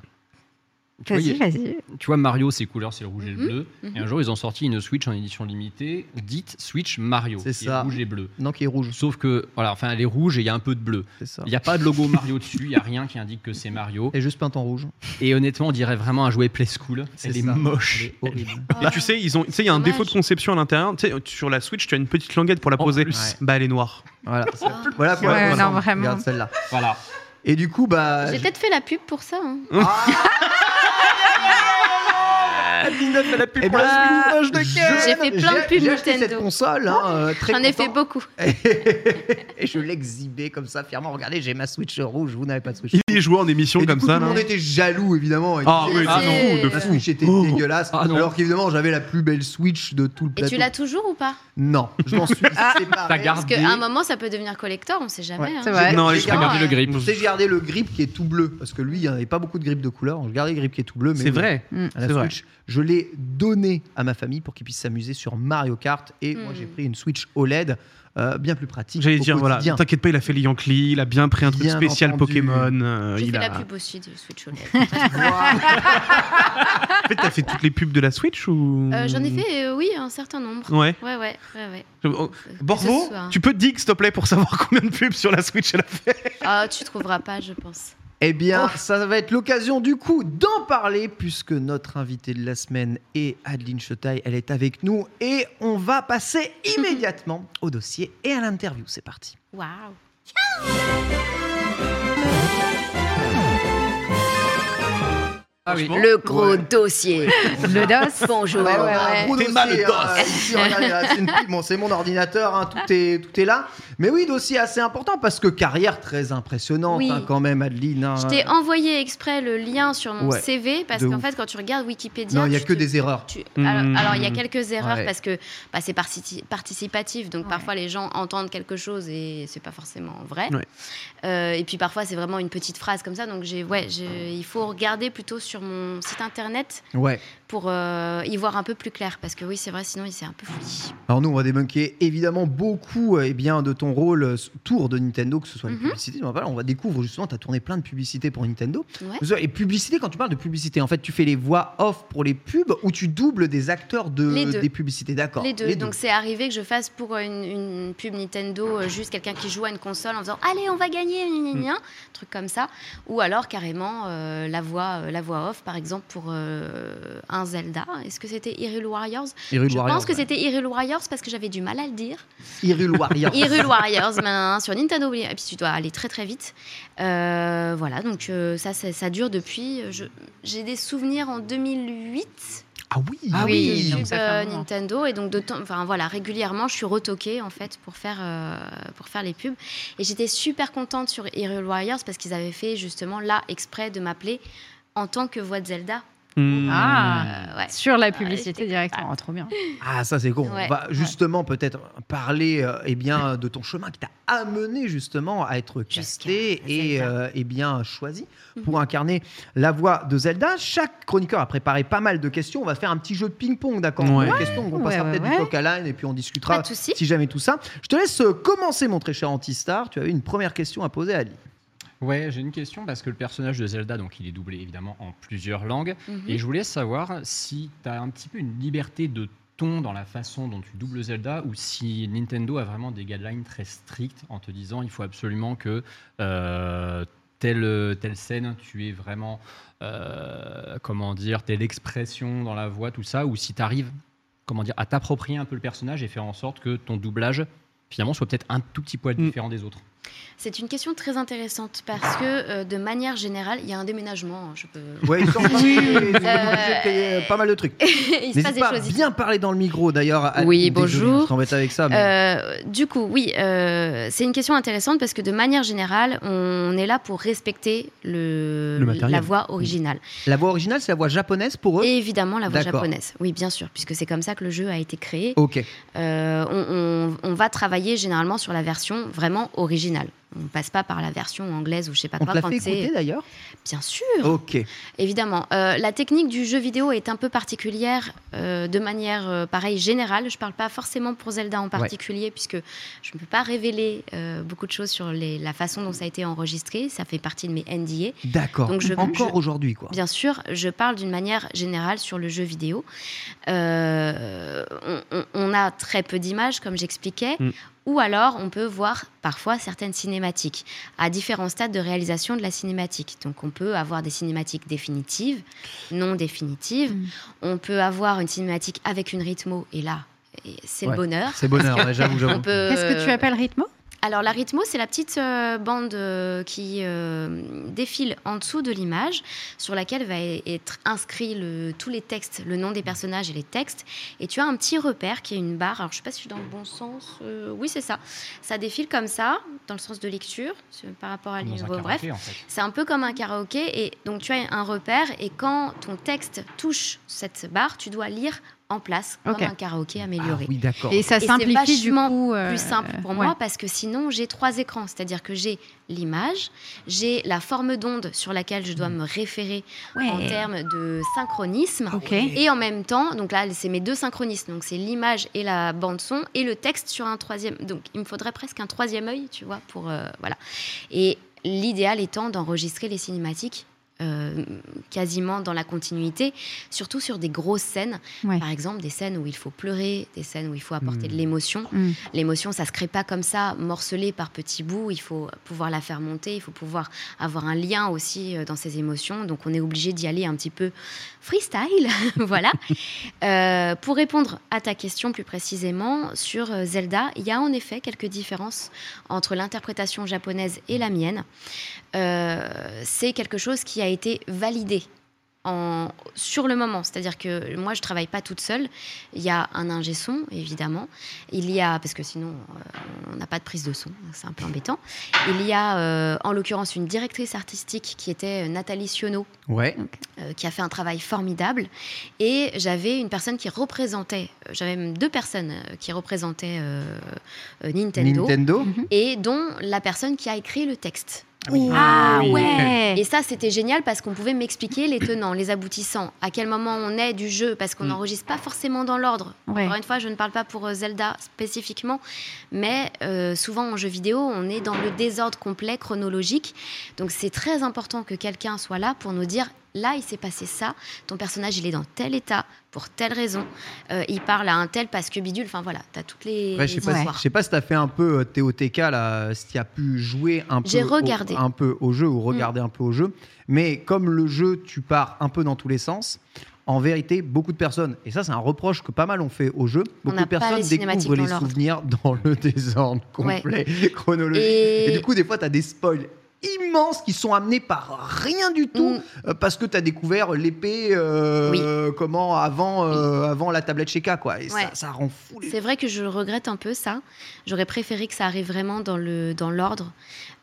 Vas-y, Oui. vas-y. Tu vois, Mario, ses couleurs, c'est le rouge et le Mhm, bleu. Et un mhm. jour, ils ont sorti une Switch en édition limitée, dite Switch Mario. C'est qui est ça. rouge et bleu. Non, qui est rouge, Sauf que, voilà, enfin, elle est rouge et il y a un peu de bleu. c'est ça. Il n'y a pas de logo Mario dessus, il n'y a rien qui indique que c'est Mario. Et juste peint en rouge. Et honnêtement, on dirait vraiment un jouet Play School. C'est Elle est ça. Elle moche. est horrible. Et tu sais, ils ont, tu sais, il y a un Ah. Dommage. défaut de conception à l'intérieur. Tu sais, sur la Switch, tu as une petite languette pour la En poser. plus. Ouais. Bah, elle est noire. Voilà. c'est- Ah. Voilà pour la Ouais, voilà. non, vraiment. Regarde celle-là. Voilà. Et du coup, bah. J'ai peut-être fait la pub pour ça. hein. Ah, Ah, Eh ben, Euh, je- J'ai fait plein de j'ai- pubs j'ai acheté Nintendo. cette console, hein, euh, très J'en ai fait content. beaucoup. Et je l'exhibais comme ça, fièrement. Regardez, j'ai ma Switch rouge, vous n'avez pas de Switch. Il est joué en émission Et du comme coup, ça. tout le là. monde était jaloux, évidemment. Et Ah disait, oui, Ah, de c'est- fou, de la fou. Switch était Oh. dégueulasse. Ah, non. alors qu'évidemment, j'avais la plus belle Switch de tout le Et plateau. tu l'as toujours ou pas Non, je m'en suis séparé. T'as Parce ah, gardé. qu'à un moment, ça peut devenir collector, on sait jamais. Ouais, hein. c'est vrai. Non, J'ai allez, gardé- gardé le grip. J'ai gardé le grip qui est tout bleu. Parce que lui, il n'y avait pas beaucoup de grip de couleur. Je gardais le grip qui est tout bleu. mais C'est oui. vrai. Mm. à la C'est vrai. Switch. Je l'ai donné à ma famille pour qu'ils puissent s'amuser sur Mario Kart et moi Hmm. j'ai pris une Switch OLED euh, bien plus pratique. J'allais au dire, voilà, quotidien. t'inquiète pas, il a fait les Yankees, il a bien pris un truc Bien spécial entendu. Pokémon. euh, J'ai il fait a... la pub aussi de Switch E OLED. En fait, t'as fait toutes les pubs de la Switch ou Euh, J'en ai fait, euh, oui, un certain nombre. Ouais. Ouais, ouais, ouais, ouais. Oh, Euh, que Borvo, ce soit. tu peux te dire, s'il te plaît, pour savoir combien de pubs sur la Switch elle a fait Ah, tu trouveras pas, je pense. Eh bien, Oh. ça va être l'occasion du coup d'en parler puisque notre invitée de la semaine est Adeline Chetaille. Elle est avec nous et on va passer immédiatement au dossier et à l'interview. C'est parti. Waouh. Ah oui. Le gros dossier. Le DOS. Bonjour. Alors, ouais, Bah, on a un ouais. Ah, gros T'es dossier, mal hein. DOS. Si, regardez, là, c'est une pile. Bon, c'est mon ordinateur, hein, tout, est, tout est là. Mais oui, dossier assez important parce que carrière très impressionnante Oui. hein, quand même, Adeline. hein. Je t'ai envoyé exprès le lien sur mon Ouais, CV parce de qu'en ouf. fait, quand tu regardes Wikipédia. Non, il n'y a tu que te- des erreurs. tu- Hmm. Alors, alors, il y a quelques erreurs Mmh. Ouais. parce que bah, c'est parti- participatif, donc Ouais. parfois les gens entendent quelque chose et c'est pas forcément vrai. Ouais. Euh, et puis parfois c'est vraiment une petite phrase comme ça, donc j'ai, ouais, j'ai- il faut regarder plutôt sur mon site internet Ouais. pour euh, y voir un peu plus clair parce que oui, c'est vrai, sinon il s'est un peu fouillis. Alors nous, on va débunker évidemment beaucoup euh, eh bien, de ton rôle euh, tour de Nintendo, que ce soit les Mhm. publicités. mais voilà, on va découvrir justement, tu as tourné plein de publicités pour Nintendo. Ouais. Et publicité, quand tu parles de publicité, en fait, tu fais les voix off pour les pubs ou tu doubles des acteurs de, Les deux. des publicités, d'accord Les deux. Donc c'est arrivé que je fasse pour euh, une, une pub Nintendo euh, juste quelqu'un qui joue à une console en Mm. faisant allez on va gagner, gna, gna, gna, truc comme ça, ou alors carrément euh, la voix euh, la voix voix off, par exemple pour euh, un Zelda. Est-ce que c'était Hyrule Warriors Hyrule Je Warriors, pense que ouais. c'était Hyrule Warriors parce que j'avais du mal à le dire. Hyrule Warriors. Hyrule Warriors ben, sur Nintendo Wii. Et puis tu dois aller très très vite. Euh, voilà, donc euh, ça, ça, ça dure depuis. euh, je- J'ai des souvenirs en 2008. Ah oui, Ah oui, sur donc ça fait un euh, moment. Nintendo et donc de temps, enfin voilà, régulièrement, je suis retoquée en fait pour faire euh, pour faire les pubs et j'étais super contente sur Hyrule Warriors parce qu'ils avaient fait justement là exprès de m'appeler en tant que voix de Zelda. Hmm. Ah, Euh, ouais. Sur la c'était publicité directement. Oh, trop bien. Ah, ça c'est con. Ouais, On va ouais. justement peut-être parler euh, eh bien, de ton chemin qui t'a amené justement à être Jusqu'à casté et Zelda. Mhm. euh, eh bien choisi pour incarner la voix de Zelda. Chaque chroniqueur a préparé pas mal de questions. On va faire un petit jeu de ping-pong, d'accord Ouais. Des questions, on Ouais, passera ouais, peut-être ouais. du coq à l'âne et puis on discutera Pas de souci. si jamais tout ça. Je te laisse euh, commencer, mon très cher Antistar. Tu avais une première question à poser à Ali. Ouais, j'ai une question parce que le personnage de Zelda, donc il est doublé évidemment en plusieurs langues. Mhm. Et je voulais savoir si tu as un petit peu une liberté de ton dans la façon dont tu doubles Zelda ou si Nintendo a vraiment des guidelines très strictes en te disant il faut absolument que euh, telle, telle scène, tu es vraiment, euh, comment dire, telle expression dans la voix, tout ça, ou si tu arrives comment dire, à t'approprier un peu le personnage et faire en sorte que ton doublage finalement soit peut-être un tout petit poil Mm. différent des autres. C'est une question très intéressante parce que euh, de manière générale, il y a un déménagement. hein, Je peux. Ouais, il semble Oui. Euh, que t'es- que t'es pas mal de trucs. il se passe N'hésite des pas à choses. bien parler dans le micro d'ailleurs. Ali. Oui, Désolé, bonjour. Je t'embête avec ça. mais- Euh, du coup, oui, euh, c'est une question intéressante parce que de manière générale, on est là pour respecter le, Le matériel. euh, la voix originale. La voix originale, c'est la voix japonaise pour eux Et évidemment, la voix D'accord. Oh. japonaise. Oui, bien sûr, puisque c'est comme ça que le jeu a été créé. Ok. Euh, on, on- on va travailler généralement sur la version vraiment originale. On passe pas par la version anglaise ou je sais pas On te quoi. l'a quand fait c'est- écouter d'ailleurs Bien sûr. Ok. Évidemment, Euh, la technique du jeu vidéo est un peu particulière euh, de manière euh, pareil générale. Je ne parle pas forcément pour Zelda en particulier puisque je ne peux pas révéler euh, beaucoup de choses sur les- la façon dont ça a été enregistré. Ça fait partie de mes NDA. D'accord. Donc, je- Encore je- aujourd'hui, quoi. Bien sûr, je parle d'une manière générale sur le jeu vidéo. Euh, on, on- on a très peu d'images, comme j'expliquais, Mm. ou alors on peut voir parfois certaines cinématiques à différents stades de réalisation de la cinématique. Donc on peut avoir des cinématiques définitives, non définitives. Mm. On peut avoir une cinématique avec une rythmo, et là, et c'est Ouais. le bonheur. C'est bonheur, ouais, j'avoue, On j'avoue. peut- Qu'est-ce que tu appelles rythmo alors la rythmo, c'est la petite euh, bande euh, qui euh, défile en dessous de l'image, sur laquelle va e- être inscrit le- tous les textes, le nom des personnages et les textes. Et tu as un petit repère qui est une barre. Alors je sais pas si je suis dans le bon sens. euh, oui, c'est ça. Ça défile comme ça, dans le sens de lecture, c'est par rapport à Comme dans un l'image. Bref, karaoké, en fait. c'est un peu comme un karaoké. Et donc tu as un repère. Et quand ton texte touche cette barre, tu dois lire en place comme Ok. un karaoké Ah amélioré oui, d'accord. Et ça c'est simplifie du vachement coup. euh, plus simple pour ouais. moi parce que sinon j'ai trois écrans, c'est-à-dire que j'ai l'image, j'ai la forme d'onde sur laquelle je dois me référer Mm. Ouais. en termes de synchronisme. Ok. Et en même temps, donc là, c'est mes deux synchronismes. Donc c'est l'image et la bande son et le texte sur un troisième. Donc il me faudrait presque un troisième œil, tu vois, pour euh, voilà. Et l'idéal étant d'enregistrer les cinématiques euh, quasiment dans la continuité, surtout sur des grosses scènes. Ouais. Par exemple, des scènes où il faut pleurer, des scènes où il faut apporter de l'émotion. Mm. L'émotion, ça se crée pas comme ça, morcelée par petits bouts. Il faut pouvoir la faire monter, il faut pouvoir avoir un lien aussi euh, dans ces émotions. Donc, on est obligé d'y aller un petit peu freestyle, voilà. Euh, pour répondre à ta question plus précisément sur euh, Zelda, il y a en effet quelques différences entre l'interprétation japonaise et la mienne. Euh, C'est quelque chose qui a été validé. En, sur le moment, c'est-à-dire que moi je travaille pas toute seule. Il y a un ingé son évidemment, il y a, parce que sinon euh, on n'a pas de prise de son, donc c'est un peu embêtant. Il y a euh, en l'occurrence une directrice artistique qui était euh, Nathalie Sionneau, Ouais. euh, qui a fait un travail formidable. Et j'avais une personne qui représentait, euh, j'avais même deux personnes euh, qui représentaient euh, euh, Nintendo, Nintendo. et dont la personne qui a écrit le texte. Ah Oui. ouais. Et ça, c'était génial parce qu'on pouvait m'expliquer les tenants, les aboutissants, à quel moment on est du jeu, parce qu'on Mm. n'enregistre pas forcément dans l'ordre. Ouais. Encore une fois, je ne parle pas pour euh, Zelda spécifiquement, mais euh, souvent en jeu vidéo, on est dans le désordre complet chronologique. Donc c'est très important que quelqu'un soit là pour nous dire là, il s'est passé ça. Ton personnage, il est dans tel état, pour telle raison. Euh, il parle à un tel parce que bidule. Enfin, voilà, t'as toutes les. Ouais, je sais les pas, si- histoires. je sais pas si t'as fait un peu euh, TOTK là, si t'as pu jouer un peu, J'ai au- regardé. Mm. un peu au jeu ou regarder un peu au jeu, mais comme le jeu, tu pars un peu dans tous les sens. En vérité, beaucoup de personnes, et ça c'est un reproche que pas mal ont fait au jeu, beaucoup n'a de pas personnes les cinématiques découvrent dans les l'ordre. souvenirs dans le désordre Ouais. complet, chronologique. Et- Et... du coup, des fois, t'as des spoils immenses qui sont amenés par rien du tout Mm. euh, parce que t'as découvert l'épée euh, comment avant euh, avant la tablette Sheka quoi et Ouais. ça, ça rend fou les C'est vrai que je regrette un peu ça. J'aurais préféré que ça arrive vraiment dans le dans l'ordre,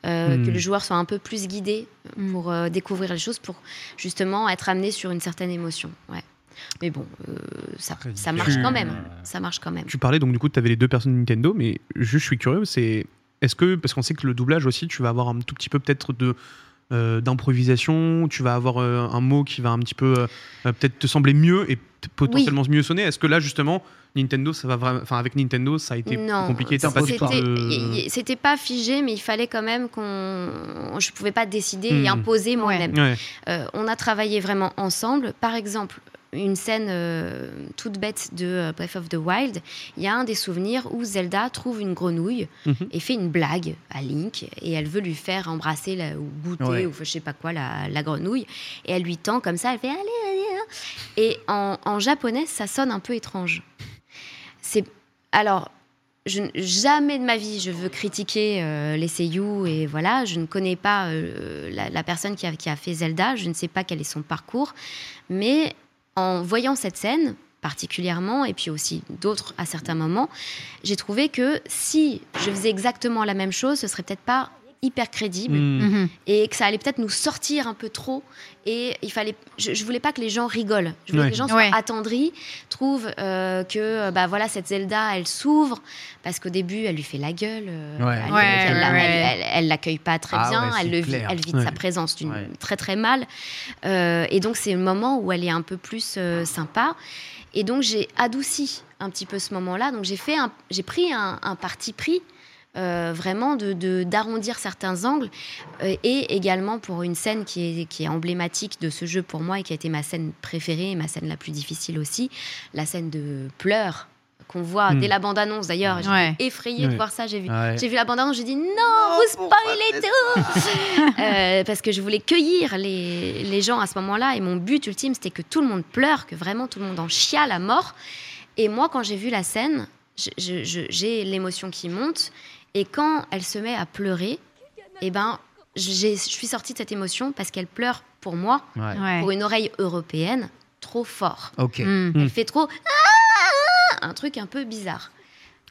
euh, Hmm. que le joueur soit un peu plus guidé Hmm. pour euh, découvrir les choses, pour justement être amené sur une certaine émotion. Ouais. Mais bon, euh, ça, ça marche Tu- euh, quand même. Ça marche quand même. Tu parlais donc du coup, tu avais les deux personnes Nintendo, mais juste, je suis curieux, c'est est-ce que parce qu'on sait que le doublage aussi, tu vas avoir un tout petit peu peut-être de euh, d'improvisation, tu vas avoir euh, un mot qui va un petit peu euh, euh, peut-être te sembler mieux et t- potentiellement mieux sonner. Est-ce que là justement Nintendo, ça va vraiment, enfin avec Nintendo, ça a été plus Non, compliqué. t'as pas du tout c'était- de- y- y- c'était pas figé, mais il fallait quand même qu'on. Je pouvais pas décider et Hmm. imposer moi-même. Ouais. Euh, on a travaillé vraiment ensemble. Par exemple, une scène euh, toute bête de euh, Breath of the Wild, il y a un des souvenirs où Zelda trouve une grenouille Mhm. et fait une blague à Link et elle veut lui faire embrasser la- ou goûter Ouais. ou je sais pas quoi la, la grenouille et elle lui tend comme ça, elle fait allez, allez. hein. Et en, en japonais, ça sonne un peu étrange. C'est alors. Je, n- jamais de ma vie je veux critiquer euh, les seiyuu et voilà je ne connais pas euh, la, la personne qui a, qui a fait Zelda je ne sais pas quel est son parcours mais en voyant cette scène particulièrement et puis aussi d'autres à certains moments j'ai trouvé que si je faisais exactement la même chose ce serait peut-être pas hyper crédible Hmm. Mhm. et que ça allait peut-être nous sortir un peu trop. Et il fallait, je, je voulais pas que les gens rigolent. Je voulais Ouais. que les gens soient Ouais. attendris, trouvent euh, que euh, bah voilà cette Zelda, elle s'ouvre parce qu'au début elle lui fait la gueule, euh, Ouais. elle- Ouais, elle- elle- ouais. elle- elle- elle l'accueille pas très Ah bien, ouais, elle c'est le vit, clair. elle vit de Ouais. sa présence d'une- Ouais. très très mal. Euh, et donc c'est le moment où elle est un peu plus euh, sympa. Et donc j'ai adouci un petit peu ce moment-là. Donc j'ai fait, un- j'ai pris un, un parti pris. euh, vraiment de- de d'arrondir certains angles euh, et également pour une scène qui est, qui est emblématique de ce jeu pour moi et qui a été ma scène préférée et ma scène la plus difficile aussi, la scène de pleurs qu'on voit Hmm. dès la bande-annonce d'ailleurs. J'étais Ouais. effrayée Ouais. de voir ça, j'ai vu. Ouais. J'ai vu la bande-annonce, j'ai dit non, vous spoilez tout Euh, Parce que je voulais cueillir les, les gens à ce moment-là et mon but ultime c'était que tout le monde pleure, que vraiment tout le monde en chiale à mort. Et moi, quand j'ai vu la scène, je- je- je- j'ai l'émotion qui monte et quand elle se met à pleurer, eh ben, j'ai- je suis sortie de cette émotion parce qu'elle pleure pour moi, Ouais. Ouais. pour une oreille européenne, trop fort. Ok. Mm. Elle fait trop un truc un peu bizarre.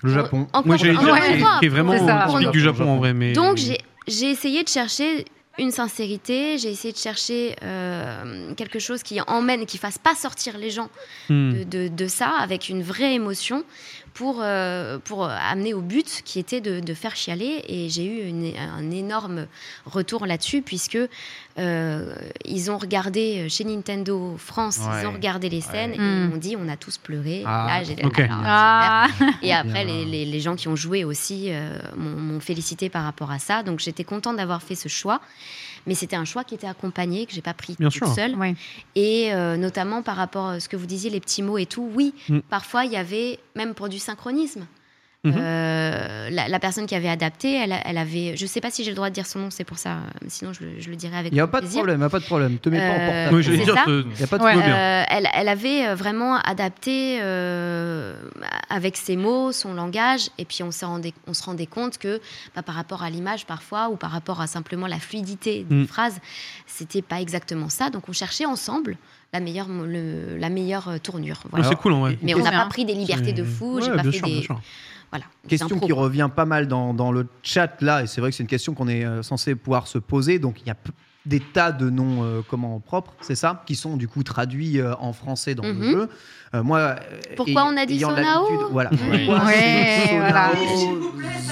Le Japon. Encore Moi j'allais encore dire Ouais, qui- encore. qui est vraiment C'est ça. typique du Japon en vrai, mais Donc j'ai j'ai essayé de chercher une sincérité, j'ai essayé de chercher euh, quelque chose qui emmène, qui fasse pas sortir les gens Hmm. de, de- de ça avec une vraie émotion pour, euh, pour amener au but qui était de, de faire chialer. Et j'ai eu une- un énorme retour là-dessus puisque euh, ils ont regardé chez Nintendo France, ils Ouais, ont regardé les scènes et Mm. ils m'ont dit on a tous pleuré. Ah, Là, j'ai- ok. alors, Ah. et après, Bien. les, les- les gens qui ont joué aussi euh, m'ont m'ont félicité par rapport à ça. Donc j'étais contente d'avoir fait ce choix. Mais c'était un choix qui était accompagné, que j'ai pas pris Bien toute sûr. seule. Ouais. Et euh, notamment par rapport à ce que vous disiez, les petits mots et tout. Oui, Mm. parfois il y avait, même pour du synchronisme, Mm-hmm. Mhm. euh, la, la personne qui avait adapté, elle, elle avait. Je sais pas si j'ai le droit de dire son nom, c'est pour ça. euh, Sinon, je, le- je le dirai avec Il n'y a grand pas de plaisir. problème, il a pas de problème. Te mets pas en Euh, porte Oui, j'allais c'est dire ça. ce- Il n'y a pas de Ouais. Tout va bien. Euh, elle, elle avait euh, vraiment adapté euh, avec ses mots, son langage, et puis on, s'est rendait- on se rendait compte que bah, par rapport à l'image parfois, ou par rapport à simplement la fluidité d'une Mm. phrase, c'était pas exactement ça. Donc on cherchait ensemble la meilleure, mo- le- la meilleure euh, tournure. Ouais, Voilà. c'est cool en vrai. Mais on n'a Bien. pas pris des libertés de fou, j'ai Ouais, pas bien fait sûr, bien des. sûr. Voilà, des Question impros, qui quoi. revient pas mal dans, dans le chat là, et c'est vrai que c'est une question qu'on est euh, censé pouvoir se poser. Donc il y a p- des tas de noms euh, comment propres, c'est ça, qui sont du coup traduits euh, en français dans Mhm. le jeu. Euh, moi, euh, Pourquoi ayant- on a dit ayant Sonao l'habitude- Voilà. Oui. Pourquoi Ouais, Sonao, voilà.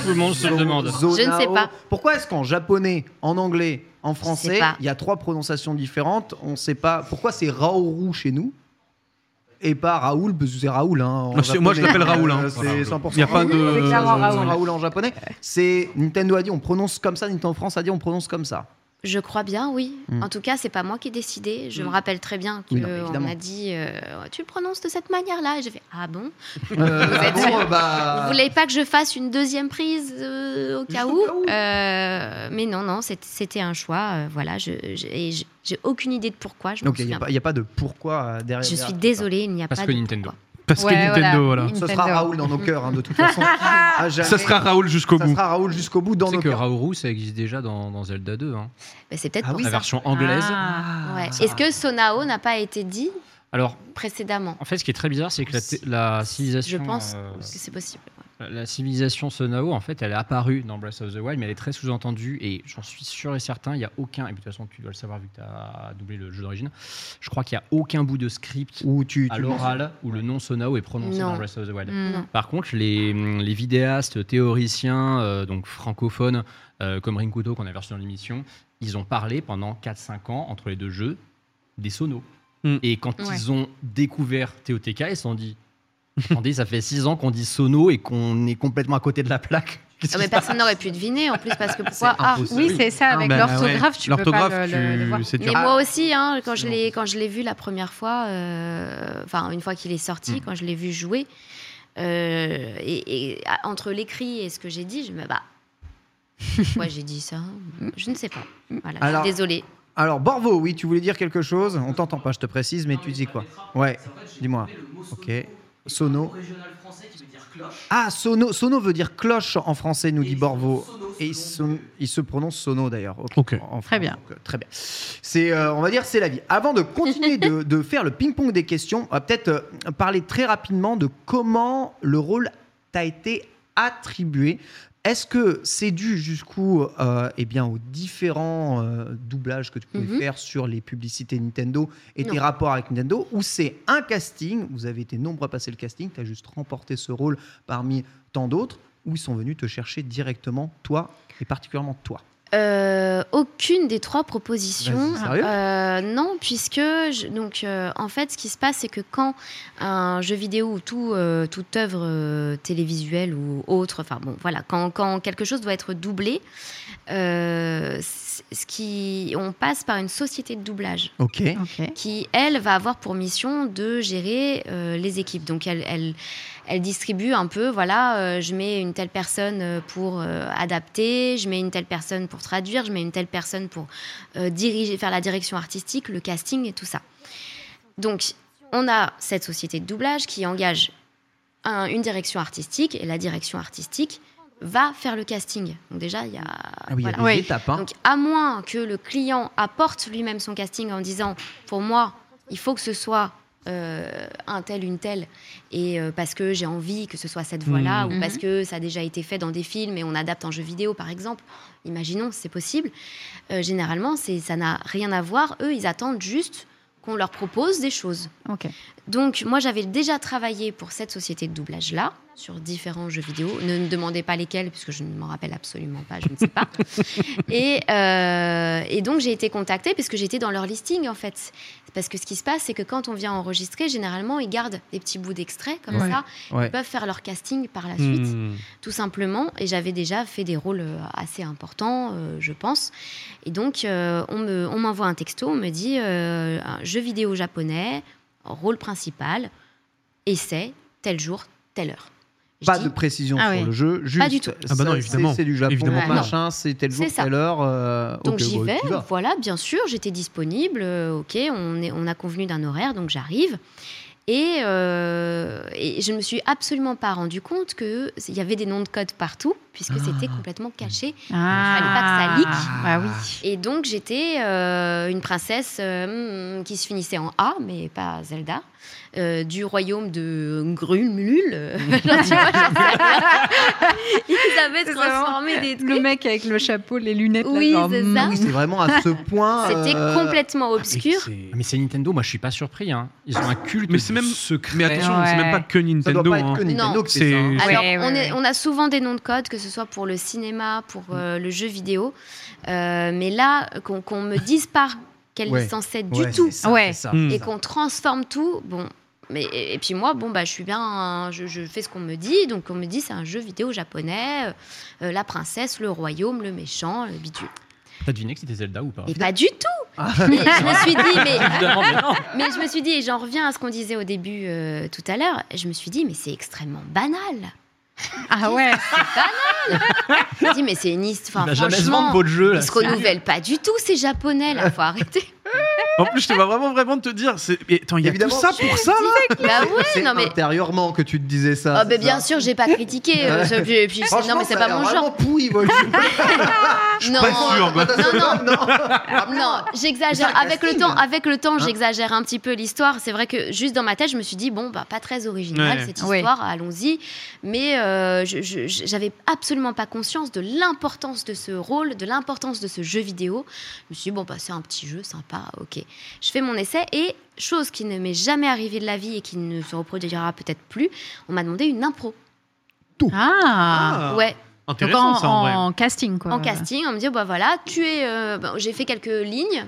Tout le monde se le demande. Zonao. Je ne sais pas. Pourquoi est-ce qu'en japonais, en anglais, en sais français, pas. il y a trois prononciations différentes On sait pas. Pourquoi c'est Raoru chez nous et pas Raoul Parce que c'est Raoul. hein, en Moi, c'est- moi, je japonais. l'appelle Raoul, hein. Euh, C'est 100%. Il n'y a pas de. C'est clairement Raoul en japonais. C'est Nintendo a dit on prononce comme ça, Nintendo France a dit on prononce comme ça. Je crois bien, oui. Mm. En tout cas, c'est pas moi qui ai décidé. Je Mm. me rappelle très bien qu'on Hmm. Oui, non, mais évidemment. m'a dit euh, Tu le prononces de cette manière-là Et j'ai fait Ah bon Euh, Vous ah êtes bon, sûr bah, Vous voulez pas que je fasse une deuxième prise euh, au cas où Euh, Mais non, non, c'est- c'était un choix. euh, voilà, je, je- et je- j'ai aucune idée de pourquoi. Je m'en Donc il n'y souviens a, pas. pas- y a pas de pourquoi euh, derrière. Je suis derrière. désolée, il n'y a Parce pas que de Nintendo. pourquoi. Parce que Ouais, Nintendo, voilà. Ce Nintendo. sera Raoul dans nos cœurs, hein, de toute façon. À jamais. Ça sera Raoul jusqu'au Ça bout. sera Raoul jusqu'au bout dans Tu sais nos que cœurs. Raoru, ça existe déjà dans, dans Zelda 2. hein. Mais c'est peut-être Ah pour oui, La ça. version anglaise. Ah. Ouais. Est-ce que Sonao n'a pas été dit Alors, précédemment en fait, ce qui est très bizarre, c'est que la, té- la Je civilisation. pense euh, que c'est possible. La civilisation Sonao, en fait, elle est apparue dans Breath of the Wild, mais elle est très sous-entendue, et j'en suis sûr et certain, il n'y a aucun, et de toute façon, tu dois le savoir vu que tu as doublé le jeu d'origine, je crois qu'il n'y a aucun bout de script Ou tu, à tu- l'oral où le nom Sonao est prononcé Non. dans Breath of the Wild. Hmm. Non. Par contre, les, les vidéastes, théoriciens, euh, donc francophones, euh, comme Rinkuto qu'on a reçu dans l'émission, ils ont parlé pendant 4-5 ans, entre les deux jeux, des sonos. Mm. Et quand Ouais. ils ont découvert TOTK, ils se sont dit Attendez, ça fait 6 ans qu'on dit sono et qu'on est complètement à côté de la plaque. Qu'est-ce Ah, qui mais se passe personne n'aurait pu deviner en plus parce que pourquoi Ah, impossible. Oui, c'est ça, avec bah, l'orthographe, ouais. tu peux pas le, L'orthographe, le- tu- le voir. c'est Mais dur. Ah, moi aussi, hein, quand je l'ai quand je l'ai vu la première fois, euh, enfin une fois qu'il est sorti, Mm. quand je l'ai vu jouer, euh, et, et, à- entre l'écrit et ce que j'ai dit, je me bah pourquoi j'ai dit ça Je ne sais pas. Voilà, Alors- je suis désolée. Alors, Borvo, oui, tu voulais dire quelque chose On t'entend pas, je te précise, mais tu dis quoi Ouais, dis-moi. Ok. Sono. Ah, sono, sono veut dire cloche en français, nous dit Borvo. Et il se, il se prononce sono d'ailleurs. Ok. Ok. En- en Très France, bien. donc, euh, très bien. C'est, euh, on va dire, c'est la vie. Avant de continuer de, de faire le ping-pong des questions, on va peut-être euh, parler très rapidement de comment le rôle t'a été attribué. Est-ce que c'est dû jusqu'où euh, eh bien, aux différents euh, doublages que tu pouvais Mhm. faire sur les publicités Nintendo et tes Non. rapports avec Nintendo, ou c'est un casting, vous avez été nombreux à passer le casting, tu as juste remporté ce rôle parmi tant d'autres, ou ils sont venus te chercher directement, toi, et particulièrement toi Euh, aucune des trois propositions. Vas-y, sérieux Euh, Non, puisque je- donc euh, en fait, ce qui se passe, c'est que quand un jeu vidéo ou tout, euh, toute œuvre euh, télévisuelle ou autre, enfin bon, voilà, quand, quand quelque chose doit être doublé, euh, c- ce qui, on passe par une société de doublage Ok. Ok. qui, elle, va avoir pour mission de gérer euh, les équipes. Donc, elle, elle, elle distribue un peu, voilà, euh, je mets une telle personne euh, pour euh, adapter, je mets une telle personne pour traduire, je mets une telle personne pour euh, diriger, faire la direction artistique, le casting et tout ça. Donc, on a cette société de doublage qui engage un- une direction artistique et la direction artistique va faire le casting. Donc déjà, il y a... Ah oui, il y a voilà. des Oui. étapes. hein. Donc, à moins que le client apporte lui-même son casting en disant Pour moi, il faut que ce soit euh, un tel, une telle, et euh, parce que j'ai envie que ce soit Hmm. cette voix-là, Mhm. ou parce que ça a déjà été fait dans des films et on adapte en jeu vidéo, par exemple. Imaginons, c'est possible. Euh, généralement, c'est- ça n'a rien à voir. Eux, ils attendent juste qu'on leur propose des choses. Ok. Donc, moi, j'avais déjà travaillé pour cette société de doublage-là, sur différents jeux vidéo. Ne me demandez pas lesquels, puisque je ne m'en rappelle absolument pas, je ne sais pas. et, euh, et donc, j'ai été contactée, puisque j'étais dans leur listing, en fait. Parce que ce qui se passe, c'est que quand on vient enregistrer, généralement, ils gardent des petits bouts d'extraits, comme Ouais. Mm. ça. Ouais. Ils peuvent faire leur casting par la suite Hmm. tout simplement. Et j'avais déjà fait des rôles euh, assez importants, euh, je pense. Et donc, euh, on me- on m'envoie un texto, on me dit euh, un jeu vidéo japonais, rôle principal, essai, tel jour, telle heure. Je Pas dis, de précision Ah sur oui. le jeu, juste. du tout. Ah bah non, ça, évidemment. c'est- C'est du Japon, Évidemment pas. machin, c'est tel jour, C'est ça. telle heure. euh, donc ok, j'y bah, vais, tu vas. voilà, bien sûr, j'étais disponible, euh, ok, on, est, on a convenu d'un horaire, donc j'arrive. Et, euh, et je ne me suis absolument pas rendu compte qu'il y avait des noms de code partout, puisque c'était complètement caché Ah. Fallait pas que ça leak. Bah oui. Et donc j'étais euh, une princesse euh, hmm, qui se finissait en A, mais pas Zelda, euh, du royaume de Grumulul. euh, j'en dis pas, j'en sais rien. Ils avaient C'est hein. transformé des Le trucs. mec avec le chapeau, les lunettes. Oui, là, genre, c'est mm. ça. Ah oui, c'est vraiment à ce point. C'était euh, complètement obscur. Ah, Mais c'est Nintendo, moi je suis pas surpris. hein. Ils ont un culte Mais c'est du même- secret. Mais attention, c'est Ouais. même pas que Ça doit Nintendo. pas être que hein. Nintendo Non. qui fait ça, hein. C'est- Alors, Ouais, ouais, on, est- Euh, ouais. on a souvent des noms de code, que ce soit pour le cinéma, pour Mm. euh, le jeu vidéo. Euh, mais là, qu'on qu'on me dise pas quelle Ouais. licence c'est du Ouais, tout. c'est ça, Ouais. Mm. c'est ça. Hmm. et qu'on transforme tout. Bon, mais et, et puis moi, bon bah, je suis bien, hein, je, je fais ce qu'on me dit. Donc on me dit c'est un jeu vidéo japonais, euh, euh, la princesse, le royaume, le méchant, le bidule. T'as deviné que c'était Zelda ou pas Et pas du tout Mais je me suis dit, mais, Évidemment, mais non. mais je me suis dit, et j'en reviens à ce qu'on disait au début euh, tout à l'heure, je me suis dit, mais c'est extrêmement banal. Ah ouais. Je me suis dit, mais c'est une histoire. Il va Enfin, jamais se vendre franchement, pot de jeu. là. ils se renouvellent pas du tout, ces japonais, là, faut arrêter. En plus, je te vois vraiment, vraiment te dire. c'est- mais Attends, il y a tout Évidemment. ça pour ça là bah ouais, C'est non mais. intérieurement que tu te disais ça. Ah bah bien sûr, j'ai pas critiqué. euh, ça, puis- puis- Franchement, non mais c'est ça a pas l'air mon genre. vraiment pourri, moi, je- non, pas sûr, moi. non, non, non. Ah, Non, j'exagère. C'est un Avec le casting. temps, avec le temps, j'exagère un petit peu l'histoire. C'est vrai que juste dans ma tête, je me suis dit bon, bah pas très original Ouais. cette Ouais. histoire. Allons-y. Mais euh, je- je- je- j'avais absolument pas conscience de l'importance de ce rôle, de l'importance de ce jeu vidéo. Je me suis dit, bon, bah, c'est un petit jeu sympa, ok. Je fais mon essai et, chose qui ne m'est jamais arrivée de la vie et qui ne se reproduira peut-être plus, on m'a demandé une impro. Ah. Ouais, Donc Intéressant en, ça en vrai. en casting quoi. en casting, on me dit, bah voilà, tu es. euh, bah, J'ai fait quelques lignes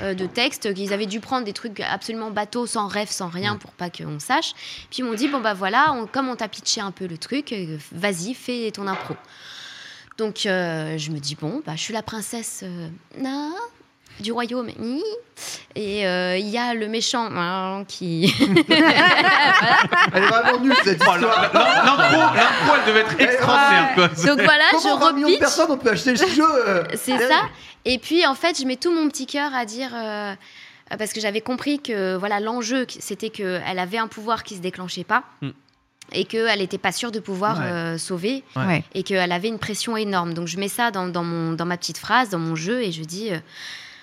euh, de texte qu'ils avaient dû prendre des trucs absolument bateaux, sans rêve, sans rien, pour pas qu'on sache. Puis ils m'ont dit, bon, bah voilà, on- comme on t'a pitché un peu le truc, euh, vas-y, fais ton impro. Donc euh, je me dis, bon, bah, je suis la princesse euh, na, du royaume. ni. Et euh, il y a le méchant hein, qui. Elle est vraiment nulle cette Oh, la- histoire. la- la- L'impro, l'impro, elle devait être extraordinaire quoi. Ah, Donc voilà, Comment 20 je millions de repitche. personnes on peut acheter le jeu euh. C'est ça. Et puis, en fait, je mets tout mon petit cœur à dire. euh, euh, parce que j'avais compris que voilà l'enjeu, qui- c'était qu'elle avait un pouvoir qui se déclenchait pas. Hmm. Et qu'elle n'était pas sûre de pouvoir Ouais. euh, sauver. Ouais. Ouais. Et qu'elle avait une pression énorme. Donc, je mets ça dans, dans mon, dans ma petite phrase, dans mon jeu, et je dis euh,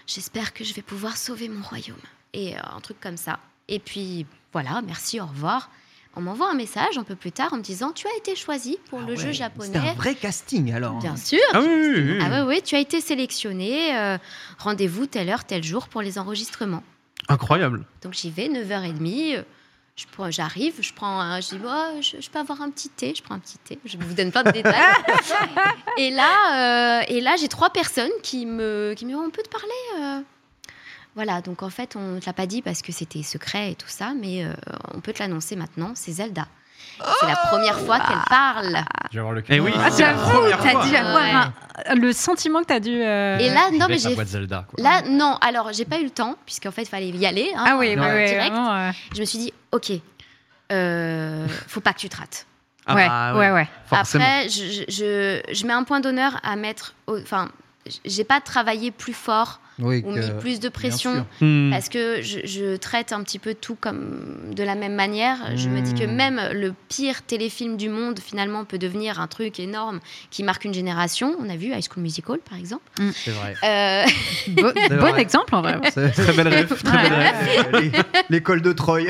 J'espère que je vais pouvoir sauver mon royaume. Et euh, un truc comme ça. Et puis, voilà, merci, au revoir. On m'envoie un message un peu plus tard en me disant Tu as été choisi pour le jeu Ah C'est un japonais. vrai casting alors. Bien sûr. Ah oui, oui, oui, oui. Ah ouais, ouais, tu as été sélectionné. euh, Rendez-vous telle heure, tel jour pour les enregistrements. Incroyable. Donc j'y vais, 9h30. euh, je prends- J'arrive, je prends un, je dis, Oh, je, je peux avoir un petit thé, je prends un petit thé, je vous donne pas de détails. et là, euh, et là j'ai trois personnes qui me, qui me disent, on peut te parler euh Voilà, donc en fait, on ne te l'a pas dit parce que c'était secret et tout ça, mais euh, on peut te l'annoncer maintenant, c'est Zelda. C'est la première fois qu'elle parle. Je vais avoir le Eh oui. Ah, C'est la j'avoue, première t'as fois. dû avoir Ouais. un- le sentiment que t'as dû. euh, Et là, Je non, vais mais être la j'ai voix de Zelda. quoi. Là, non. Alors, j'ai pas eu le temps, puisqu'en fait, il fallait y aller. hein, Ah oui, en bah ouais, direct. vraiment, euh, Je me suis dit, OK, euh, faut pas que tu te rates. Ah ouais, bah, ouais, ouais. Après, je, je, je mets un point d'honneur à mettre. au- Enfin, j'ai pas travaillé plus fort Oui, ou que- mis plus de pression. sûr. Hmm. Parce que je, je traite un petit peu tout comme de la même manière. Je me dis que Mm. même le pire téléfilm du monde, finalement, peut devenir un truc énorme qui marque une génération. On a vu High School Musical, par exemple. C'est vrai. Euh, Bo- bon vrai. exemple en vrai. Très belle rêve. Très belle rêve. L'école de Troy.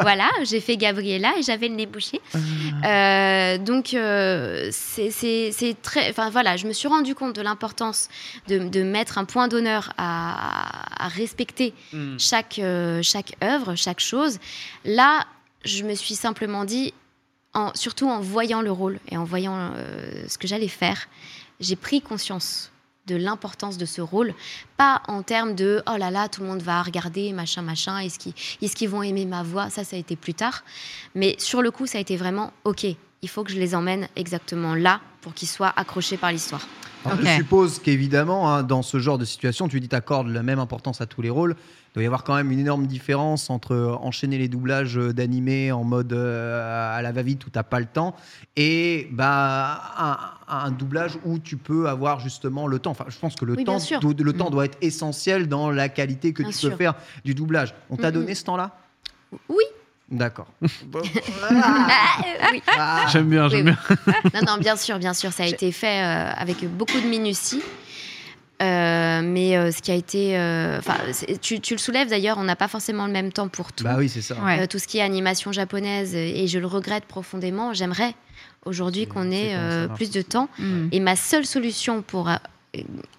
voilà, j'ai fait Gabriella et j'avais le nez bouché. Ah. Euh, donc, euh, c'est- c'est c'est très. Enfin, voilà, je me suis rendu compte de l'importance de, de mettre un point d'honneur à, à respecter Hmm. chaque, euh, chaque œuvre, chaque chose. Là, je me suis simplement dit, en, surtout en voyant le rôle et en voyant euh, ce que j'allais faire, j'ai pris conscience de l'importance de ce rôle, pas en termes de oh là là, tout le monde va regarder, machin, machin, est-ce qu'ils est qu'ils vont aimer ma voix Ça, ça a été plus tard. Mais sur le coup, ça a été vraiment ok, il faut que je les emmène exactement là pour qu'ils soient accrochés par l'histoire. Alors, Ok. Ah, Hein, Je suppose qu'évidemment, hein, dans ce genre de situation, tu dis t'accordes la même importance à tous les rôles. Il doit y avoir quand même une énorme différence entre euh, enchaîner les doublages euh, d'animés en mode euh, à la va-vite où t'as pas le temps et bah un, un doublage où tu peux avoir justement le temps. Enfin, je pense que le Oui, bien temps, sûr. do- le temps Mm. doit être essentiel dans la qualité que Bien tu peux sûr. faire du doublage. On t'a Mm, donné ce temps-là Oui. D'accord. Ah, oui. Ah. J'aime bien, Oui, j'aime bien. Non, non, bien sûr, bien sûr, ça a été fait euh, avec beaucoup de minutie. Euh, mais euh, ce qui a été. euh, Enfin, c'est- tu, tu le soulèves d'ailleurs, on n'a pas forcément le même temps pour tout. Bah oui, c'est ça. Ouais. Euh, tout ce qui est animation japonaise, et je le regrette profondément, j'aimerais aujourd'hui C'est- qu'on c'est ait comment ça euh, marche. plus de temps. Mm. Et ma seule solution pour euh,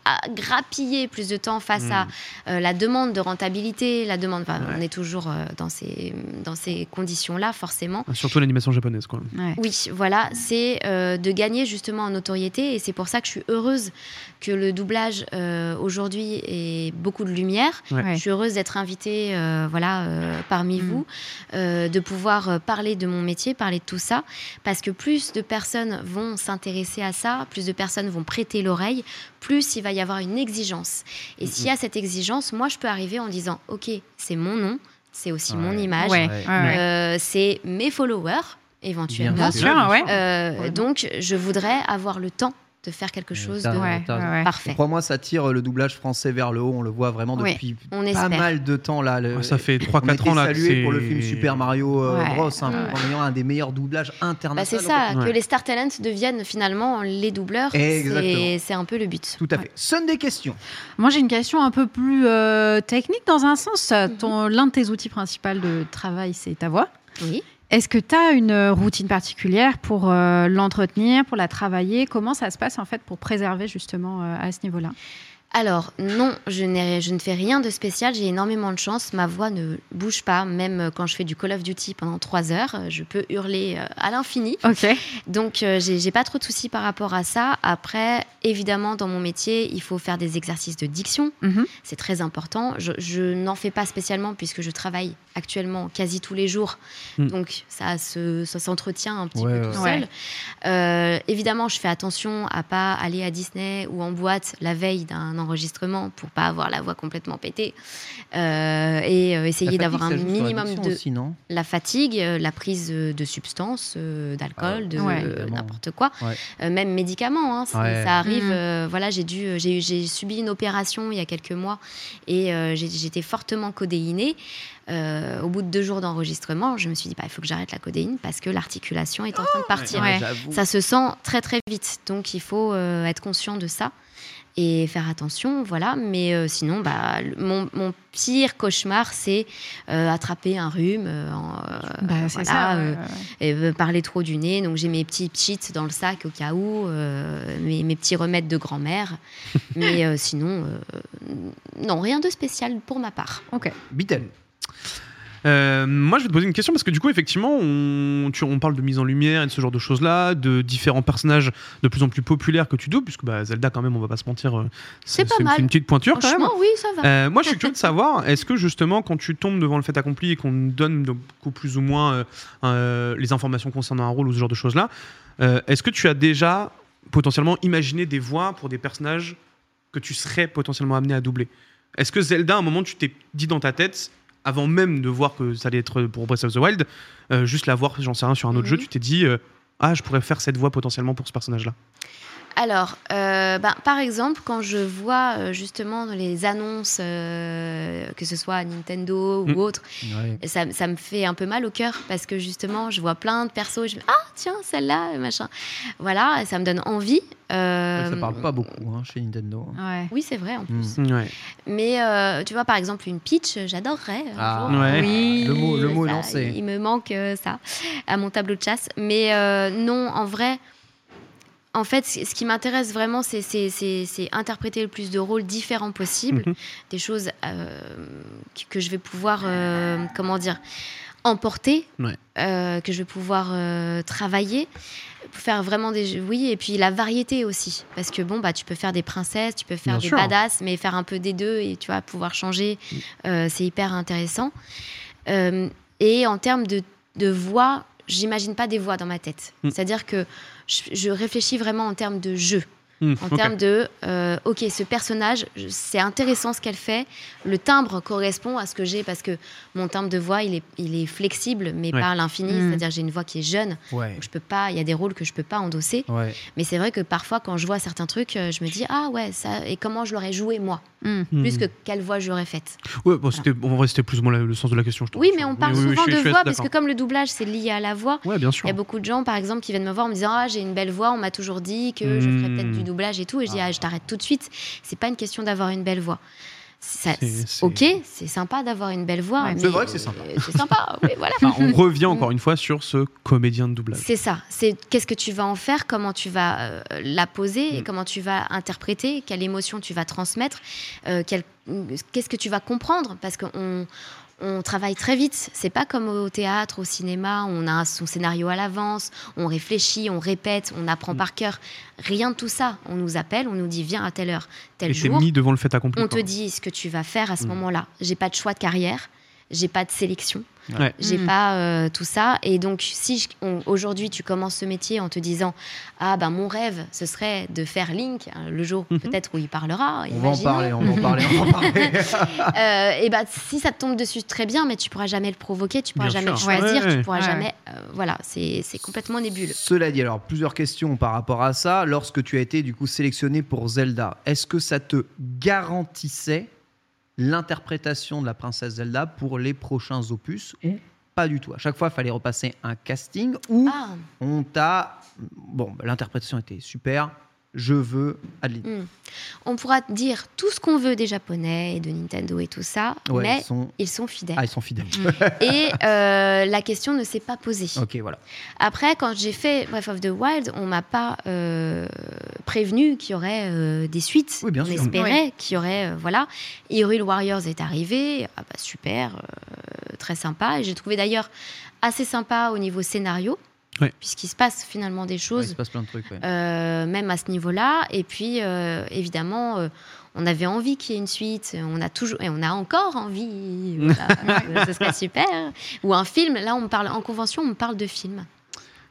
à grappiller plus de temps face Mm. à euh, la demande de rentabilité, la demande. enfin, On est toujours euh, dans ces, dans ces conditions-là, forcément. Ah, Surtout l'animation japonaise, quoi. Ouais. Oui, voilà, c'est euh, de gagner justement en notoriété et c'est pour ça que je suis heureuse que le doublage euh, aujourd'hui ait beaucoup de lumière. Ouais. Je suis heureuse d'être invitée euh, voilà, euh, parmi Mm. vous, euh, de pouvoir euh, parler de mon métier, parler de tout ça, parce que plus de personnes vont s'intéresser à ça, plus de personnes vont prêter l'oreille, plus il va y avoir une exigence. Et s'il y Mm-hmm. a cette exigence, moi, je peux arriver en disant, OK, c'est mon nom, c'est aussi mon image, Ouais, Ouais. ouais, ouais. euh, c'est mes followers, éventuellement. Bien sûr, ouais. Euh, donc, je voudrais avoir le temps de faire quelque chose de ça, Ouais, t'as- ouais, ouais. parfait. Crois-moi, ça tire le doublage français vers le haut. On le voit vraiment Oui, depuis On pas espère. mal de temps là. Ouais, Le- Ah, ça fait on a 3-4 été ans là que salué c'est. pour le film Super Mario euh, Ouais. Bros, hein, Ouais. en ayant un des meilleurs doublages Bah, c'est internationaux. ça, Ouais. que les star talents deviennent finalement les doubleurs, Exactement. c'est c'est un peu le but. Tout à fait. Sonne des questions. Moi, j'ai une question un peu plus euh, technique dans un sens. Mhm. Ton- L'un de tes outils principaux de travail, c'est ta voix. Oui. Est-ce que tu as une euh, routine particulière pour euh, l'entretenir, pour la travailler Comment ça se passe en fait pour préserver justement euh, à ce niveau-là Alors, non, je, n'ai- je ne fais rien de spécial, j'ai énormément de chance, ma voix ne bouge pas, même euh, quand je fais du Call of Duty pendant trois heures, euh, je peux hurler euh, à l'infini. Ok. Donc, euh, j'ai j'ai pas trop de soucis par rapport à ça. Après, évidemment, dans mon métier, il faut faire des exercices de diction, Mhm. c'est très important. Je, je n'en fais pas spécialement puisque je travaille actuellement quasi tous les jours, Mm. donc ça se- ça s'entretient un petit Ouais, peu tout ouais. seul. Euh, évidemment, je fais attention à pas aller à Disney ou en boîte la veille d'un enregistrement pour pas avoir la voix complètement pétée Euh, et euh, essayer d'avoir un minimum de non la fatigue, euh, la prise euh, de substances, euh, d'alcool, de Ouais. euh, Évidemment. n'importe quoi, Ouais. Euh, même médicaments. hein, c'est- Ouais. Ça arrive. Mhm. euh, voilà, j'ai dû, euh, j'ai, j'ai subi une opération il y a quelques mois et euh, j'ai- j'étais fortement codéinée. Euh, au bout de deux jours d'enregistrement, je me suis dit bah, il faut que j'arrête la codéine parce que l'articulation est en train de partir. Ouais. Ça se sent très très vite, donc il faut euh, être conscient de ça et faire attention, voilà. Mais euh, sinon, bah, le- mon, mon pire cauchemar, c'est euh, attraper un rhume, euh, en, euh, Bah, c'est voilà, ça. euh, ouais, ouais. et, euh, parler trop du nez. Donc j'ai mes petits cheats dans le sac au cas où, euh, mes, mes petits remèdes de grand-mère. Mais euh, sinon, euh, non, rien de spécial pour ma part. Beatle. Euh, moi, je vais te poser une question parce que du coup, effectivement, on, tu- on parle de mise en lumière et de ce genre de choses-là, de différents personnages de plus en plus populaires que tu doubles, puisque bah, Zelda, quand même, on va pas se mentir, euh, C'est pas une- mal. une petite pointure quand même. Franchement, oui, ça va. Euh, moi, je suis curieux de savoir, est-ce que justement, quand tu tombes devant le fait accompli et qu'on te donne beaucoup plus ou moins euh, euh, les informations concernant un rôle ou ce genre de choses-là, euh, est-ce que tu as déjà potentiellement imaginé des voix pour des personnages que tu serais potentiellement amené à doubler Est-ce que Zelda, à un moment, tu t'es dit dans ta tête, avant même de voir que ça allait être pour Breath of the Wild, euh, juste la voir, j'en sais rien, sur un autre Mhm. jeu, tu t'es dit, euh, ah, je pourrais faire cette voix potentiellement pour ce personnage-là Alors, euh, ben, par exemple, quand je vois euh, justement dans les annonces, euh, que ce soit Nintendo Mm. ou autre, ça, ça me fait un peu mal au cœur parce que justement, je vois plein de persos et je me dis, ah tiens, celle-là, machin. Voilà, et ça me donne envie. Euh, Ça parle pas beaucoup hein, chez Nintendo. hein. Ouais. Oui, c'est vrai en plus. Mm. Ouais. Mais euh, tu vois, par exemple, une pitch, j'adorerais. euh, un Ah, jour. ouais. Oui. Le mot, le mot est Ça, lancé. Il me manque euh, ça à mon tableau de chasse. Mais euh, non, en vrai, en fait, ce ce qui m'intéresse vraiment, c'est- c'est c'est- c'est interpréter le plus de rôles différents possibles, Mhm. des choses euh, que- que je vais pouvoir, euh, comment dire, emporter, Mhm. Ouais. euh, que je vais pouvoir euh, travailler, faire vraiment des, jeux- oui, et puis la variété aussi, parce que bon, bah, tu peux faire des princesses, tu peux faire Bien des sûr. Mm. badass, mais faire un peu des deux et tu vas pouvoir changer, euh, c'est hyper intéressant. Euh, et en termes de, de voix, j'imagine pas des voix dans ma tête. Mm. C'est-à-dire que je, je réfléchis vraiment en termes de jeu, Mhm, en ok. termes de, euh, ok, ce personnage, je- c'est intéressant ce qu'elle fait, le timbre correspond à ce que j'ai, parce que mon timbre de voix, il est, il est flexible, mais Ouais. pas à l'infini, Mm. c'est-à-dire j'ai une voix qui est jeune, Ouais. donc je peux pas, il y a des rôles que je peux pas endosser, Ouais. mais c'est vrai que parfois, quand je vois certains trucs, euh, je me dis, ah ouais, ça, et comment je l'aurais joué moi, Mm. plus Mhm. que quelle voix j'aurais faite. Ouais, bon, c'était, en vrai, c'était plus ou moins le, le sens de la question. Je trouve. Oui, mais on parle oui, oui, souvent je suis- je suis de voix, assez parce que d'accord. comme le doublage, c'est lié à la voix. Ouais, bien sûr. Il y a beaucoup de gens, par exemple, qui viennent me voir en me disant Ah, j'ai une belle voix, on m'a toujours dit que je ferais peut-être Hmm. du doublage et tout. Et je dis Ah, je t'arrête tout de suite. C'est pas une question d'avoir une belle voix. Ça- C'est- c'est- c'est- Ok, c'est sympa d'avoir une belle voix. Ouais, mais- c'est vrai que c'est sympa. euh, C'est sympa, oui, voilà. Mm. Enfin, on revient encore une fois sur ce comédien de doublage. C'est ça. C'est qu'est-ce que tu vas en faire, comment tu vas euh, la poser, et Mm. comment tu vas interpréter, quelle émotion tu vas transmettre, euh, quel- qu'est-ce que tu vas comprendre, parce qu'on on travaille très vite. C'est pas comme au théâtre, au cinéma, on a son scénario à l'avance, on réfléchit, on répète, on Mm. apprend par cœur. Rien de tout ça. On nous appelle, on nous dit viens à telle heure, tel Et t'es jour. mis devant le fait accompli. Mm. On te quoi. dit ce que tu vas faire à ce moment-là. J'ai pas de choix de carrière, j'ai pas de sélection. Ouais. J'ai Mm. pas euh, tout ça. Et donc, si je- on- aujourd'hui tu commences ce métier en te disant Ah ben mon rêve, ce serait de faire Link, hein, le jour Mhm. peut-être où il parlera. On va en imaginons. parler, on va en parler, on va en parler. Euh, et bah si ça te tombe dessus très bien mais tu pourras jamais le provoquer tu pourras Bien jamais sûr. le choisir Ouais, ouais. tu pourras Ouais, jamais euh, voilà c'est c'est complètement nébuleux Cela dit, alors plusieurs questions par rapport à ça. Lorsque tu as été du coup sélectionné pour Zelda, est-ce que ça te garantissait l'interprétation de la princesse Zelda pour les prochains opus ou pas du tout À chaque fois, il fallait repasser un casting ou ah on t'a bon, bah, l'interprétation était super. Je veux Adeline. hmm. on pourra dire tout ce qu'on veut des japonais et de Nintendo et tout ça Ouais, mais ils sont ils sont fidèles ah, ils sont fidèles. Mm. et euh, la question ne s'est pas posée ok, voilà. après quand j'ai fait Breath of the Wild on m'a pas euh, prévenu qu'il y aurait euh, des suites Oui, bien on sûr. espérait qu'il y aurait euh, voilà Hyrule Warriors est arrivé ah bah super euh, très sympa et j'ai trouvé d'ailleurs assez sympa au niveau scénario Ouais. puisqu'il se passe finalement des Ouais, il se choses passe plein de trucs. ouais. euh, même à ce niveau-là. Et puis, euh, évidemment, euh, on avait envie qu'il y ait une suite. On a toujours et on a encore envie. Voilà, ce serait super. Ou un film. Là, on me parle en convention, on me parle de film.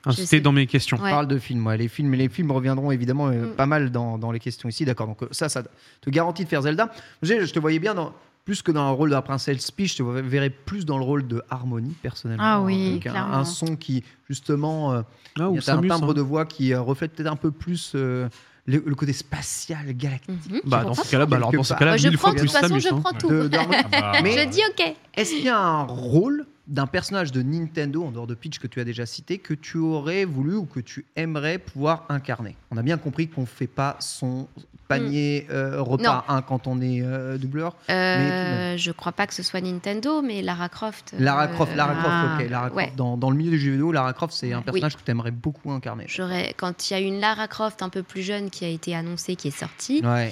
Ah, je sais. C'était dans mes questions. Ouais. On parle de films, ouais. les films, les films reviendront évidemment euh, Mm. pas mal dans, dans les questions ici, d'accord. Donc euh, ça, ça te garantit de faire Zelda. Je, je te voyais bien dans- plus que dans le rôle de la princesse Peach, je te verrais plus dans le rôle de Harmonie personnellement. Ah oui, avec un, clairement. un son qui justement, euh, Ah, il ou y a un Samus, timbre hein. de voix qui euh, reflète peut-être un peu plus euh, le, le côté spatial, galactique. Mhm. Bah, dans ce cas-là, bah, alors, dans ce Quelque cas-là, Moi, je mille prends, fois de plus toute façon, Samus. je hein. Ah, bah, prends tout. De- Ah, d'harmonie. Mais- Je dis OK. Est-ce qu'il y a un rôle d'un personnage de Nintendo, en dehors de Peach que tu as déjà cité, que tu aurais voulu ou que tu aimerais pouvoir incarner On a bien compris qu'on ne fait pas son panier euh, repas 1 quand on est euh, doubleur. Euh, je crois pas que ce soit Nintendo, mais Lara Croft. Lara euh, Croft, Lara ah, Croft, ok. Lara ouais. Croft, dans, dans le milieu du jeu vidéo, Lara Croft, c'est un Oui. personnage que tu aimerais beaucoup incarner. J'aurais, quand il y a une Lara Croft un peu plus jeune qui a été annoncée, qui est sortie, Ouais,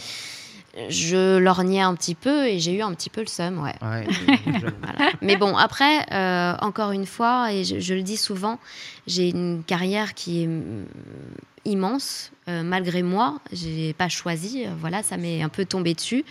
je lorgnais un petit peu et j'ai eu un petit peu le seum, ouais. ouais. Voilà. Mais bon, après, euh, encore une fois, et je, je le dis souvent, j'ai une carrière qui est mm, immense. euh, malgré moi, j'ai pas choisi. euh, Voilà, ça m'est un peu tombé dessus,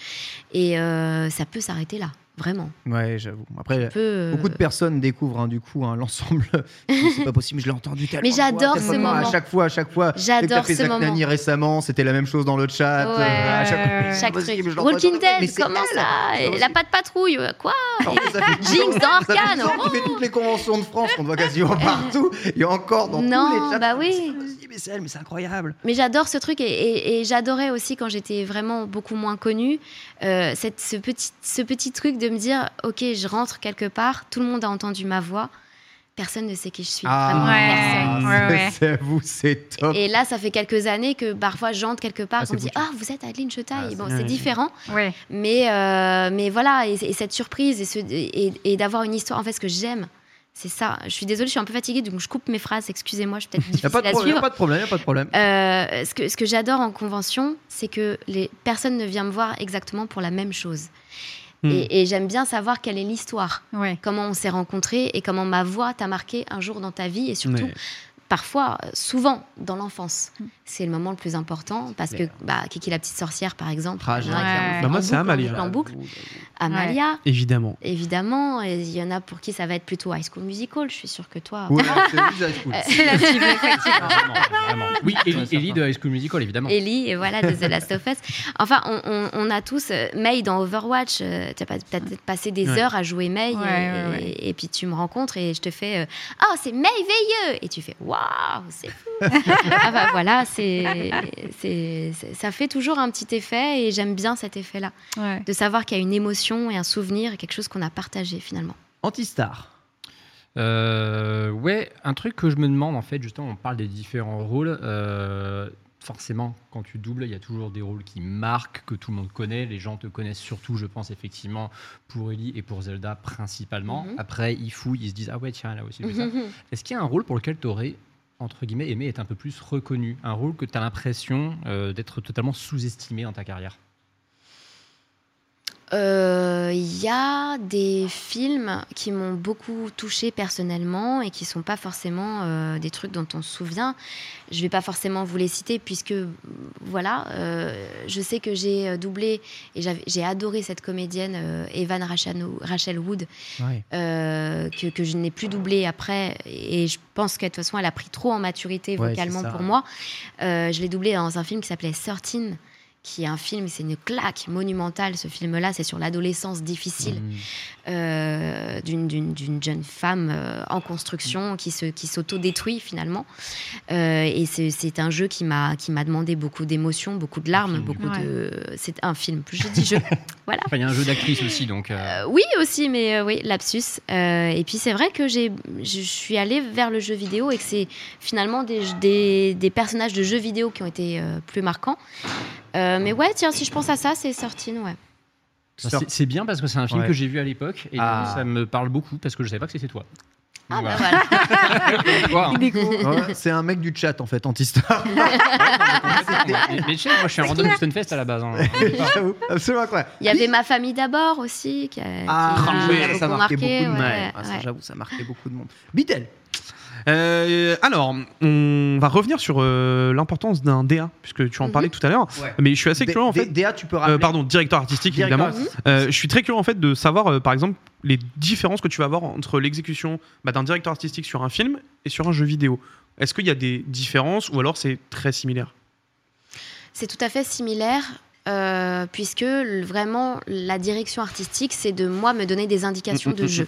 et euh, ça peut s'arrêter là, vraiment. ouais, j'avoue. Après, Ça peut, euh, Beaucoup de personnes découvrent hein, du coup hein, l'ensemble. c'est pas possible, je l'ai entendu tellement. Mais de fois, j'adore tellement ce de fois. À moment. chaque fois, à chaque fois. Dès que t'as J'adore fait ce Zach moment. Nani récemment, c'était la même chose dans le chat. Ouais. à chaque fois, c'est Chaque pas possible, truc. je l'entends Walking dans le chat, mais Dead, c'est comment elle. ça C'est pas Et La possible. patte patrouille, euh, quoi Non, mais ça fait Jinx oh. dix dans ans, ça fait Arcane, dix ans qu'il fait toutes les conventions de France qu'on voit quasiment partout. Et encore dans tous les Non, chats. bah c'est oui. pas possible, Mais c'est elle, mais c'est incroyable. Mais j'adore ce truc et, et- et j'adorais aussi quand j'étais vraiment beaucoup moins connue, euh, cette, ce, petit, ce petit truc de me dire Ok, je rentre quelque part, tout le monde a entendu ma voix, personne ne sait qui je suis. Ah, Ah, vraiment personne. Ouais, ouais, ouais. c'est à vous, c'est top. Et là, ça fait quelques années que parfois je rentre quelque part, Hein. Ah, on me c'est dit Ah, vous êtes Adeline Chetaille. Ah, bon, c'est- c'est différent, Ouais. mais, euh, mais voilà, et, et cette surprise et, ce- et- et d'avoir une histoire, en fait, ce que j'aime. C'est ça. Je suis désolée, je suis un peu fatiguée, donc je coupe mes phrases. Excusez-moi, je suis peut-être Y a difficile pas de à problème, y a suivre. pas de problème, y a pas de problème. Euh, ce que, ce que j'adore en convention, c'est que les personnes ne viennent me voir exactement pour la même chose. Hmm. Et, et j'aime bien savoir quelle est l'histoire, Ouais. comment on s'est rencontrés et comment ma voix t'a marqué un jour dans ta vie et surtout Mais- parfois, euh, souvent dans l'enfance. Hmm. C'est le moment le plus important parce que bah, Kiki la petite sorcière par exemple, Ah, j'ai- il y en a qui Ouais. en font Bah, moi, en boucle, c'est en Amalia. boucle, en boucle. Amalia. Évidemment. Évidemment, et il y en a pour qui ça va être plutôt High School Musical. Je suis sûre que toi, Euh, Ouais, c'est vous, c'est cool. C'est la cible, effectivement. Vraiment, vraiment. Oui, Ellie, Ellie de High School Musical, évidemment. Ellie, et voilà, de The Last of Us. Enfin, on, on- on a tous, euh, May dans Overwatch, euh, tu as pas- t'as peut-être passé des Ouais. heures à jouer Ouais, May, euh, ouais, ouais. Et, et puis tu me rencontres et je te fais euh, Oh, c'est merveilleux Et tu fais Waouh, c'est fou Ah bah voilà, c'est, c'est, c'est- ça fait toujours un petit effet et j'aime bien cet effet-là, Ouais. de savoir qu'il y a une émotion et un souvenir et quelque chose qu'on a partagé finalement. Antistar. Euh, ouais, un truc que je me demande, en fait, justement, on parle des différents rôles. euh, forcément, quand tu doubles, il y a toujours des rôles qui marquent, que tout le monde connaît. Les gens te connaissent surtout, je pense, effectivement, pour Ellie et pour Zelda principalement. Mhm. Après, ils fouillent, ils se disent Ah ouais, tiens, là aussi, j'ai fait ça. Est-ce qu'il y a un rôle pour lequel tu aurais, entre guillemets, aimé être un peu plus reconnu Un rôle que tu as l'impression euh, d'être totalement sous-estimé dans ta carrière Euh, Il y a des films qui m'ont beaucoup touchée personnellement et qui sont pas forcément euh, des trucs dont on se souvient. Je vais pas forcément vous les citer puisque euh, voilà, euh, je sais que j'ai euh, doublé et j'avais- j'ai adoré cette comédienne euh, Evan Rachano- Rachel Wood Ouais. euh, que, que je n'ai plus doublé après. Et je pense que de toute façon, elle a pris trop en maturité Ouais, vocalement c'est ça. pour moi. Euh, je l'ai doublé dans un film qui s'appelait 13 qui est un film, c'est une claque monumentale, ce film-là, c'est sur l'adolescence difficile Mmh. euh, d'une- d'une d'une jeune femme euh, en construction qui se- qui s'auto-détruit finalement. Euh, et c'est- c'est un jeu qui m'a qui m'a demandé beaucoup d'émotions, beaucoup de larmes, film, du beaucoup coup. de... C'est un film, plus je dis jeu. voilà. Enfin, il y a un jeu d'actrice aussi, donc. euh, Euh, oui aussi, mais euh, oui, lapsus. Euh, et puis c'est vrai que j'ai, je suis allée vers le jeu vidéo et que c'est finalement des, des, des personnages de jeux vidéo qui ont été euh, plus marquants. Euh, mais ouais, tiens, si je pense à ça, c'est Sortine, ouais. bah, c'est- C'est bien parce que c'est un film Ouais. que j'ai vu à l'époque et Ah. ça me parle beaucoup parce que je savais pas que c'était toi. Ah bah Voilà. voilà. Toi, hein. Ouais, c'est un mec du chat en fait, anti-star. mais, mais tu sais, moi je suis un random de Stunfest à la base. hein. J'avoue, absolument incroyable. Il y avait ma famille d'abord aussi qui a, qui Ah, m'a beaucoup monde. ouais, Ah, ça, ouais. J'avoue, ça marquait beaucoup de monde. Beatle Euh, alors, on va revenir sur euh, l'importance d'un DA, puisque tu en Mhm. parlais tout à l'heure. Ouais. Mais je suis assez D- curieux en D- fait. DA, tu peux Euh, rappeler. pardon, directeur artistique Directeur évidemment. artistique. Euh, je suis très curieux en fait de savoir euh, par exemple les différences que tu vas avoir entre l'exécution bah, d'un directeur artistique sur un film et sur un jeu vidéo. Est-ce qu'il y a des différences ou alors c'est très similaire C'est tout à fait similaire. euh, puisque l- vraiment la direction artistique, c'est de moi me donner des indications Mm, mm, de mm, jeu.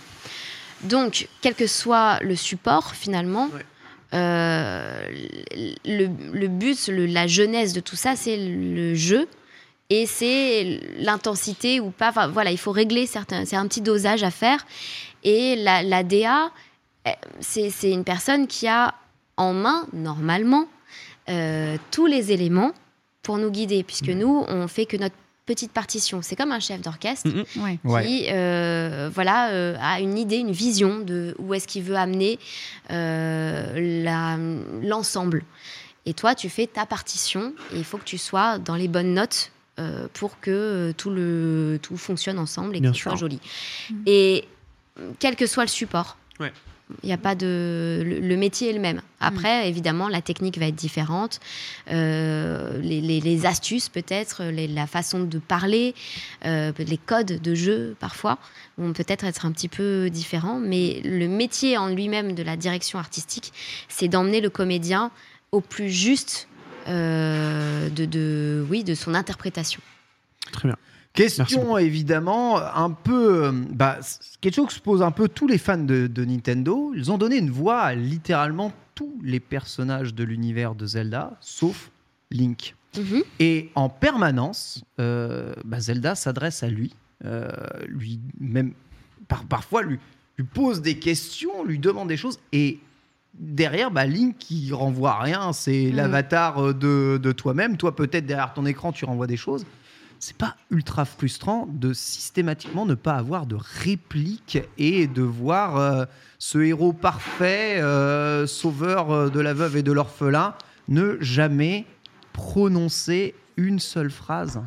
Donc, quel que soit le support finalement, Ouais. euh, l- le, le but, le- la genèse de tout ça, c'est le jeu et c'est l'intensité ou pas. Enfin, voilà, il faut régler certains. C'est un petit dosage à faire. Et la, la DA, eh, c'est c'est une personne qui a en main normalement euh, tous les éléments pour nous guider, puisque nous, on fait que notre petite partition. C'est comme un chef d'orchestre Mm-hmm. Mhm. Ouais. qui euh, voilà, euh, a une idée, une vision de où est-ce qu'il veut amener euh, la- l'ensemble. Et toi, tu fais ta partition et il faut que tu sois dans les bonnes notes euh, pour que euh, tout, le, tout fonctionne ensemble et que Bien ce soit sûr. joli. Mhm. Et euh, quel que soit le support. Ouais. Il n'y a pas de. Le, le métier est le même. Mm. Après, évidemment, la technique va être différente. Euh, les, les- les astuces, peut-être, les- la façon de parler, euh, les codes de jeu, parfois, vont peut-être être un petit peu différents. Mais le métier en lui-même de la direction artistique, c'est d'emmener le comédien au plus juste euh, de, de- oui, de son interprétation. Très bien. Merci Question beaucoup. évidemment un peu. euh, Bah, c'est quelque chose que se posent un peu tous les fans de, de Nintendo. Ils ont donné une voix à littéralement tous les personnages de l'univers de Zelda, sauf Link. Mhm. Et en permanence, euh, bah, Zelda s'adresse à lui, euh, lui même par- parfois lui, lui pose des questions, lui demande des choses et derrière, bah, Link qui renvoie rien, c'est Mhm. l'avatar euh, de, de toi-même. Toi peut-être derrière ton écran tu renvoies des choses. C'est pas ultra frustrant de systématiquement ne pas avoir de réplique et de voir euh, ce héros parfait, euh, sauveur euh, de la veuve et de l'orphelin, ne jamais prononcer une seule phrase.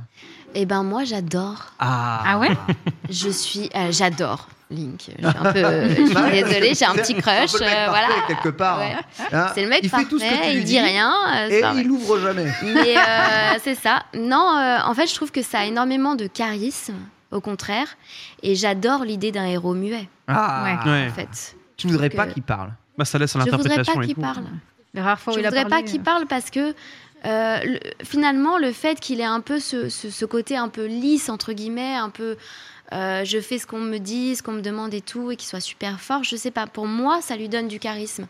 Eh ben moi, j'adore. Ah, Ah ouais Je suis, euh, j'adore Link. Je suis un peu, je Bah suis désolée, j'ai un petit crush, C'est un peu le mec euh, parfait, voilà. quelque part. Ouais. Hein. C'est le mec il parfait, fait tout ce que tu lui il dis, dit rien. euh, c'est Et pas vrai. il ouvre jamais. Mais euh, c'est ça. Non, euh, en fait, je trouve que ça a énormément de charisme, au contraire. Et j'adore l'idée d'un héros muet, Ah, Ouais. en fait. tu voudrais Donc, pas euh, qu'il parle. Bah, ça laisse à Je voudrais l'interprétation. pas et qu'il tout. parle. Les rares fois où Je il a voudrais pas parlé, qu'il euh, parle parce que euh, le- finalement, le fait qu'il ait un peu ce, ce- ce côté un peu lisse, entre guillemets, un peu euh, je fais ce qu'on me dit, ce qu'on me demande et tout, et qu'il soit super fort, je sais pas, pour moi, ça lui donne du charisme.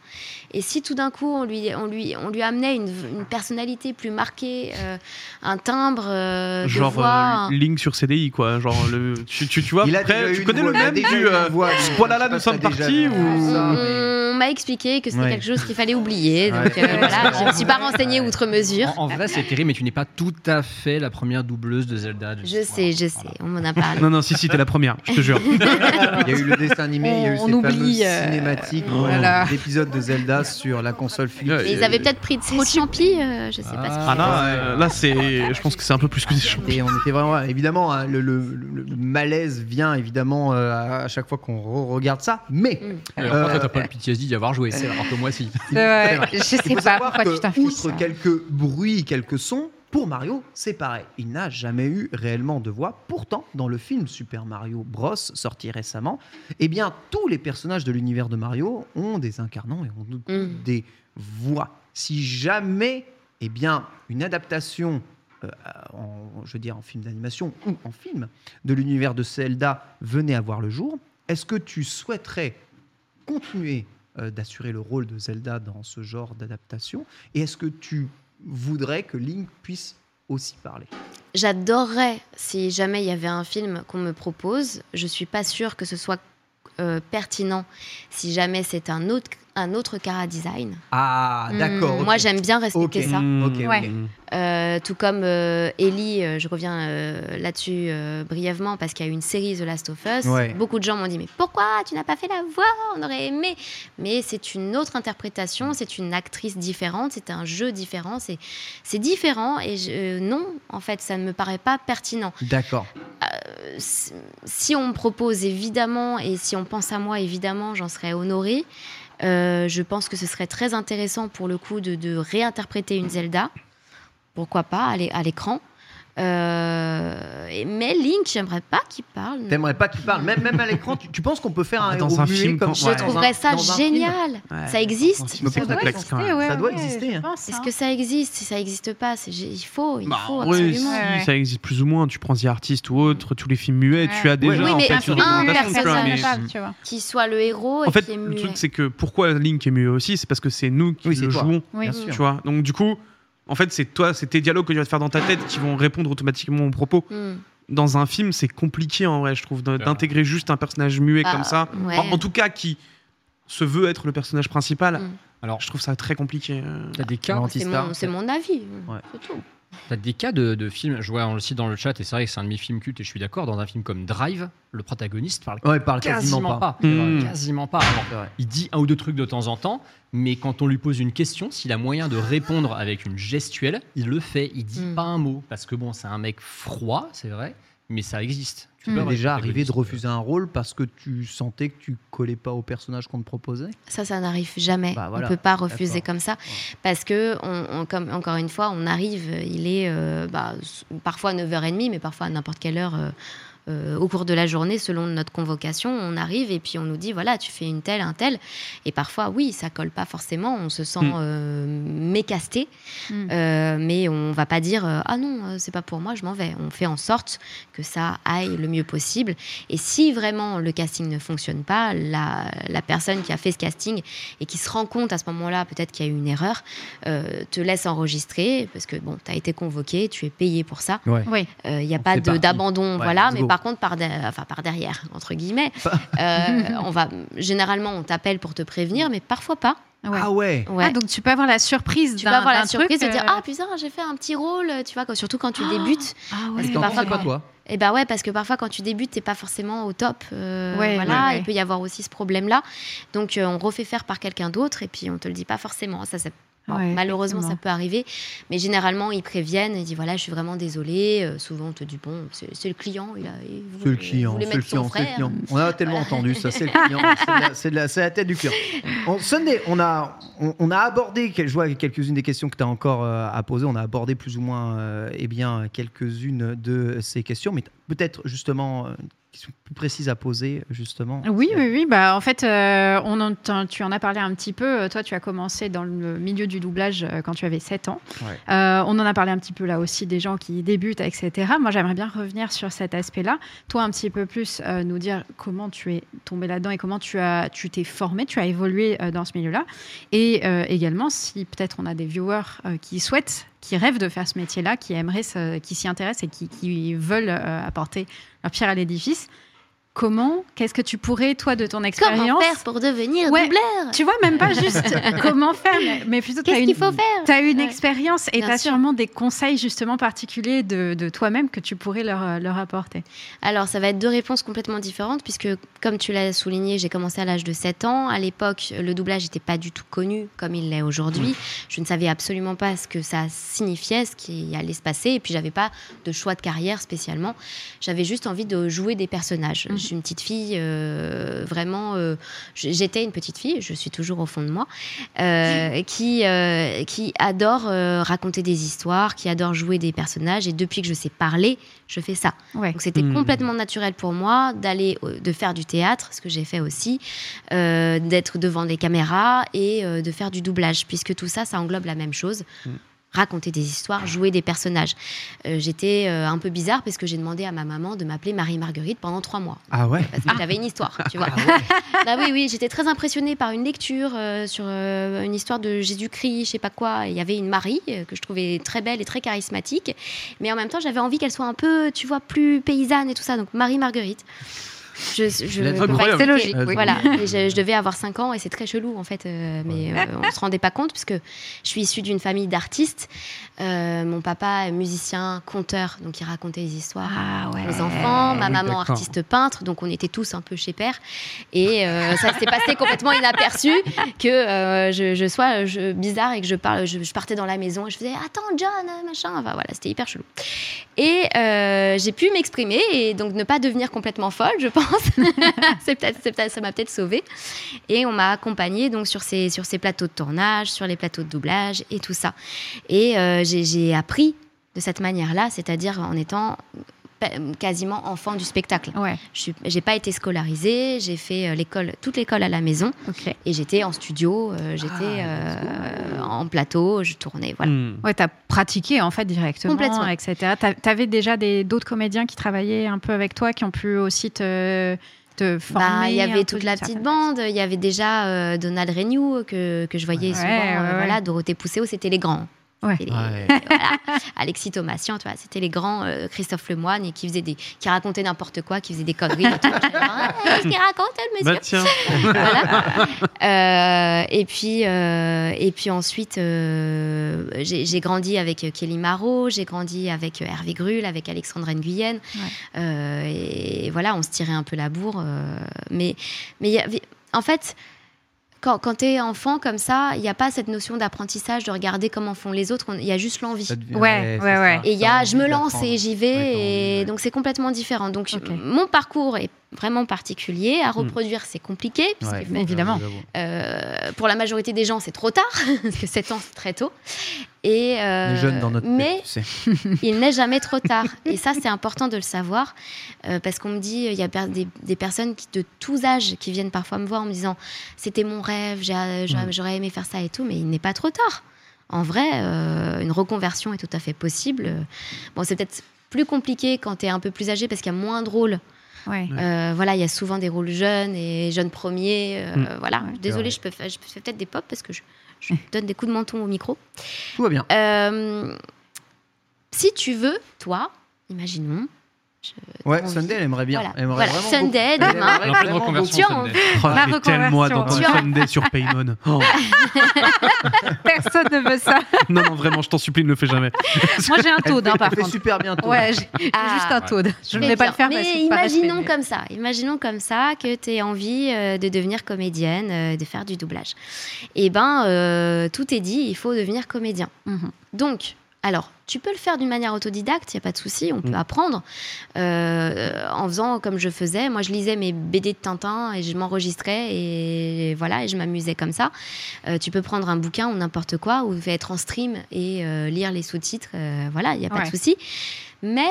Et si tout d'un coup, on lui, on lui, on lui amenait une, une personnalité plus marquée, euh, un timbre, euh, Genre de voix, un- euh, Link sur CDI quoi. Genre le tu, tu, tu vois après, déjà eu tu une connais voix- le il a même déjà eu du une euh, voix, mais Spoilala, je sais pas nous si sommes t'as déjà partis vu ou- ça, mais- on m'a expliqué que c'était Ouais. quelque chose qu'il fallait oublier. Donc Ouais. euh, voilà, je ne me suis pas renseignée outre mesure. En, en vrai, c'est terrible, mais tu n'es pas tout à fait la première doubleuse de Zelda. Je sais, je sais, on m'en a parlé. Non, non, si, si, t'es la première, je te jure. Il y a eu le dessin animé, il y a eu On ces oublie, fameuses euh, cinématiques voilà. d'épisodes de Zelda sur la console Philips. Ouais, Mais ils avaient peut-être pris de trop de champi, euh, je sais pas ce Ah qu'ils non, avaient. euh, là, c'est. Je pense que c'est un peu plus que des champions. Et on était vraiment, évidemment, hein, le, le- le- le malaise vient évidemment euh, à- à chaque fois qu'on re- regarde ça. Mais Mm. Alors, Euh, toi, t'as pas le PTSD d'y avoir joué, alors que moi, si. Ouais, je il sais faut pas savoir pourquoi que, tu t'infliges. ça. outre quelques bruits, quelques sons, pour Mario, c'est pareil. Il n'a jamais eu réellement de voix. Pourtant, dans le film Super Mario Bros, sorti récemment, eh bien, tous les personnages de l'univers de Mario ont des incarnants et ont Mm. des voix. Si jamais, eh bien, une adaptation, euh, en, je veux dire en film d'animation ou en film, de l'univers de Zelda venait à voir le jour, est-ce que tu souhaiterais continuer euh, d'assurer le rôle de Zelda dans ce genre d'adaptation Et est-ce que tu voudrais que Link puisse aussi parler J'adorerais si jamais il y avait un film qu'on me propose. Je suis pas sûre que ce soit euh, pertinent si jamais c'est un autre un autre cara design. Ah, Hmm. d'accord. Mmh, Moi ok. j'aime bien respecter Ok. ça. Ok, ok. Ouais. Euh, tout comme euh, Ellie, euh, je reviens euh, là-dessus euh, brièvement parce qu'il y a eu une série The Last of Us. Ouais. Beaucoup de gens m'ont dit mais pourquoi tu n'as pas fait la voix On aurait aimé. Mais c'est une autre interprétation, Mmh. c'est une actrice différente, c'est un jeu différent, c'est c'est différent et je- euh, non en fait ça ne me paraît pas pertinent. D'accord. Euh, si- si on me propose évidemment et si on pense à moi évidemment j'en serais honorée. Euh, je pense que ce serait très intéressant pour le coup de, de réinterpréter une Zelda, pourquoi pas à l'é- à l'écran. Euh, et- mais Link, j'aimerais pas qu'il parle. non. T'aimerais pas qu'il parle, même, même à l'écran, tu, tu penses qu'on peut faire un Ah, héros dans un muet film, comme quand- Je ça, dans un- trouverais ça dans un film génial. Ouais. Ça existe. Je me Ça doit complexe quand exister, même. ouais, Ça doit ouais, exister, je hein. pense, Est-ce hein. que ça existe Si ça existe pas, c'est- j'ai- il faut, il Bah, faut oui, si, absolument. Ouais, ouais. ça existe plus ou moins. Tu prends The Artist ou autre, tous les films muets, tu as déjà Oui, en mais fait un une représentation, tu vois, personnage, mais- tu vois. Qu'il soit le héros Mm. En et fait, qu'il est le muet. truc c'est que pourquoi Link est muet aussi, c'est parce que c'est nous qui Oui, c'est le toi. jouons, Oui. Bien oui. sûr. tu vois. Donc du coup, en fait, c'est toi, c'est tes dialogues que tu vas te faire dans ta tête qui vont répondre automatiquement aux propos. Hmm. Dans un film, c'est compliqué en vrai, je trouve, d'in- d'intégrer juste un personnage muet Bah, comme ça. ouais. En, en tout cas, qui se veut être le personnage principal. Mm. Alors, je trouve ça très compliqué. euh. T'as des cas, C'est mon, c'est mon avis. Ouais. C'est tout. t'as des cas de, de films, je vois, on le cite dans le chat, et c'est vrai que c'est un de mes films cultes, et je suis d'accord, dans un film comme Drive, le protagoniste parle Ouais, il parle quasiment, pas. Hmm. Mm. Quasiment pas. Alors, C'est vrai. il dit un ou deux trucs de temps en temps, mais quand on lui pose une question, s'il a moyen de répondre avec une gestuelle, il le fait. Il dit Mm. pas un mot. Parce que bon, c'est un mec froid, c'est vrai, mais ça existe. Tu Mm. peux T'es Hmm. avoir des déjà arrivé de protagonistes, refuser un rôle parce que tu sentais que tu collais pas au personnage qu'on te proposait Ça, ça n'arrive jamais. Bah, voilà. On peut pas refuser D'accord. comme ça. Parce que, on, on- comme, encore une fois, on arrive, il est euh, bah, s- parfois à 9h30, mais parfois à n'importe quelle heure euh, euh, au cours de la journée, selon notre convocation, on arrive et puis on nous dit voilà, tu fais une telle, un tel. Et parfois, oui, ça colle pas forcément, on se sent Mm. euh, mécasté, Mm. Euh, mais on va pas dire euh, ah non, euh, c'est pas pour moi, je m'en vais. On fait en sorte que ça aille le mieux possible. Et si vraiment le casting ne fonctionne pas, la, la personne qui a fait ce casting et qui se rend compte à ce moment-là, peut-être qu'il y a eu une erreur, euh, te laisse enregistrer parce que bon, tu as été convoqué, tu es payé pour ça. Euh, Ouais. Oui. Il n'y a pas c'est de- parti. d'abandon, Ouais, voilà, let's mais go. par contre, par, de- enfin, par derrière, entre guillemets, euh, on va, généralement, on t'appelle pour te prévenir, mais parfois pas. Ouais. Ah ouais Ouais. Ah, donc tu peux avoir la surprise tu vas avoir la d'un truc, surprise de dire euh, Ah putain, j'ai fait un petit rôle, tu vois, quand- surtout quand tu Ah. débutes. ah ouais. Parce que T'en parfois, pensais quoi, toi Et ben ouais, parce que parfois quand tu débutes, t'es pas forcément au top. euh, Ouais, voilà, ouais, ouais. il peut y avoir aussi ce problème-là. Donc euh, on refait faire par quelqu'un d'autre et puis on te le dit pas forcément. Ça, ça- bon, Ouais, malheureusement, ça effectivement. peut arriver, mais généralement ils préviennent, ils disent voilà, je suis vraiment désolé. Euh, souvent on te dit bon, c'est c'est le client, il a, il C'est le voulait- client, voulait c'est le mettre son client, c'est le frère. client. On a tellement Voilà. entendu ça, c'est le client, c'est de la- c'est de la, c'est la tête du cœur. On, Sunday, on a, on, on a abordé, quel- je vois quelques-unes des questions que tu as encore euh, à poser, on a abordé plus ou moins euh, eh bien, quelques-unes de ces questions, mais t'as peut-être justement euh, une question plus précise à poser, justement. Euh, Oui, oui, oui. Bah, en fait, euh, on en- t'en- tu en as parlé un petit peu. Euh, Toi, tu as commencé dans le milieu du doublage euh, quand tu avais 7 ans. Ouais. Euh, on en a parlé un petit peu là aussi des gens qui débutent, etc. Moi, j'aimerais bien revenir sur cet aspect-là. Toi, un petit peu plus, euh, nous dire comment tu es tombé là-dedans et comment tu as, tu t'es formé, tu as évolué euh, dans ce milieu-là. Et euh, également, si peut-être on a des viewers euh, qui souhaitent, qui rêvent de faire ce métier-là, qui aimeraient, ce- qui s'y intéressent et qui, qui veulent euh, apporter leur pierre à l'édifice. comment, qu'est-ce que tu pourrais, toi, de ton Comment expérience faire pour devenir Ouais. doubleur Tu vois, même pas juste comment faire, mais- mais plutôt t'as Qu'est-ce une- qu'il faut faire T'as une Ouais. expérience et Bien t'as sûr. sûrement des conseils justement particuliers de, de toi-même que tu pourrais leur, euh, leur apporter. Alors, ça va être deux réponses complètement différentes, puisque, comme tu l'as souligné, j'ai commencé à l'âge de 7 ans. À l'époque, le doublage n'était pas du tout connu comme il l'est aujourd'hui. Je ne savais absolument pas ce que ça signifiait, ce qui allait se passer, et puis j'avais pas de choix de carrière spécialement. J'avais juste envie de jouer des personnages. Mhm. Je suis une petite fille, euh, vraiment. euh, j- J'étais une petite fille, je suis toujours au fond de moi, euh, qui, euh, qui adore euh, raconter des histoires, qui adore jouer des personnages, et depuis que je sais parler, je fais ça. Ouais. Donc c'était Hmm. complètement naturel pour moi d'aller euh, de faire du théâtre, ce que j'ai fait aussi, euh, d'être devant des caméras et euh, de faire du doublage, puisque tout ça, ça englobe la même chose. Hmm. Raconter des histoires, jouer des personnages. Euh, J'étais euh, un peu bizarre parce que j'ai demandé à ma maman de m'appeler Marie-Marguerite pendant trois mois Ah ouais parce que j'avais une histoire, tu vois. bah oui, oui, j'étais très impressionnée par une lecture euh, sur euh, une histoire de Jésus-Christ, je sais pas quoi. Il y avait une Marie euh, que je trouvais très belle et très charismatique, mais en même temps, j'avais envie qu'elle soit un peu, tu vois, plus paysanne et tout ça. Donc Marie Marguerite. Je, je, Lettre bref, incroyable. c'est logique. Euh, Voilà, Et je, je devais avoir 5 ans et c'est très chelou en fait, euh, mais euh, on se rendait pas compte puisque je suis issue d'une famille d'artistes. Euh, mon papa est musicien, conteur, donc il racontait des histoires Ah ouais. aux enfants, ma oui, maman d'accord. artiste peintre, donc on était tous un peu chez père. Et euh, ça s'est passé complètement inaperçu que euh, je, je sois je- bizarre et que je parle. Je, je partais dans la maison et je faisais attends John euh, machin. Enfin voilà, c'était hyper chelou. Et euh, j'ai pu m'exprimer et donc ne pas devenir complètement folle, je pense. c'est peut-être, c'est peut-être- ça m'a peut-être sauvée. Et on m'a accompagnée donc sur ces sur ces plateaux de tournage, sur les plateaux de doublage et tout ça. Et euh, j'ai- j'ai appris de cette manière-là, c'est-à-dire en étant euh, quasiment enfant du spectacle. Ouais, Je suis- j'ai pas été scolarisée, j'ai fait euh, l'école, toute l'école à la maison, ok. Ah, et j'étais en studio, euh, j'étais euh, en plateau, je tournais, voilà. Hmm. Ouais, t'as pratiqué en fait directement, Complètement. etc. T'a- T'avais déjà des- d'autres comédiens qui travaillaient un peu avec toi, qui ont pu aussi te, te former. Bah, il y un peu avait toute d'une la certaine petite bande, il y avait déjà euh, Donald Renew que, que je voyais Ouais, souvent, ouais, euh, ouais. voilà, Dorothée Pousseau, c'était les grands. Ouais. C'était les- voilà. Alexis Thomasian, tu vois, c'était les grands euh, Christophe Lemoine et qui faisait des, qui racontait n'importe quoi, qui faisait des conneries. et tout. J'étais là, Ah, Qu'est-ce qu'il raconte le monsieur Bah tiens, voilà. Euh, et puis euh, et puis ensuite euh, j'ai j'ai grandi avec Kelly Marot, j'ai grandi avec Hervé Grull, avec Alexandre Nguyen. Ouais. Euh, et voilà, on se tirait un peu la bourre euh, mais mais il y avait- en fait quand, quand tu es enfant comme ça, il n'y a pas cette notion d'apprentissage, de regarder comment font les autre. On- Il y a juste l'envie. Ouais, ouais, c'est ouais. ça. Et il y a, je me Envie lance d'apprendre. et j'y Ouais, t'as envie, vais. ouais. Et donc c'est complètement différent. Donc Ok. mon parcours est vraiment particulier. Hmm. À reproduire, c'est compliqué. Puisque Ouais. façon. Évidemment. euh, pour la majorité des gens, c'est trop tard, parce que 7 ans, c'est très tôt. Et, euh, Les jeunes dans notre tête, mais tu sais. il n'est jamais trop tard. Et ça, c'est important de le savoir, euh, parce qu'on me dit, il y a per- des, des personnes qui, de tous âges qui viennent parfois me voir en me disant, c'était mon rêve, j'ai- j'aurais j'aurais aimé faire ça et tout, mais il n'est pas trop tard. En vrai, euh, une reconversion est tout à fait possible. Euh, Bon, c'est peut-être plus compliqué quand tu es un peu plus âgé, parce qu'il y a moins de rôles Ouais. euh, voilà, il y a souvent des rôles jeunes et jeunes premiers. euh, Mm. Voilà, Ouais. désolée, je peux, fa- je fais peut-être des pop parce que je, je donne des coups de menton au micro. Tout va bien. Euh, si tu veux, toi, imaginons, Ouais, envie. Sunday, elle aimerait bien. Voilà. Elle aimerait Voilà, vraiment Sunday, beaucoup. Elle demain. aimerait En pleine vraiment reconversion. tu as envie. Sunday. oh, Ma j'ai tellement hâte reconversion. d'entendre Tu vois. Sunday sur Paymon. Oh. Personne ne veut ça. Non, non, vraiment, je t'en supplie, ne le fais jamais. Moi j'ai un beaucoup. taude, hein, Elle par fait contre. super bien toi. Ouais, j'ai j'ai Ah. juste un taude. Je ne vais Mais pas bien. le faire. parce que Mais c'est pas imaginons respect, comme ça, imaginons comme ça que tu aies envie euh, de devenir comédienne, euh, de faire du doublage. Et ben, euh, tout est dit, il faut devenir comédien. Mhm. Donc, alors, tu peux le faire d'une manière autodidacte, il n'y a pas de souci, on peut apprendre euh, en faisant comme je faisais. Moi, je lisais mes BD de Tintin et je m'enregistrais et voilà, et je m'amusais comme ça. Euh, tu peux prendre un bouquin ou n'importe quoi ou être en stream et euh, lire les sous-titres, euh, voilà, il n'y a pas Ouais. de souci. Mais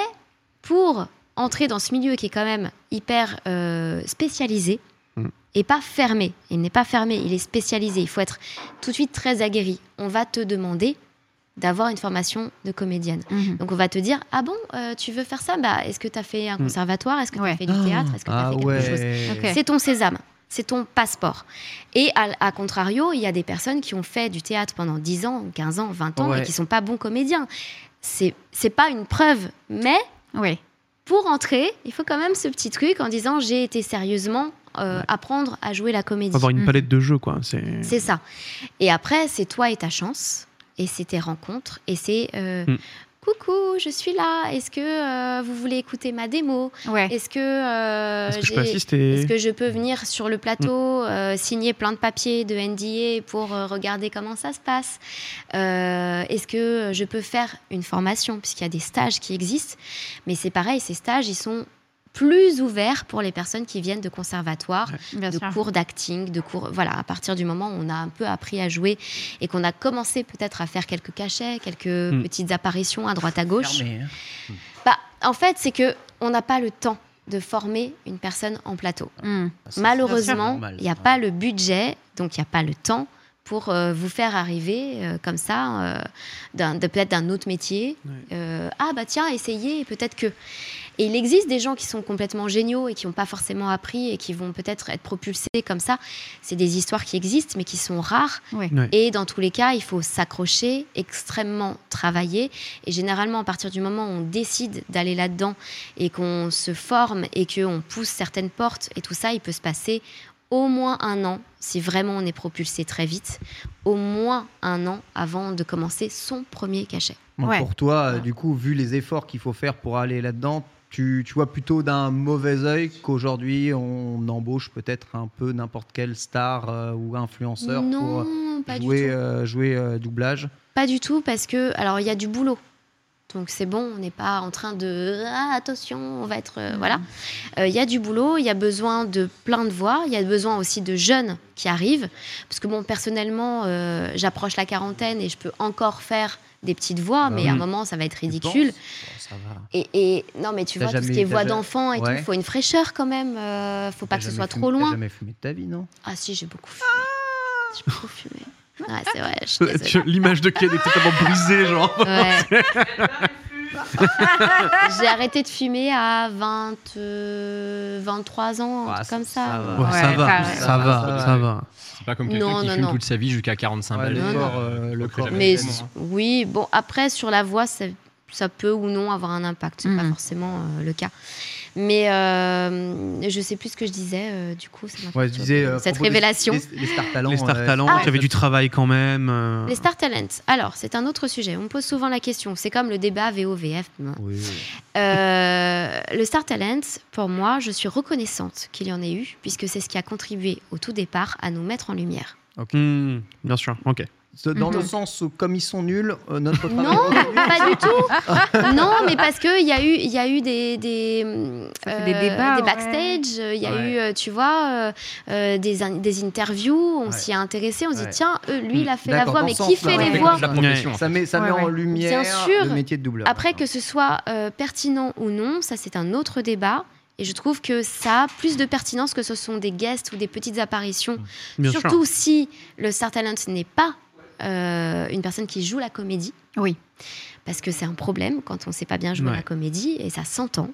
pour entrer dans ce milieu qui est quand même hyper euh, spécialisé Mm. et pas fermé, il n'est pas fermé, il est spécialisé, il faut être tout de suite très aguerri. On va te demander d'avoir une formation de comédienne. mais- Mhm. Donc on va te dire ah bon euh, tu veux faire ça bah est-ce que tu as fait un conservatoire est-ce que tu Mm. Ouais. as fait du théâtre est-ce que tu as Ah fait quelque chose ouais. Ok. c'est ton sésame, c'est ton passeport. Et à, à contrario, il y a des personnes qui ont fait du théâtre pendant 10 ans, 15 ans, 20 ans Ouais. et qui sont pas bons comédiens. C'est c'est pas une preuve, mais Oui. pour entrer, il faut quand même ce petit truc en disant j'ai été sérieusement euh, Ouais. apprendre à jouer la comédie. Avoir une Mm. palette de jeux, quoi. C'est. C'est ça. Et après, c'est toi et ta chance, et c'est tes rencontres, et c'est euh, Mm. coucou, je suis là. Est-ce que euh, vous voulez écouter ma démo Ouais. Est-ce que, euh, Est-ce que je peux j'ai- assister Hmm. est-ce que je peux venir sur le plateau, euh, signer plein de papiers de NDA pour euh, regarder comment ça se passe Euh, Est-ce que je peux faire une formation Puisqu'il y a des stages qui existent. Mais c'est pareil, ces stages, ils sont plus ouverts pour les personnes qui viennent de conservatoire, Bien de sûr. cours d'acting, de cours... Voilà, à partir du moment où on a un peu appris à jouer et qu'on a commencé peut-être à faire quelques cachets, quelques Mm. petites apparitions à droite à gauche. hein. Bah, en fait, c'est que on n'a pas le temps de former une personne en plateau. Mm. Malheureusement, normal, il n'y a ça. pas le budget, donc il n'y a pas le temps pour euh, vous faire arriver euh, comme ça, euh, d'un- de, peut-être d'un autre métier. Ouais. Euh, ah bah tiens, essayez, et peut-être que. Et il existe des gens qui sont complètement géniaux et qui n'ont pas forcément appris et qui vont peut-être être propulsés comme ça. C'est des histoires qui existent, mais qui sont rares. Ouais. Ouais. Et dans tous les cas, il faut s'accrocher, extrêmement travailler. Et généralement, à partir du moment où on décide d'aller là-dedans et qu'on se forme et qu'on pousse certaines portes et tout ça, il peut se passer au moins un an, si vraiment on est propulsé très vite, au moins un an avant de commencer son premier cachet. Bon, Ouais. Pour toi, euh, du coup, vu les efforts qu'il faut faire pour aller là-dedans, tu, tu vois plutôt d'un mauvais œil qu'aujourd'hui on embauche peut-être un peu n'importe quelle star euh, ou influenceur non, pas pour du jouer, tout. euh, jouer euh, doublage. Pas du tout, parce que, alors, il y a du boulot. Donc c'est bon, on n'est pas en train de Ah, attention, on va être Mhm. euh, voilà. Euh, Il y a du boulot, il y a besoin de plein de voix, il y a besoin aussi de jeunes qui arrivent, parce que bon personnellement, euh, j'approche la quarantaine et je peux encore faire des petites voix, Bah mais oui. à un moment ça va être Tu ridicule. penses Bon, ça va. Et, et- non, mais tu T'as vois, tout ce jamais- qui est t'as voix ja- d'enfant et Ouais. tout, faut une fraîcheur quand même. euh, faut pas T'as que ce jamais soit fumé- trop t'as loin. jamais fumé de ta vie, non Ah si, j'ai beaucoup fumé. J'ai beaucoup fumé. Ouais, c'est vrai, je suis désolée. Euh, L'image de Ken est totalement brisée, genre. Ouais. j'ai arrêté de fumer à 20, euh, 23 ans, un Ah, truc comme ça ça. va. Ouais, ça, Ouais, va, ça- ça, ça va, va. ça va. C'est pas comme Non, quelqu'un qui non, fume non. toute sa vie jusqu'à 45 Ouais, balles. le non, corps, euh, le Faut que corps. j'avais- Mais Évidemment, hein. oui, bon, après, sur la voix, ça, ça peut ou non avoir un impact. C'est pas Mhm. forcément euh, le cas. Mais euh, je sais plus ce que je disais, euh, du coup. ça m'a Ouais, je fait- disais, euh, à Cette propos des- révélation. des- Les star talents. Les euh, star talents Ah, qui avaient du travail quand même. euh, Les Star Talents, alors c'est un autre sujet. On me pose souvent la question. C'est comme le débat VOVF. Oui, oui. Euh, le Star Talent, pour moi, je suis reconnaissante qu'il y en ait eu, puisque c'est ce qui a contribué au tout départ à nous mettre en lumière. hmm, bien sûr, ok. Ce- Dans le Mhm. sens où, comme ils sont nuls, euh, notre travail. Non, pas du tout. Non, mais parce qu'il y a eu, il y a eu des des, euh, Ça fait des débats, ouais. backstage. euh, Il y a Ouais. eu, euh, tu vois, euh, euh, des, in- des interviews. On Ouais. s'y est intéressé. On se Ouais. dit tiens, eux, lui, il a fait la D'accord, voix, dans mais ce sens-là, qui fait ouais. les Ouais. voix La profession. en fait. Ça met, ça Ouais, met en ouais. lumière Bien sûr. le métier de doubleur. Après, que ce soit euh, pertinent ou non, ça c'est un autre débat. Et je trouve que ça a plus de pertinence que ce sont des guests ou des petites apparitions. Bien sûr. Surtout si le Star Talent n'est pas euh, une personne qui joue la comédie. Oui. Parce que c'est un problème quand on ne sait pas bien jouer Ouais. la comédie et ça s'entend.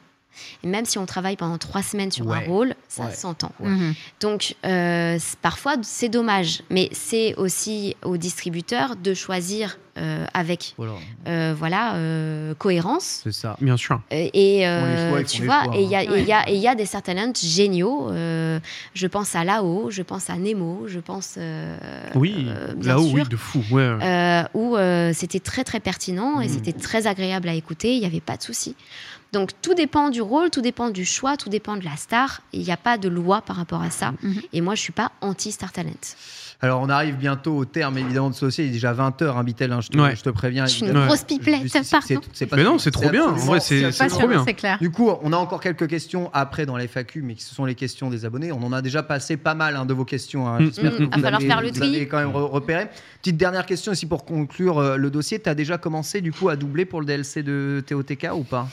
Et même si on travaille pendant trois semaines sur un Ouais. rôle, ça Ouais. s'entend. Mhm. Donc, euh, c- parfois, c'est dommage. Mais c'est aussi au distributeur de choisir euh, avec Voilà, euh, voilà, euh, cohérence c'est ça. Bien sûr. euh, Et les euh, choix, ils font tu les vois, choix, et il y a- hein. et il y, a- et il y a des Star Talents géniaux. euh, je pense à Lao, je pense à Nemo, je pense. euh, Oui, euh, bien là-haut, sûr, oui, de fou. Ouais. euh, où euh, c'était très très pertinent et Mm. c'était très agréable à écouter, il n'y avait pas de souci. Donc tout dépend du rôle, tout dépend du choix, tout dépend de la star. Il n'y a pas de loi par rapport à ça. Mhm. Et moi, je suis pas anti-Star Talent. Alors, on arrive bientôt au terme, évidemment, de ce dossier. Il est déjà 20h, hein, Bitel, hein, je, te, Ouais. je te préviens. Je suis une évidemment. grosse pipelette, Je- c'est- c'est- pardon. Euh, c'est- c'est pas- Mais non, c'est trop bien. En absolument- vrai, c'est- Pas c'est absolument- trop bien. sûr, c'est clair. Ah Du coup, on a encore quelques questions après dans les FAQ, mais ce sont les questions des abonnés. On en a déjà passé pas mal hein, de vos questions. hein. Mm. J'espère Mm. que Va vous falloir avez- faire le vous tri. avez quand même re- repéré. Petite dernière question aussi pour conclure euh, le dossier. Tu as déjà commencé du coup à doubler pour le DLC de TOTK ou pas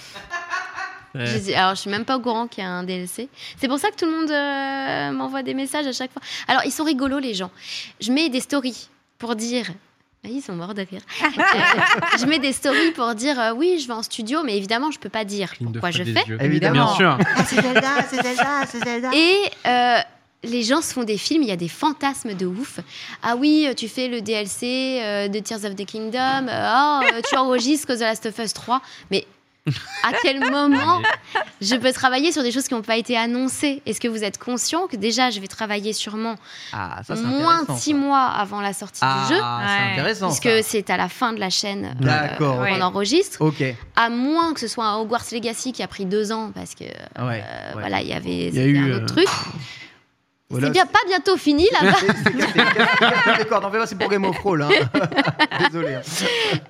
Je dis- alors, je suis même pas au courant qu'il y a un DLC. C'est pour ça que tout le monde euh, m'envoie des messages à chaque fois. Alors, ils sont rigolos, les gens. Je mets des stories pour dire. Ah, Ils sont morts de rire. Euh, je mets des stories pour dire euh, oui, je vais en studio, mais évidemment, je peux pas dire Ligne de pourquoi je front des fais. yeux. Bien sûr. Et euh, les gens se font des films, il y a des fantasmes de ouf. Ah oui, euh, tu fais le DLC euh, de Tears of the Kingdom, euh, oh, euh, tu enregistres The Last of Us 3, mais À quel moment je peux travailler sur des choses qui n'ont pas été annoncées Est-ce que vous êtes conscient que déjà je vais travailler sûrement Ah, ça, c'est moins de intéressant, six ça. mois avant la sortie Ah, du jeu Ouais. c'est intéressant. Puisque ça. c'est à la fin de la chaîne euh, D'accord. qu'on Ouais. enregistre, Euh, Ok. Ouais. à moins que ce soit un Hogwarts Legacy qui a pris deux ans parce que euh, ouais. voilà il y avait y a c'était eu, un euh, autre truc. Ah, Voilà, c'est bien pas bientôt fini là. D'accord, non, fais pas, c'est pour Game of Thrones. hein. Désolé. hein.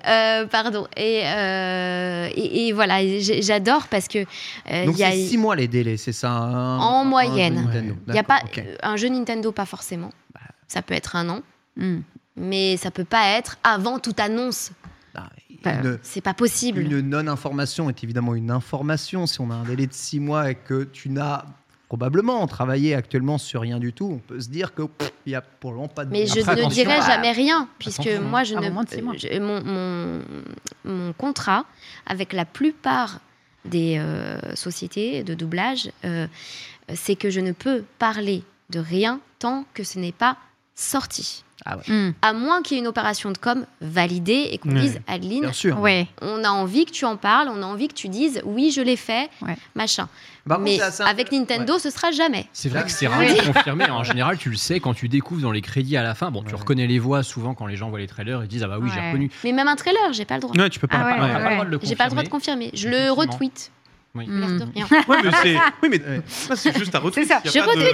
Euh, pardon. Et, euh, et, et voilà, et j'ai- j'adore parce que euh, il Donc, y a, c'est 6 mois les délais, c'est ça un- En un jeu moyenne. Nintendo. il y a pas D'accord, ok. Bah. un jeu Nintendo, pas forcément. Ça peut être un an, Hmm. mais ça peut pas être avant toute annonce. Ah, Bah, une- C'est pas possible. Une non-information est évidemment une information. Si on a un délai de six mois et que tu n'as probablement travaillé actuellement sur rien du tout, on peut se dire que pff, il y a pour le moment pas de. Mais je Après, ne attention dirai à- jamais rien, puisque attention, moi, je à ne. moins de six mois. je- mon, mon, mon contrat avec la plupart des euh, sociétés de doublage, euh, c'est que je ne peux parler de rien tant que ce n'est pas sorti. Hmm. À moins qu'il y ait une opération de com validée et qu'on Ouais. dise, Adeline, Bien sûr. Ouais. on a envie que tu en parles, on a envie que tu dises, oui, je l'ai fait, Ouais. machin. Par contre, Mais c'est assez avec Nintendo, ce sera jamais. C'est vrai que c'est rare de confirmer. En général, tu le sais quand tu découvres dans les crédits à la fin. Bon, tu reconnais les voix souvent quand les gens voient les trailers. Ils disent Ah bah oui, j'ai Ouais. reconnu. Mais même un trailer, j'ai pas le droit. Ouais, tu peux pas. Ah ouais, On n'a ouais, pas le ouais. droit de le J'ai pas le droit de confirmer. confirmer. Je le Effectivement. retweet. Oui. L'air de Hmm. rien. Ouais, mais c'est. Oui, mais ça, c'est juste à retweet. ça. y a J'ai pas de- retweeté.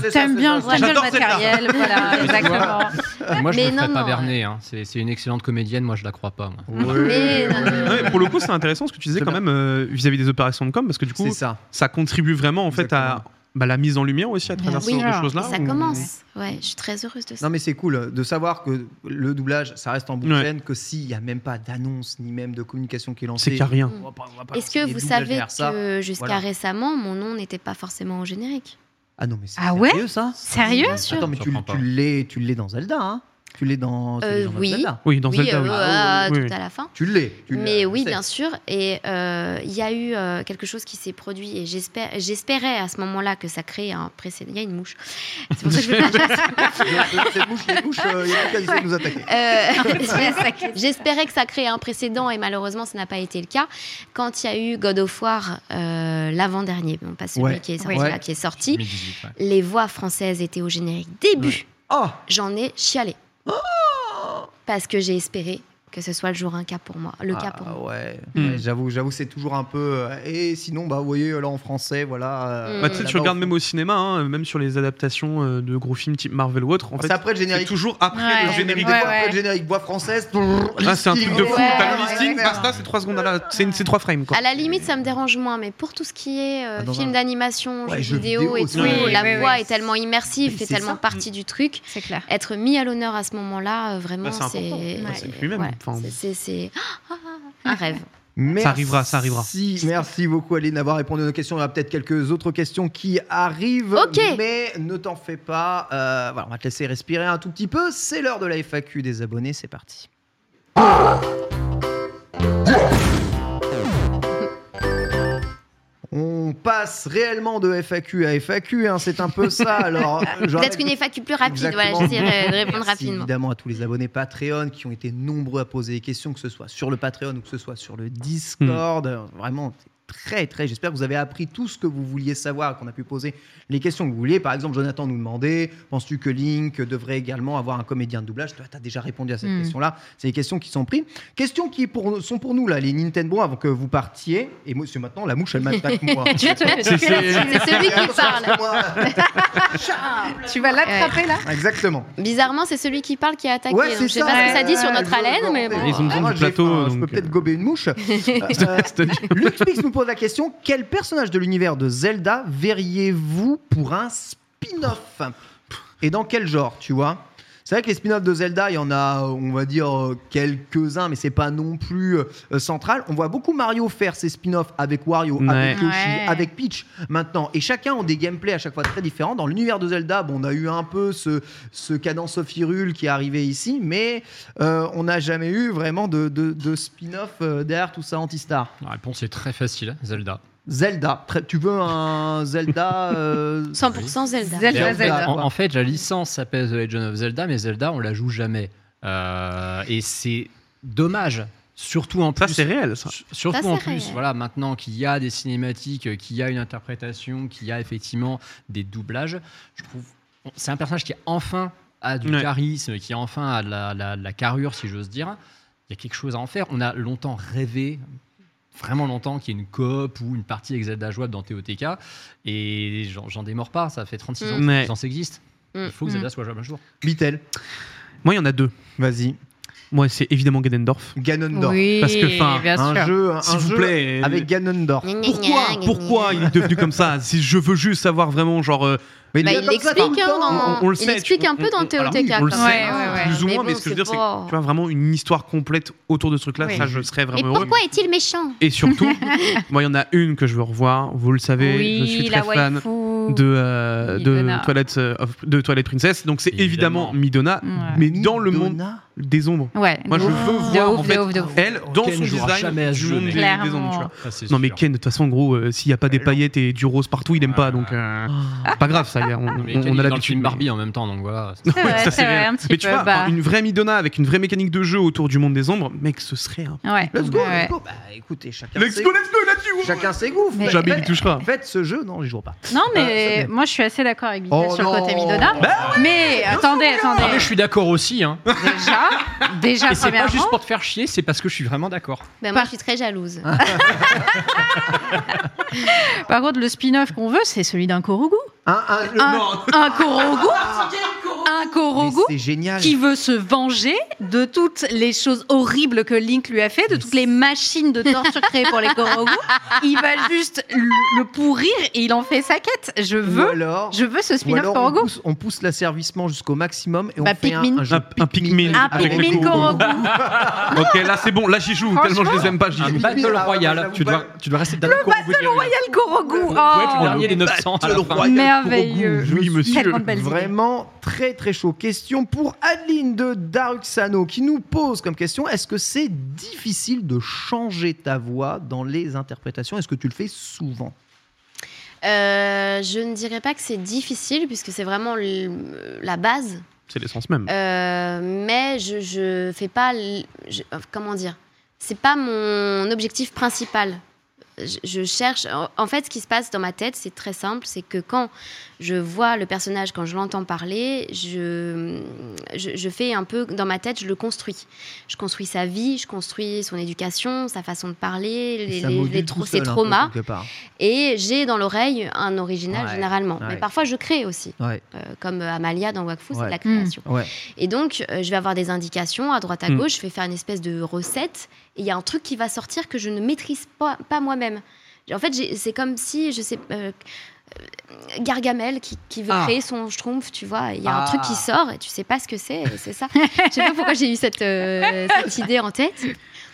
T'aimes bien, t'aimes bien le J'adore cette matériel, voilà, exactement. Et Euh, Moi, je Mais ne me ferais non, pas non, berner. hein. C'est c'est une excellente comédienne. Moi, je la crois pas. moi. Mais euh, non, non, Non, mais pour le coup, c'est intéressant ce que tu disais Très quand même euh, vis-à-vis des opérations de com, parce que du coup, C'est ça. ça contribue vraiment en fait à bah, la mise en lumière aussi à travers Bien ce genre sûr. de choses-là. Hmm. Et ça où- commence. Ouais, je suis très heureuse de ça. Non mais c'est cool de savoir que le doublage, ça reste en bout de Ouais. chaîne, que s'il n'y a même pas d'annonce ni même de communication qui est lancée. C'est qu'il n'y a rien. on va pas- on va pas Est-ce que lancer vous les savez doublages derrière ça. que jusqu'à Voilà. récemment, mon nom n'était pas forcément au générique Ah non mais c'est Ah ouais sérieux, ça Sérieux Attends mais Ça tu, prend pas. tu l'es, tu l'es dans Zelda, hein Tu l'es dans, tu l'es Euh, dans oui. Zelda. Oui, dans Oui, Zelda, euh, oui. Ah, euh, Oui, oui. tout à la fin. Tu l'es. tu l'es, Mais je oui, sais. bien sûr. Et euh, il y a eu euh, quelque chose qui s'est produit et j'espère, j'espérais à ce moment-là que ça crée un précédent. Il y a une mouche. C'est pour ça que je veux pas- Cette mouche, cette mouche, euh, il y a quelqu'un qui essaie de nous attaquer. Euh, J'espérais que ça crée un précédent et malheureusement, ça n'a pas été le cas. Quand il y a eu God of War euh, l'avant-dernier, bon, pas celui Ouais. qui est sorti, Ouais. là, qui est sorti, 2018, ouais. les voix françaises étaient au générique début. Oh J'en ai chialé. Parce que j'ai espéré que ce soit le jour un cas pour moi. Le cas Ah, pour moi. ouais, Hmm. ouais, j'avoue, j'avoue, c'est toujours un peu. euh, et sinon, bah, vous voyez, là en français, voilà. euh, Hmm. Bah, tu sais, tu là-bas, regardes au- même au cinéma, hein, même sur les adaptations euh, de gros films type Marvel ou autre. En fait, Ah, C'est après le c'est générique. toujours après Ouais. le générique. Des Ouais, fois, après ouais. le générique, voix française. Ah, c'est un truc de fou. Ouais, T'as ouais, le listing, ouais. basta, c'est 3 secondes à la. C'est une- c'est trois frames quoi. À la limite, ça me dérange moins, mais pour tout ce qui est euh, Ah, dans film un- d'animation, Ouais, jeux jeux vidéo, vidéo, et tout, c'est vrai. la Oui, oui, voix oui. est tellement immersive, Mais fait c'est tellement ça. partie du truc. C'est clair. Être mis à l'honneur à ce moment-là, euh, vraiment, Bah, c'est c'est. important. ouais, Bah, c'est lui-même. voilà. Enfin, C'est- c'est- c'est ah, un rêve. Ça arrivera, ça arrivera. Si, merci beaucoup Aline d'avoir répondu à nos questions. Il y aura peut-être quelques autres questions qui arrivent. Ok. Mais ne t'en fais pas. Euh, voilà, on va te laisser respirer un tout petit peu. C'est l'heure de la FAQ des abonnés. C'est parti. On passe réellement de FAQ à FAQ. hein, C'est un peu ça. Alors, je Peut-être rappelle une que- FAQ plus rapide, voilà, Exactement. j'essaierai de répondre Merci rapidement. évidemment à tous les abonnés Patreon qui ont été nombreux à poser des questions, que ce soit sur le Patreon ou que ce soit sur le Discord. Euh, Vraiment, c'est très, très. J'espère que vous avez appris tout ce que vous vouliez savoir, qu'on a pu poser les questions que vous vouliez. Par exemple, Jonathan nous demandait penses-tu que Link devrait également avoir un comédien de doublage Toi, tu as déjà répondu à cette Hmm. Mm. question-là. C'est des questions qui sont prises. Questions qui pour- sont pour nous, là, les Nintendo, avant que vous partiez. Et moi, c'est maintenant, la mouche, elle m'attaque, moi. Tu, C'est celui qui parle. Moi. tu vas l'attraper là Exactement. Bizarrement, c'est celui qui parle qui est attaqué. Ouais, donc c'est je sais ça. pas ce que ça dit Ouais, sur ouais, notre je- haleine, mais je- bon. Ils ont besoin Ah, Moi, du j'ai plateau, faim, hein, Je peux donc, peut-être euh, gober une mouche. Euh, Luxpix nous pose la question quel personnage de l'univers de Zelda verriez-vous pour un spin-off Et dans quel genre, tu vois c'est vrai que les spin-offs de Zelda, il y en a, on va dire, euh, quelques-uns, mais c'est pas non plus euh, central. On voit beaucoup Mario faire ses spin-offs avec Wario, avec Ouais. Yoshi, Ouais. avec Peach maintenant. Et chacun ont des gameplays à chaque fois très différents. Dans l'univers de Zelda, bon, on a eu un peu ce, ce cadence of Hyrule qui est arrivé ici, mais euh, on n'a jamais eu vraiment de, de- de spin-off euh, derrière tout ça anti-star. La réponse est très facile Zelda. Zelda, très- tu veux un Zelda euh, 100% Zelda. Zelda. Mais en fait, Zelda. Bah, En, en fait, la licence s'appelle The Legend of Zelda, mais Zelda, on la joue jamais. Euh, et c'est dommage Surtout en Ça, plus. c'est réel, ça. Sur- Surtout Ça, en c'est plus, réel. voilà, maintenant qu'il y a des cinématiques, euh, qu'il y a une interprétation, qu'il y a effectivement des doublages, je trouve. bon, C'est un personnage qui enfin a du Ouais. charisme, qui enfin a de la, la- la carrure, si j'ose dire. Il y a quelque chose à en faire. On a longtemps rêvé, vraiment longtemps, qu'il y ait une coop ou une partie avec Zelda jouable dans TOTK. Et j'en j'en démords pas, ça fait 36 ans Mm. Ouais. Mm. que ça existe. Il faut que Zelda soit jouable un jour. Bitel, Moi, il y en a deux. vas-y. Moi, c'est évidemment Ganondorf. Ganondorf. Oui, Parce que, enfin, bien un sûr. jeu, un S'il vous jeu plaît. euh, avec Ganondorf. Pourquoi, pourquoi il est devenu comme ça Si je veux juste savoir vraiment, genre, euh, Mais Bah, est il comme ça tout l'explique, le hein, temps. dans- on, on le il sait. explique tu- un peu on- dans on- alors, TOTK oui, on le quand sait, même. Ouais, ouais, plus ou ouais. moins, Mais mais bon, ce que je c'est veux dire, c'est pas- que, tu vois, vraiment une histoire complète autour de ce truc-là, Oui. ça, je serais vraiment Et heureux. pourquoi est-il méchant Et surtout, moi, il y en a une que je veux revoir. Vous le savez, oui, je suis la très fan waifu. de, euh, de, Midona. Toilette, euh, of- de Toilette Princess. Donc, c'est évidemment Évidemment. Midona, Ouais. mais dans le monde Donna des ombres. Ouais. Moi, je de veux ouf, de voir, ouf, en fait, de ouf, de ouf. Elle, dans Ken son jouera design, jamais à ce du jeu, monde mais- des, des ombres, tu vois. Ça, Ah, c'est Non mais sûr. Ken, de toute façon, gros, euh, s'il n'y a pas des paillettes et du rose partout, il aime pas, donc euh, Ah. pas grave, ça, y est, on, Non, mais on- Ken, on il a est dans le l'habitude. film Barbie en même temps, donc voilà. C'est Ouais, vrai, ça, c'est vrai, réel. un petit mais tu peu. vois, bah, enfin, une vraie Midona avec une vraie mécanique de jeu autour du monde des ombres, mec, ce serait un. Ouais. Let's go, ouais. let's go. Bah écoutez, chacun Let's ses go, let's go, let's go. chacun ses goûts. Mais- Jamais il y touchera. Faites ce jeu, non, j'y joue pas. Non, Euh, ça, mais mais- moi, je suis assez d'accord avec Miguel Oh sur le côté non. Midona. mais attendez, Ah, mais attendez. je suis d'accord aussi. Hein. Déjà, déjà Et c'est pas juste premièrement. pour te faire chier, c'est parce que je suis vraiment d'accord. Bah, Moi, je suis très jalouse. Par contre, le spin-off qu'on veut, c'est celui d'un Korogu. Un, un, le- Un, non. un Korogu. Ah, un Korogu. Mais C'est génial. qui veut se venger de toutes les choses horribles que Link lui a fait, de toutes les machines de torture créées pour les Korogu. Il va juste le, le pourrir et il en fait sa quête. Je Ou veux, alors, je veux ce ou spin-off alors on, Korogu. pousse, on pousse l'asservissement jusqu'au maximum et on Bah, fait un- Pikmin. un, jeu Un- un Pikmin. Un avec les Pikmin Korogu. Korogu. ok, là c'est bon, là j'y joue, tellement je les aime pas, j'y Un joue. oui, battle là, royal, j'avoue tu dois, tu dois rester d'accord. Le battle royal, Quel Korogu être le oh, dernier des 900. à la fin. Merveilleux. Oui, monsieur. Tellement de belles idées. Vraiment très très chaud. Question pour Adeline de Daruxano qui nous pose comme question est-ce que c'est difficile de changer ta voix dans les interprétations Est-ce que tu le fais souvent Euh, je ne dirais pas que c'est difficile puisque c'est vraiment le- la base. C'est l'essence Mm. même. Euh, mais je, je fais pas. l- je- euh, comment dire C'est pas mon objectif principal. Je, je cherche. en- En fait, ce qui se passe dans ma tête, c'est très simple. C'est que quand je vois le personnage, quand je l'entends parler, je, je, je fais un peu. Dans ma tête, je le construis. Je construis sa vie, je construis son éducation, sa façon de parler, les, Ça les- module les tout trau- seul, ses un peu, traumas. quelque part. Et j'ai dans l'oreille un original Ouais, généralement. ouais. Mais parfois, je crée aussi. Ouais. Euh, comme euh, Amalia dans Wakfu, c'est Ouais. de la création. Ouais. Et donc, euh, je vais avoir des indications à droite à Mm. gauche, je vais faire une espèce de recette, et il y a un truc qui va sortir que je ne maîtrise pas, pas moi-même. En fait, j'ai- c'est comme si, je sais, euh, euh, Gargamel qui, qui veut Ah. créer son schtroumpf, tu vois, il y a Ah. un truc qui sort, et tu sais pas ce que c'est, et c'est ça. je sais pas pourquoi j'ai eu cette, euh, cette idée en tête.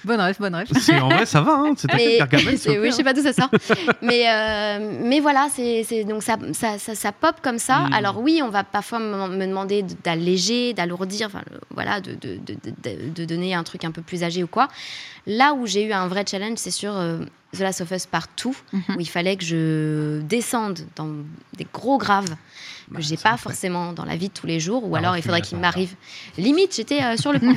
Bonne rêve, bonne rêve. C'est en vrai, ça va, hein. c'est Mais- t'inquiète, Gargamel, c'est C'est- ok, oui, hein. je sais pas d'où ça sort. mais, euh, mais voilà, c'est c'est- donc ça, ça, ça, ça pop comme ça. Mm. Alors oui, on va parfois me me demander de- d'alléger, d'alourdir, enfin, le- voilà, de, de, de, de- de donner un truc un peu plus âgé ou quoi. Là où j'ai eu un vrai challenge, c'est sur euh, The Last of Us Partout, Mhm. où il fallait que je descende dans des gros graves que j'ai pas forcément dans la vie de tous les jours, ou Ah, alors on il faudrait fume, qu'il attends, m'arrive. Limite, j'étais euh, sur le point.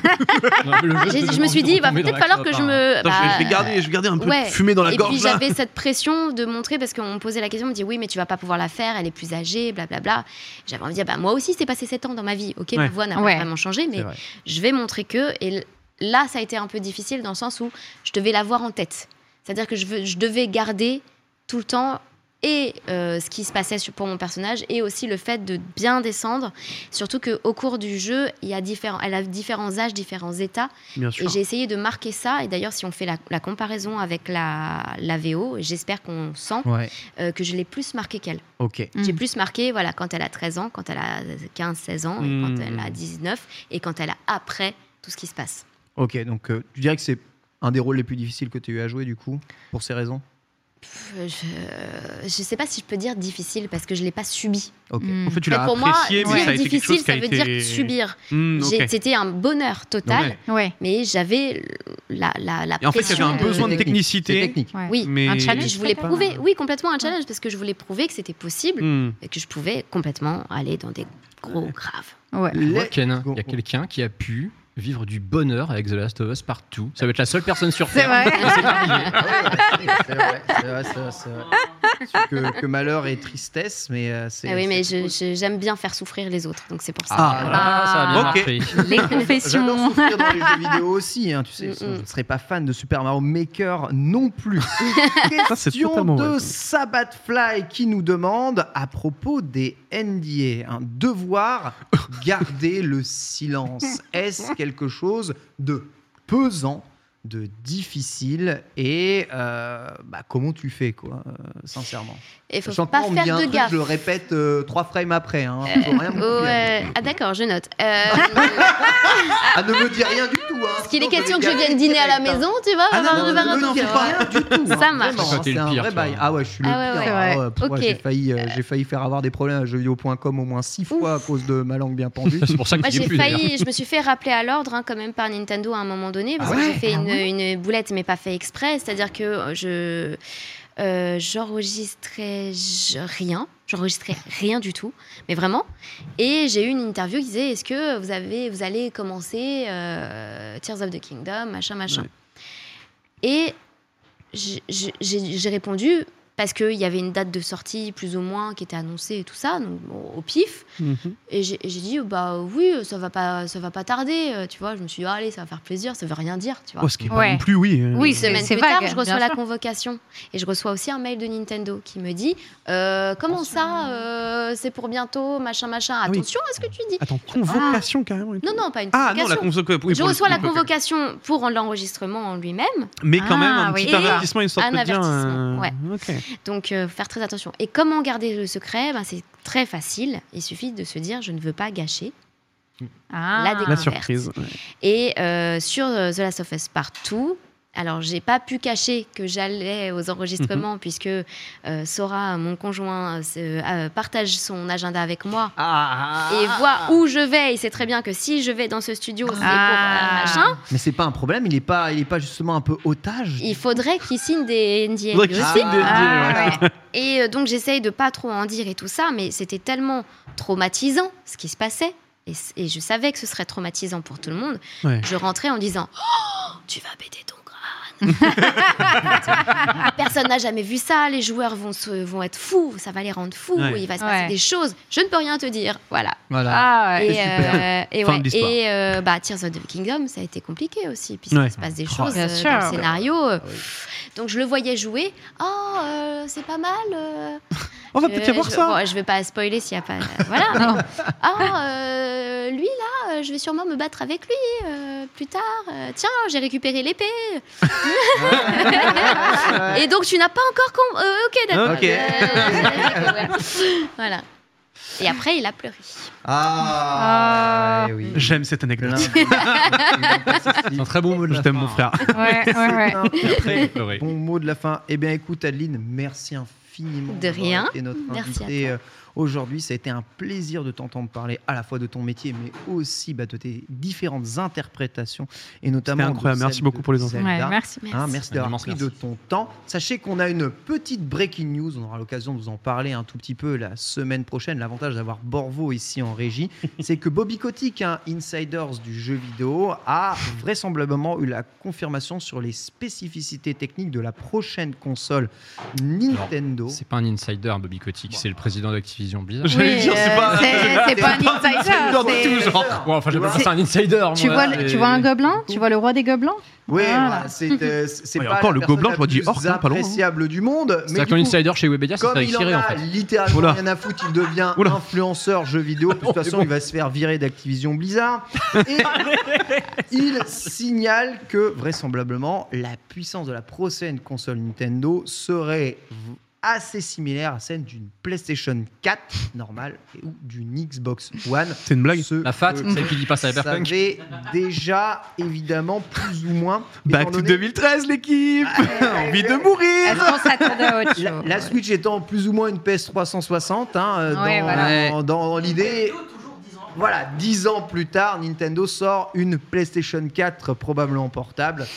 Le jeu J'ai- te je me suis demande dit, va de tomber dans peut-être la falloir que clope, je hein. me. Attends, je, vais, je vais bah, garder, je vais garder un peu ouais. de fumée dans la et gorge. puis là. j'avais cette pression de montrer parce qu'on me posait la question, on me dit oui mais tu vas pas pouvoir la faire, elle est plus âgée, blablabla. J'avais envie de dire bah moi aussi c'est passé 7 ans dans ma vie, ok Ouais. ma voix n'a Ouais. pas vraiment changé C'est mais vrai. je vais montrer que et l- là ça a été un peu difficile dans le sens où je devais l'avoir en tête, c'est-à-dire que je, veux- je devais garder tout le temps et euh, ce qui se passait sur- pour mon personnage et aussi le fait de bien descendre, surtout que au cours du jeu il y a différents, elle a différents âges, différents états. Bien Et sûr. j'ai essayé de marquer ça. Et d'ailleurs, si on fait la, la comparaison avec la, la VO, et j'espère qu'on sent Ouais. euh, que je l'ai plus marqué qu'elle. Ok. Mm. J'ai plus marqué voilà, quand elle a 13 ans, quand elle a 15-16 ans, et Mm. quand elle a 19, et quand elle a après tout ce qui se passe. Ok, donc euh, tu dirais que c'est un des rôles les plus difficiles que tu as eu à jouer du coup, pour ces raisons Pff, Euh, Je ne sais pas si je peux dire difficile parce que je ne l'ai pas subi. Ok. Mm. En fait, tu Mais l'as pour moi, apprécié, mais dire ça a été quelque difficile, chose qui ça a veut été. dire subir. Hmm, ok. J'ai- C'était un bonheur total, Ouais. Ouais. mais j'avais la, la, la Et en fait, il y pression. avait un de- besoin de technique. C'est technicité. technique. Ouais. Oui, Mais- Un Mais challenge. je voulais peut-être. prouver, oui, complètement un challenge, parce que je voulais prouver que c'était possible Hmm. et que je pouvais complètement aller dans des gros graves. Ouais. Tu vois, Les- Ken, il y a quelqu'un qui a pu vivre du bonheur avec The Last of Us partout. Ça va être la seule personne sur C'est Terre. vrai. C'est vrai, c'est vrai, c'est vrai, c'est vrai. Sauf Que, que malheur et tristesse, mais euh, c'est. Ah oui, mais c'est- je- je- j'aime bien faire souffrir les autres, donc c'est pour ça. Ah, Ah. ça a bien Ok. marché. Les J'adore confessions. souffrir dans les jeux vidéo aussi, hein, tu sais. Mm, Je mm. ne serais pas fan de Super Mario Maker non plus. Ça, c'est Question totalement de vrai. Sabatfly qui nous demande à propos des NDA, hein, devoir garder le silence. Est-ce quelque chose de pesant de difficile et euh, bah, comment tu fais quoi euh, sincèrement Et faut Sachant que pas moi, on me dit faire un de truc, gaffe. je le répète euh, trois frames après hein, faut rien me Oh, confirmer. ouais. Ah d'accord, je note. Euh, ah ne me dis rien du tout hein, Parce qu'il est sinon vais question que je galérer vienne dîner à la direct, hein. maison, tu vois Ah non, avant non, de non, faire non, un non, truc, c'est tu pas vois. rien du tout. hein. Ça marche. Vraiment, Toi, t'es c'est le un pire, vrai toi. bail. Ah ouais, je suis le Ah ouais, pire. ouais. Ah ouais, Ouais. pff, moi, Ok. J'ai failli, euh, j'ai failli faire avoir des problèmes à jeuxvideo.com au moins six fois à cause de ma langue bien pendue. C'est pour ça Moi, qu'il est j'ai plus d'ailleurs. failli, je me suis fait rappeler à l'ordre hein, quand même par Nintendo à un moment donné, parce Ah que ouais j'ai fait Ah une, une boulette, mais pas fait exprès. C'est-à-dire que euh, je euh, j'enregistrais j- rien, j'enregistrais rien du tout, mais vraiment. Et j'ai eu une interview qui disait Est-ce que vous avez, vous allez commencer euh, Tears of the Kingdom, machin, machin. Et j'ai- j'ai j'ai- j'ai répondu parce qu'il y avait une date de sortie plus ou moins qui était annoncée et tout ça, donc bon, au pif. Mhm. Et j'ai et j'ai dit oh, bah oui, ça va pas, ça va pas tarder, euh, tu vois. Je me suis dit ah, allez, ça va faire plaisir, ça veut rien dire, tu vois. Oh, ce qui est pas Ouais. non plus, oui. euh, Oui, Une semaine c'est plus vague, tard, je reçois bien la sûr. convocation et je reçois aussi un mail de Nintendo qui me dit euh, comment ça, euh, c'est pour bientôt, machin, machin. Ah oui. Attention à ce que tu dis. Attends, convocation carrément. et tout. Non, non, pas une Ah convocation. non, la convocation. je reçois la convocation pour l'enregistrement en lui-même, Mais quand même, un Ah, petit oui. avertissement, une sorte Un de bien. euh, avertissement, ok. donc euh, faut faire très attention. Et comment garder le secret Ben, C'est très facile, il suffit de se dire je ne veux pas gâcher Mm. Ah. La La Inverse. surprise. ouais. Et euh, sur euh, The Last of Us Partout, alors j'ai pas pu cacher que j'allais aux Mhm. enregistrements puisque euh, Sora, mon conjoint, euh, se- euh, partage son agenda avec moi Ah, et voit où je vais. Il sait très bien que si je vais dans ce studio, c'est Ah. pour un machin. Mais c'est pas un problème, il est pas, il est pas justement un peu otage. Il faudrait qu'il signe des NDA. Faudrait qu'il aussi. signe des Ah, ouais. Et euh, donc j'essaye de pas trop en dire et tout ça, mais c'était tellement traumatisant ce qui se passait. Et, c- et je savais que ce serait traumatisant pour tout le monde. Ouais. Je rentrais en disant Oh, tu vas péter ton crâne. Ah, Personne n'a jamais vu ça. Les joueurs vont, se- vont être fous. Ça va les rendre fous. Ouais. Il va se passer Ouais. des choses. Je ne peux rien te dire. Voilà. Voilà. Ah, ouais. Et, euh, et, Fin ouais. de l'histoire. Et, euh, bah, Tears of the Kingdom, ça a été compliqué aussi, puisqu'il Ouais. Ah se passe des Oh, choses bien euh, sûr. dans le scénario. euh, Donc je le voyais jouer. Oh, euh, c'est pas mal. euh, On va euh, peut-être y avoir je, ça. bon, je vais pas spoiler s'il y a pas. euh, voilà. Oh. mais- Ah, euh, lui là, euh, je vais sûrement me battre avec lui euh, plus tard. Euh, tiens, j'ai récupéré l'épée. Et donc tu n'as pas encore. com- euh, ok, hein. d'accord. Ok. Euh, voilà. Et après, il a pleuré. Ah, eh oui. J'aime cette anecdote. C'est un très bon mot de Je la t'aime, fin, mon hein. frère. ouais, ouais, ouais. Et après, il pleurait. Bon mot de la fin. Eh bien, écoute, Adeline, merci infiniment. De d'avoir rien. été notre Merci à invitée, euh, Aujourd'hui, ça a été un plaisir de t'entendre parler à la fois de ton métier, mais aussi bah, de tes différentes interprétations, et notamment. de incroyable. celle Merci beaucoup de pour les infos. Zelda. Ouais, merci. Merci. Hein, merci Un d'avoir immense pris merci. de ton temps. Sachez qu'on a une petite breaking news. On aura l'occasion de vous en parler un tout petit peu la semaine prochaine. L'avantage d'avoir Borvo ici en régie, c'est que Bobby Kotick, un insiders du jeu vidéo, a vraisemblablement eu la confirmation sur les spécificités techniques de la prochaine console Nintendo. C'est pas un insider, un Bobby Kotick, c'est le président d'Activision Blizzard. J'allais Oui, dire, c'est euh, pas- c'est- c'est pas un insider. c'est- Genre, ouais, enfin, j'appelle pas ça un insider. Tu moi, vois, le- mais- tu vois un gobelin Tu vois le roi des gobelins Oui, Voilà. voilà, c'est euh, c'est Ouais, pas encore la le personne gobelin, la je me dis, plus hors, pas loin, hein. appréciable du monde. Mais C'est-à-dire du qu'un coup, insider chez Webedia, c'est Comme avec il en Siri en a fait. littéralement Oula. rien à foutre, il devient Oula. Ah influenceur jeu vidéo. De toute façon, il va se faire virer d'Activision Blizzard. Et il signale que vraisemblablement, la puissance de la prochaine console Nintendo serait v- assez similaire à celle d'une PlayStation 4 normale et ou d'une Xbox One. C'est une blague. Ce La FAT, que celle qui dit pas Cyberpunk. savait Euh, déjà évidemment plus ou moins. Back étant to donné- Ah, 2013, l'équipe. Envie de mourir. Est-ce qu'on s'attendait à autre chose La, la Switch étant plus ou moins une PS 360 hein, euh, Ouais, dans, voilà. dans- dans l'idée. Voilà, dix ans plus tard, Nintendo sort une PlayStation 4 probablement portable.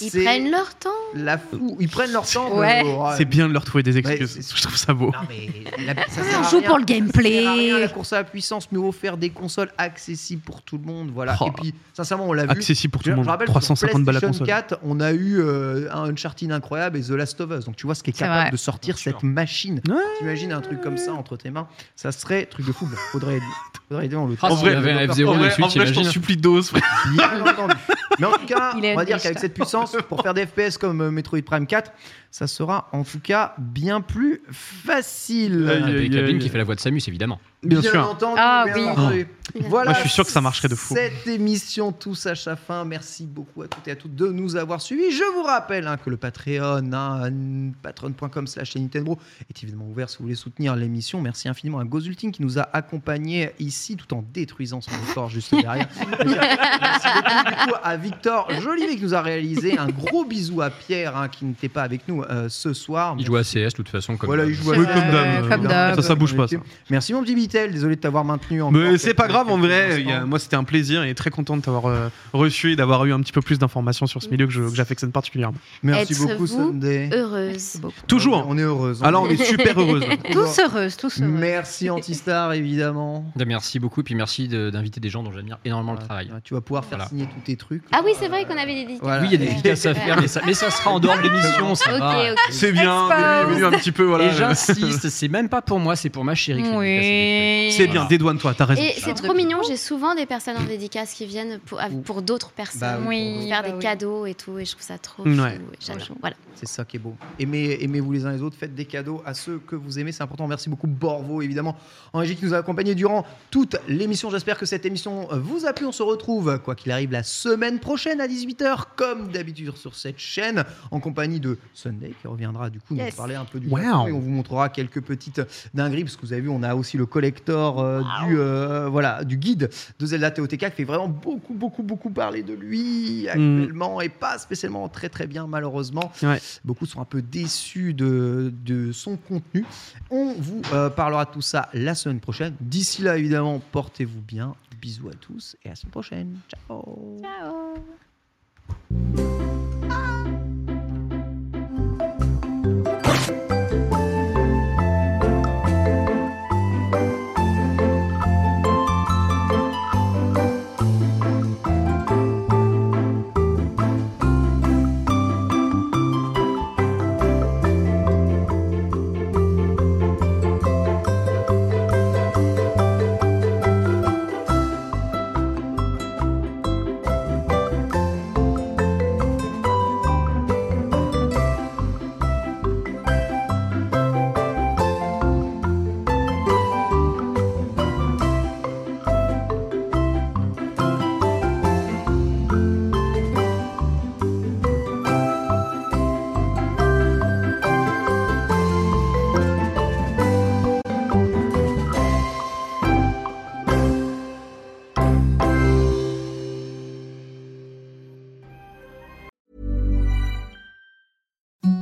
Ils C'est prennent leur temps. la fou. Ils prennent leur temps. Ouais. euh, hein. C'est bien de leur trouver des Ouais, excuses. c'est- je trouve ça beau. Non, mais la- ça Ouais, sert Ah, on à joue rien. pour le gameplay. Ça sert à rien, la course à la puissance, mais offert des consoles accessibles pour tout le monde. Voilà. Oh. Et puis, sincèrement, on l'a vu. Accessible pour tout Je- le Je monde. rappelle, 350 sur balles la console. PlayStation 4, on a eu euh, un Uncharted incroyable et The Last of Us. Donc tu vois ce qui est C'est capable vrai. de sortir Bien sûr. cette machine. Ouais. T'imagines un truc comme ça entre tes mains, ça serait truc de fou. Bon, Faudrait, faudrait aider en le Ah, temps. si il y avait un Bien F-Zero En vrai, dessus, en vrai, je t'en t'imagines supplie dose. frère. entendu. Mais en tout cas, Il est on va dire riche. qu'avec cette puissance, pour faire des FPS comme euh, Metroid Prime 4, ça sera en tout cas bien plus Aïe, facile. aïe, Avec aïe, la aïe. bim Euh, qui fait la voix de Samus, évidemment. Oh. Bien sûr. entendu, Ah euh, bien oui. entendu. Voilà, Moi, je suis sûr que ça marcherait de fou. Cette émission touche à sa fin. Merci beaucoup à toutes et à toutes de nous avoir suivis. Je vous rappelle hein, que le Patreon, hein, patreon.com slash Nintendo, est évidemment ouvert si vous voulez soutenir l'émission. Merci infiniment à Gozulting qui nous a accompagnés ici tout en détruisant son corps juste derrière. Merci beaucoup, du coup, à Victor Jolivet qui nous a réalisé un gros bisou à Pierre hein, qui n'était pas avec nous euh, ce soir. Il joue à CS, de toute façon. Comme Voilà, il joue à- Oui, Euh, comme dame. comme euh, d'hab. Ça, ça bouge pas. ça. Merci mon petit Vitel, désolé de t'avoir maintenu. encore Mais c'est quelques- pas grave en vrai. quelques il y a- instants. moi, c'était un plaisir et très content de t'avoir euh, reçu et d'avoir eu un petit peu plus d'informations sur ce milieu que je- que j'affectionne particulièrement. Merci Être beaucoup, vous, Sunday. Heureuse. Toujours. On est hein. heureuse. Alors, on est super heureuse. Tous heureuses, tous heureuses. Merci Antistar, évidemment. Ben, Merci beaucoup, et puis merci de- d'inviter des gens dont j'admire énormément le travail. Tu vas pouvoir faire Voilà. signer tous tes trucs. Ah oui, c'est vrai qu'on avait des dédicaces. Voilà. Oui, il y a des dédicaces à faire, mais ça, mais ça sera en dehors de l'émission, ça va. Ok, ok. C'est bien. mais oui, mais oui, un petit peu. Voilà. Et j'insiste, c'est même pas pour moi, c'est pour ma chérie. qui fait des Oui. dédicaces. C'est bien. Voilà. Dédouane-toi. T'as raison. Et c'est trop mignon, j'ai souvent des personnes en dédicace qui viennent pour, à- pour d'autres personnes. Bah oui. Pour faire Bah des oui. cadeaux et tout, et je trouve ça trop Ouais. chou, et J'adore. Voilà. C'est ça qui est beau. Aimez, aimez-vous les uns les autres, faites des cadeaux à ceux que vous aimez, c'est important. Merci beaucoup Borvo, évidemment, en régie qui nous a accompagnés durant toute l'émission. J'espère que cette émission vous a plu. On se retrouve, quoi qu'il arrive, la semaine prochaine à 18h, comme d'habitude sur cette chaîne, en compagnie de Sunday, qui reviendra du coup nous Yes. parler un peu du Wow. Japon, et on vous montrera quelques petites dingueries, parce que vous avez vu, on a aussi le collector euh, du, euh, voilà, du guide de Zelda TOTK qui fait vraiment beaucoup, beaucoup, beaucoup parler de lui actuellement, et pas spécialement très, très bien, malheureusement. Beaucoup sont un peu déçus de, de son contenu. On vous euh, parlera de tout ça la semaine prochaine. D'ici là, évidemment, portez-vous bien. Bisous à tous et à la semaine prochaine. Ciao. Ciao.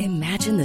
Imagine the